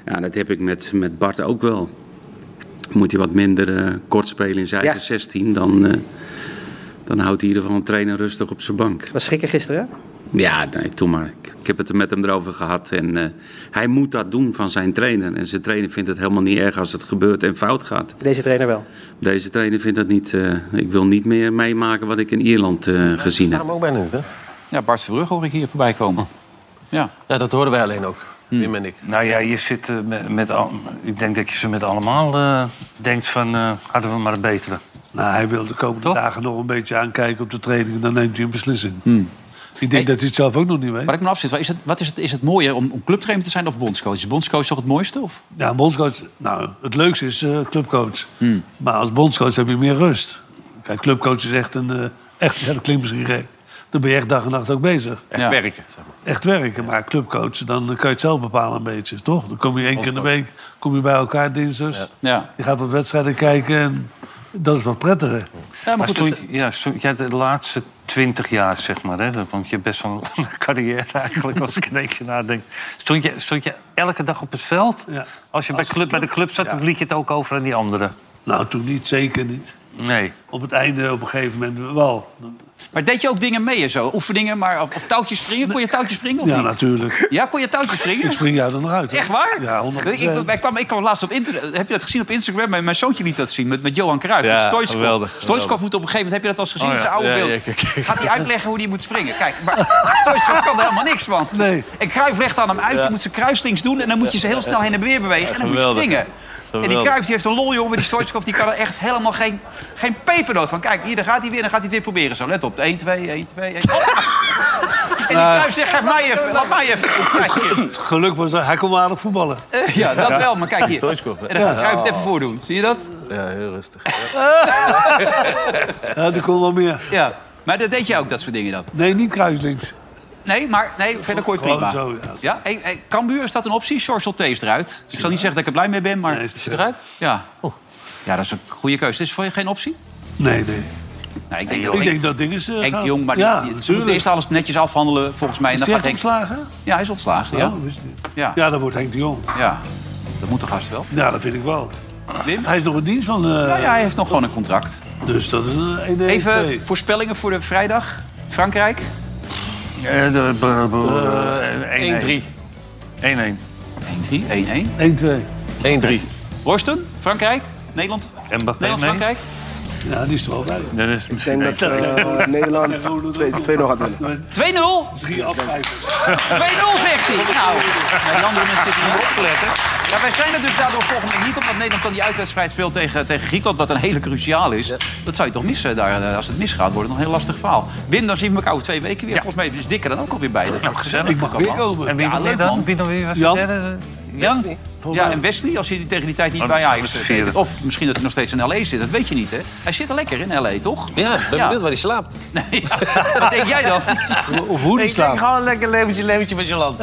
[SPEAKER 9] Ja, dat heb ik met, met Bart ook wel. Moet hij wat minder eh, kort spelen in zijn eigen 16, dan, eh, dan houdt hij in ieder geval een trainer rustig op zijn bank.
[SPEAKER 12] Was schrikken gisteren, hè?
[SPEAKER 9] Ja, nee, toen maar. Ik, ik heb het er met hem erover gehad. En eh, hij moet dat doen van zijn trainer. En zijn trainer vindt het helemaal niet erg als het gebeurt en fout gaat.
[SPEAKER 12] Deze trainer wel.
[SPEAKER 9] Deze trainer vindt dat niet. eh, ik wil niet meer meemaken wat ik in Ierland eh, gezien heb.
[SPEAKER 7] Daarom ook bijna niet, hè?
[SPEAKER 2] Ja, Bart Verbrugge hoor ik hier voorbij komen. Ja.
[SPEAKER 7] ja, dat horen wij alleen ook. Wim en ik.
[SPEAKER 6] Nou ja, je zit eh, met, met al- ik denk dat je ze met allemaal eh, denkt van eh, hadden we maar een betere.
[SPEAKER 5] Nou, hij wil de komende dagen nog een beetje aankijken op de training. En dan neemt hij een beslissing. Ik denk dat hij het zelf ook nog niet weet.
[SPEAKER 2] Waar ik me afzit, is het, wat is het, is het mooier om, om clubtrainer te zijn of bondscoach? Is bondscoach toch het mooiste? Of?
[SPEAKER 5] Ja, bondscoach. Nou, het leukste is eh, clubcoach. Maar als bondscoach heb je meer rust. Kijk, clubcoach is echt een... eh, echt, ja, dat klinkt misschien gek. Dan ben je echt dag en nacht ook bezig.
[SPEAKER 7] Echt werken. zeg maar.
[SPEAKER 5] Echt werken. Maar clubcoach, dan kan je het zelf bepalen een beetje, toch? Dan kom je één keer in de
[SPEAKER 7] Bondscoach.
[SPEAKER 5] week kom je bij elkaar dinsdags.
[SPEAKER 2] Ja.
[SPEAKER 5] Je gaat wat wedstrijden kijken en dat is wat prettiger.
[SPEAKER 6] Ja, maar
[SPEAKER 5] Maar
[SPEAKER 6] goed,
[SPEAKER 5] stond-
[SPEAKER 6] ja, zo- ja, de laatste twintig jaar, zeg maar. Hè, want je hebt best wel een lange carrière eigenlijk, als ik een beetje nadenk. Stond je, stond je elke dag op het veld? Als je bij, club, bij de club zat, of liet je het ook over aan die anderen?
[SPEAKER 5] Nou, toen niet, zeker niet.
[SPEAKER 6] Nee.
[SPEAKER 5] Op het einde op een gegeven moment wel.
[SPEAKER 2] Maar deed je ook dingen mee en zo? Oefeningen, maar, of, of touwtjes springen? Kon je touwtjes springen of
[SPEAKER 5] Ja,
[SPEAKER 2] niet?
[SPEAKER 5] natuurlijk.
[SPEAKER 2] Ja, kon je touwtjes springen?
[SPEAKER 5] Ik spring jou er nog uit. hè?
[SPEAKER 2] Echt waar?
[SPEAKER 5] Ja,
[SPEAKER 2] ik,
[SPEAKER 5] 100%.
[SPEAKER 2] ik, ik kwam, ik kwam laatst op internet. Heb je dat gezien op Instagram? Mijn, mijn zoontje liet dat zien met, met Johan Cruijff.
[SPEAKER 7] Ja,
[SPEAKER 2] Ja, Stoichkov.
[SPEAKER 7] geweldig,
[SPEAKER 2] Stoichkov
[SPEAKER 7] geweldig.
[SPEAKER 2] moet op een gegeven moment. Heb je dat wel eens gezien?
[SPEAKER 7] Oh ja,
[SPEAKER 2] op zijn oude
[SPEAKER 7] ja,
[SPEAKER 2] beeld.
[SPEAKER 7] ja, kijk, kijk.
[SPEAKER 2] Gaat hij uitleggen hoe hij moet springen? Kijk, maar Stoichkov kan er helemaal niks van.
[SPEAKER 5] Nee.
[SPEAKER 2] En Cruijff legt aan hem uit. Je
[SPEAKER 7] Ja.
[SPEAKER 2] moet zijn kruislings doen. En dan moet je ze heel snel heen en weer bewegen. En dan moet je
[SPEAKER 7] geweldig.
[SPEAKER 2] springen. En die
[SPEAKER 7] Geweldig.
[SPEAKER 2] Cruijff die heeft een lol, jongen. Met die Stoichkov die kan er echt helemaal geen, geen pepernoot van. Kijk, hier, daar gaat hij weer. Dan gaat hij het weer proberen. Zo, let op. 1, 2, 1, 2, 1. Oh. En
[SPEAKER 5] Nou.
[SPEAKER 2] die Cruijff zegt, geef mij even. Laat mij even. Kijk hier.
[SPEAKER 5] Het geluk was dat hij kon wel aardig voetballen.
[SPEAKER 2] Eh, Ja, dat wel, maar kijk hier.
[SPEAKER 7] Stoichkov, hè?
[SPEAKER 2] En dan ga ik
[SPEAKER 5] Ja.
[SPEAKER 2] Cruijff het even voordoen. Zie je dat?
[SPEAKER 7] Ja, heel rustig.
[SPEAKER 5] Ja, er kon wel meer.
[SPEAKER 2] Ja. Maar dat deed je ook, dat soort dingen dan?
[SPEAKER 5] Nee, niet kruislinks.
[SPEAKER 2] Nee, maar nee, verder kon je
[SPEAKER 5] Gewoon
[SPEAKER 2] prima.
[SPEAKER 5] zo,
[SPEAKER 2] ja.
[SPEAKER 5] ja.
[SPEAKER 2] hey, hey, Cambuur, is dat een optie? Sorsel T is eruit. Ik zal niet zeggen dat ik er blij mee ben, maar...
[SPEAKER 5] is
[SPEAKER 2] hij eruit? Ja. Ja, dat is een goede keuze. Is het voor je geen optie?
[SPEAKER 5] Nee, nee.
[SPEAKER 2] Nee, ik
[SPEAKER 5] Ik
[SPEAKER 2] denk,
[SPEAKER 5] denk,
[SPEAKER 2] dat Henk-
[SPEAKER 5] dat ding is. eh,
[SPEAKER 2] Henk de
[SPEAKER 5] gaan.
[SPEAKER 2] Jong, maar
[SPEAKER 5] ja,
[SPEAKER 2] die, die, ze moeten
[SPEAKER 5] tuurlijk.
[SPEAKER 2] eerst alles netjes afhandelen, volgens mij. En
[SPEAKER 5] Is
[SPEAKER 2] dan
[SPEAKER 5] die
[SPEAKER 2] gaat
[SPEAKER 5] echt
[SPEAKER 2] Henk...
[SPEAKER 5] ontslagen?
[SPEAKER 2] Ja, hij is ontslagen, ja.
[SPEAKER 5] Oh, wist ik niet.
[SPEAKER 2] Ja.
[SPEAKER 5] ja, dat wordt Henk de Jong.
[SPEAKER 2] ja. Dat moet de gast wel.
[SPEAKER 5] Ja, Nou, dat vind ik wel.
[SPEAKER 2] Wim?
[SPEAKER 5] Hij is nog in dienst van... eh,
[SPEAKER 2] Ja, ja, hij heeft nog gewoon een contract.
[SPEAKER 5] Dus dat is een een- een-
[SPEAKER 2] Even
[SPEAKER 5] twee.
[SPEAKER 2] voorspellingen voor de vrijdag. Frankrijk?
[SPEAKER 6] Eh, de- b- b- eh, 1-1.
[SPEAKER 2] 1-3.
[SPEAKER 6] 1-1.
[SPEAKER 2] 1-3,
[SPEAKER 5] 1-2.
[SPEAKER 2] 1-1. 1-3. Horsten, Frankrijk, Nederland.
[SPEAKER 6] Mbappé
[SPEAKER 2] Nederland,
[SPEAKER 6] mee?
[SPEAKER 2] Frankrijk.
[SPEAKER 5] Ja, die is er wel bij.
[SPEAKER 6] Dan is het
[SPEAKER 4] Ik denk
[SPEAKER 6] misschien
[SPEAKER 4] dat eh, Nederland 2-0 gaat winnen.
[SPEAKER 2] 2-0.
[SPEAKER 5] 3 afvijvers.
[SPEAKER 2] 2-0 zegt hij. Nou, die andere mensen zitten hier opletten. Ja, wij zijn er dus daardoor volgende week niet op. Want Nederland dan die uitwedstrijd speelt tegen, tegen Griekenland. Wat een hele cruciaal is. Dat zou je toch missen daar. eh, Als het misgaat, wordt het nog een heel lastig verhaal. Wim, dan zien we elkaar over twee weken weer. Volgens mij is Dikker dan ook alweer bij.
[SPEAKER 6] Nou,
[SPEAKER 2] Dat wordt gezellig.
[SPEAKER 5] Ik mag weer
[SPEAKER 2] allemaal.
[SPEAKER 5] komen.
[SPEAKER 6] En wie
[SPEAKER 2] Ja,
[SPEAKER 6] dan
[SPEAKER 2] leuk,
[SPEAKER 6] weer dan?
[SPEAKER 2] man.
[SPEAKER 6] Wie dan weer was
[SPEAKER 2] Jan?
[SPEAKER 6] de derde? Jan?
[SPEAKER 2] Ja, en Wesley, als hij tegen die tijd niet
[SPEAKER 6] Oh,
[SPEAKER 2] bij
[SPEAKER 6] dat is
[SPEAKER 2] Ajax
[SPEAKER 6] het
[SPEAKER 2] eh,
[SPEAKER 6] vierde.
[SPEAKER 2] tekent. Of misschien dat hij nog steeds in L.A. zit, dat weet je niet, hè? Hij zit er lekker in L.A., toch?
[SPEAKER 7] Ja, ik ben
[SPEAKER 2] Ja.
[SPEAKER 7] benieuwd waar hij slaapt.
[SPEAKER 2] Nee, ja. Wat denk jij dan?
[SPEAKER 5] Of hoe die slaat.
[SPEAKER 6] gewoon een lekker leventje, leventje met je land.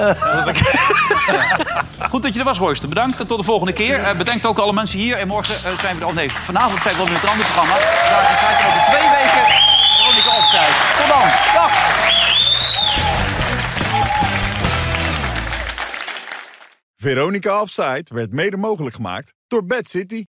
[SPEAKER 2] Goed dat je er was, Royster. Bedankt en tot de volgende keer. Eh, bedankt ook alle mensen hier. En morgen eh, zijn we er... Oh nee, vanavond zijn we wel weer met een ander programma. Daar zijn we over twee weken. Veronica Optijd. Tot dan. Dag.
[SPEAKER 24] Veronica Offside werd mede mogelijk gemaakt door Bad City.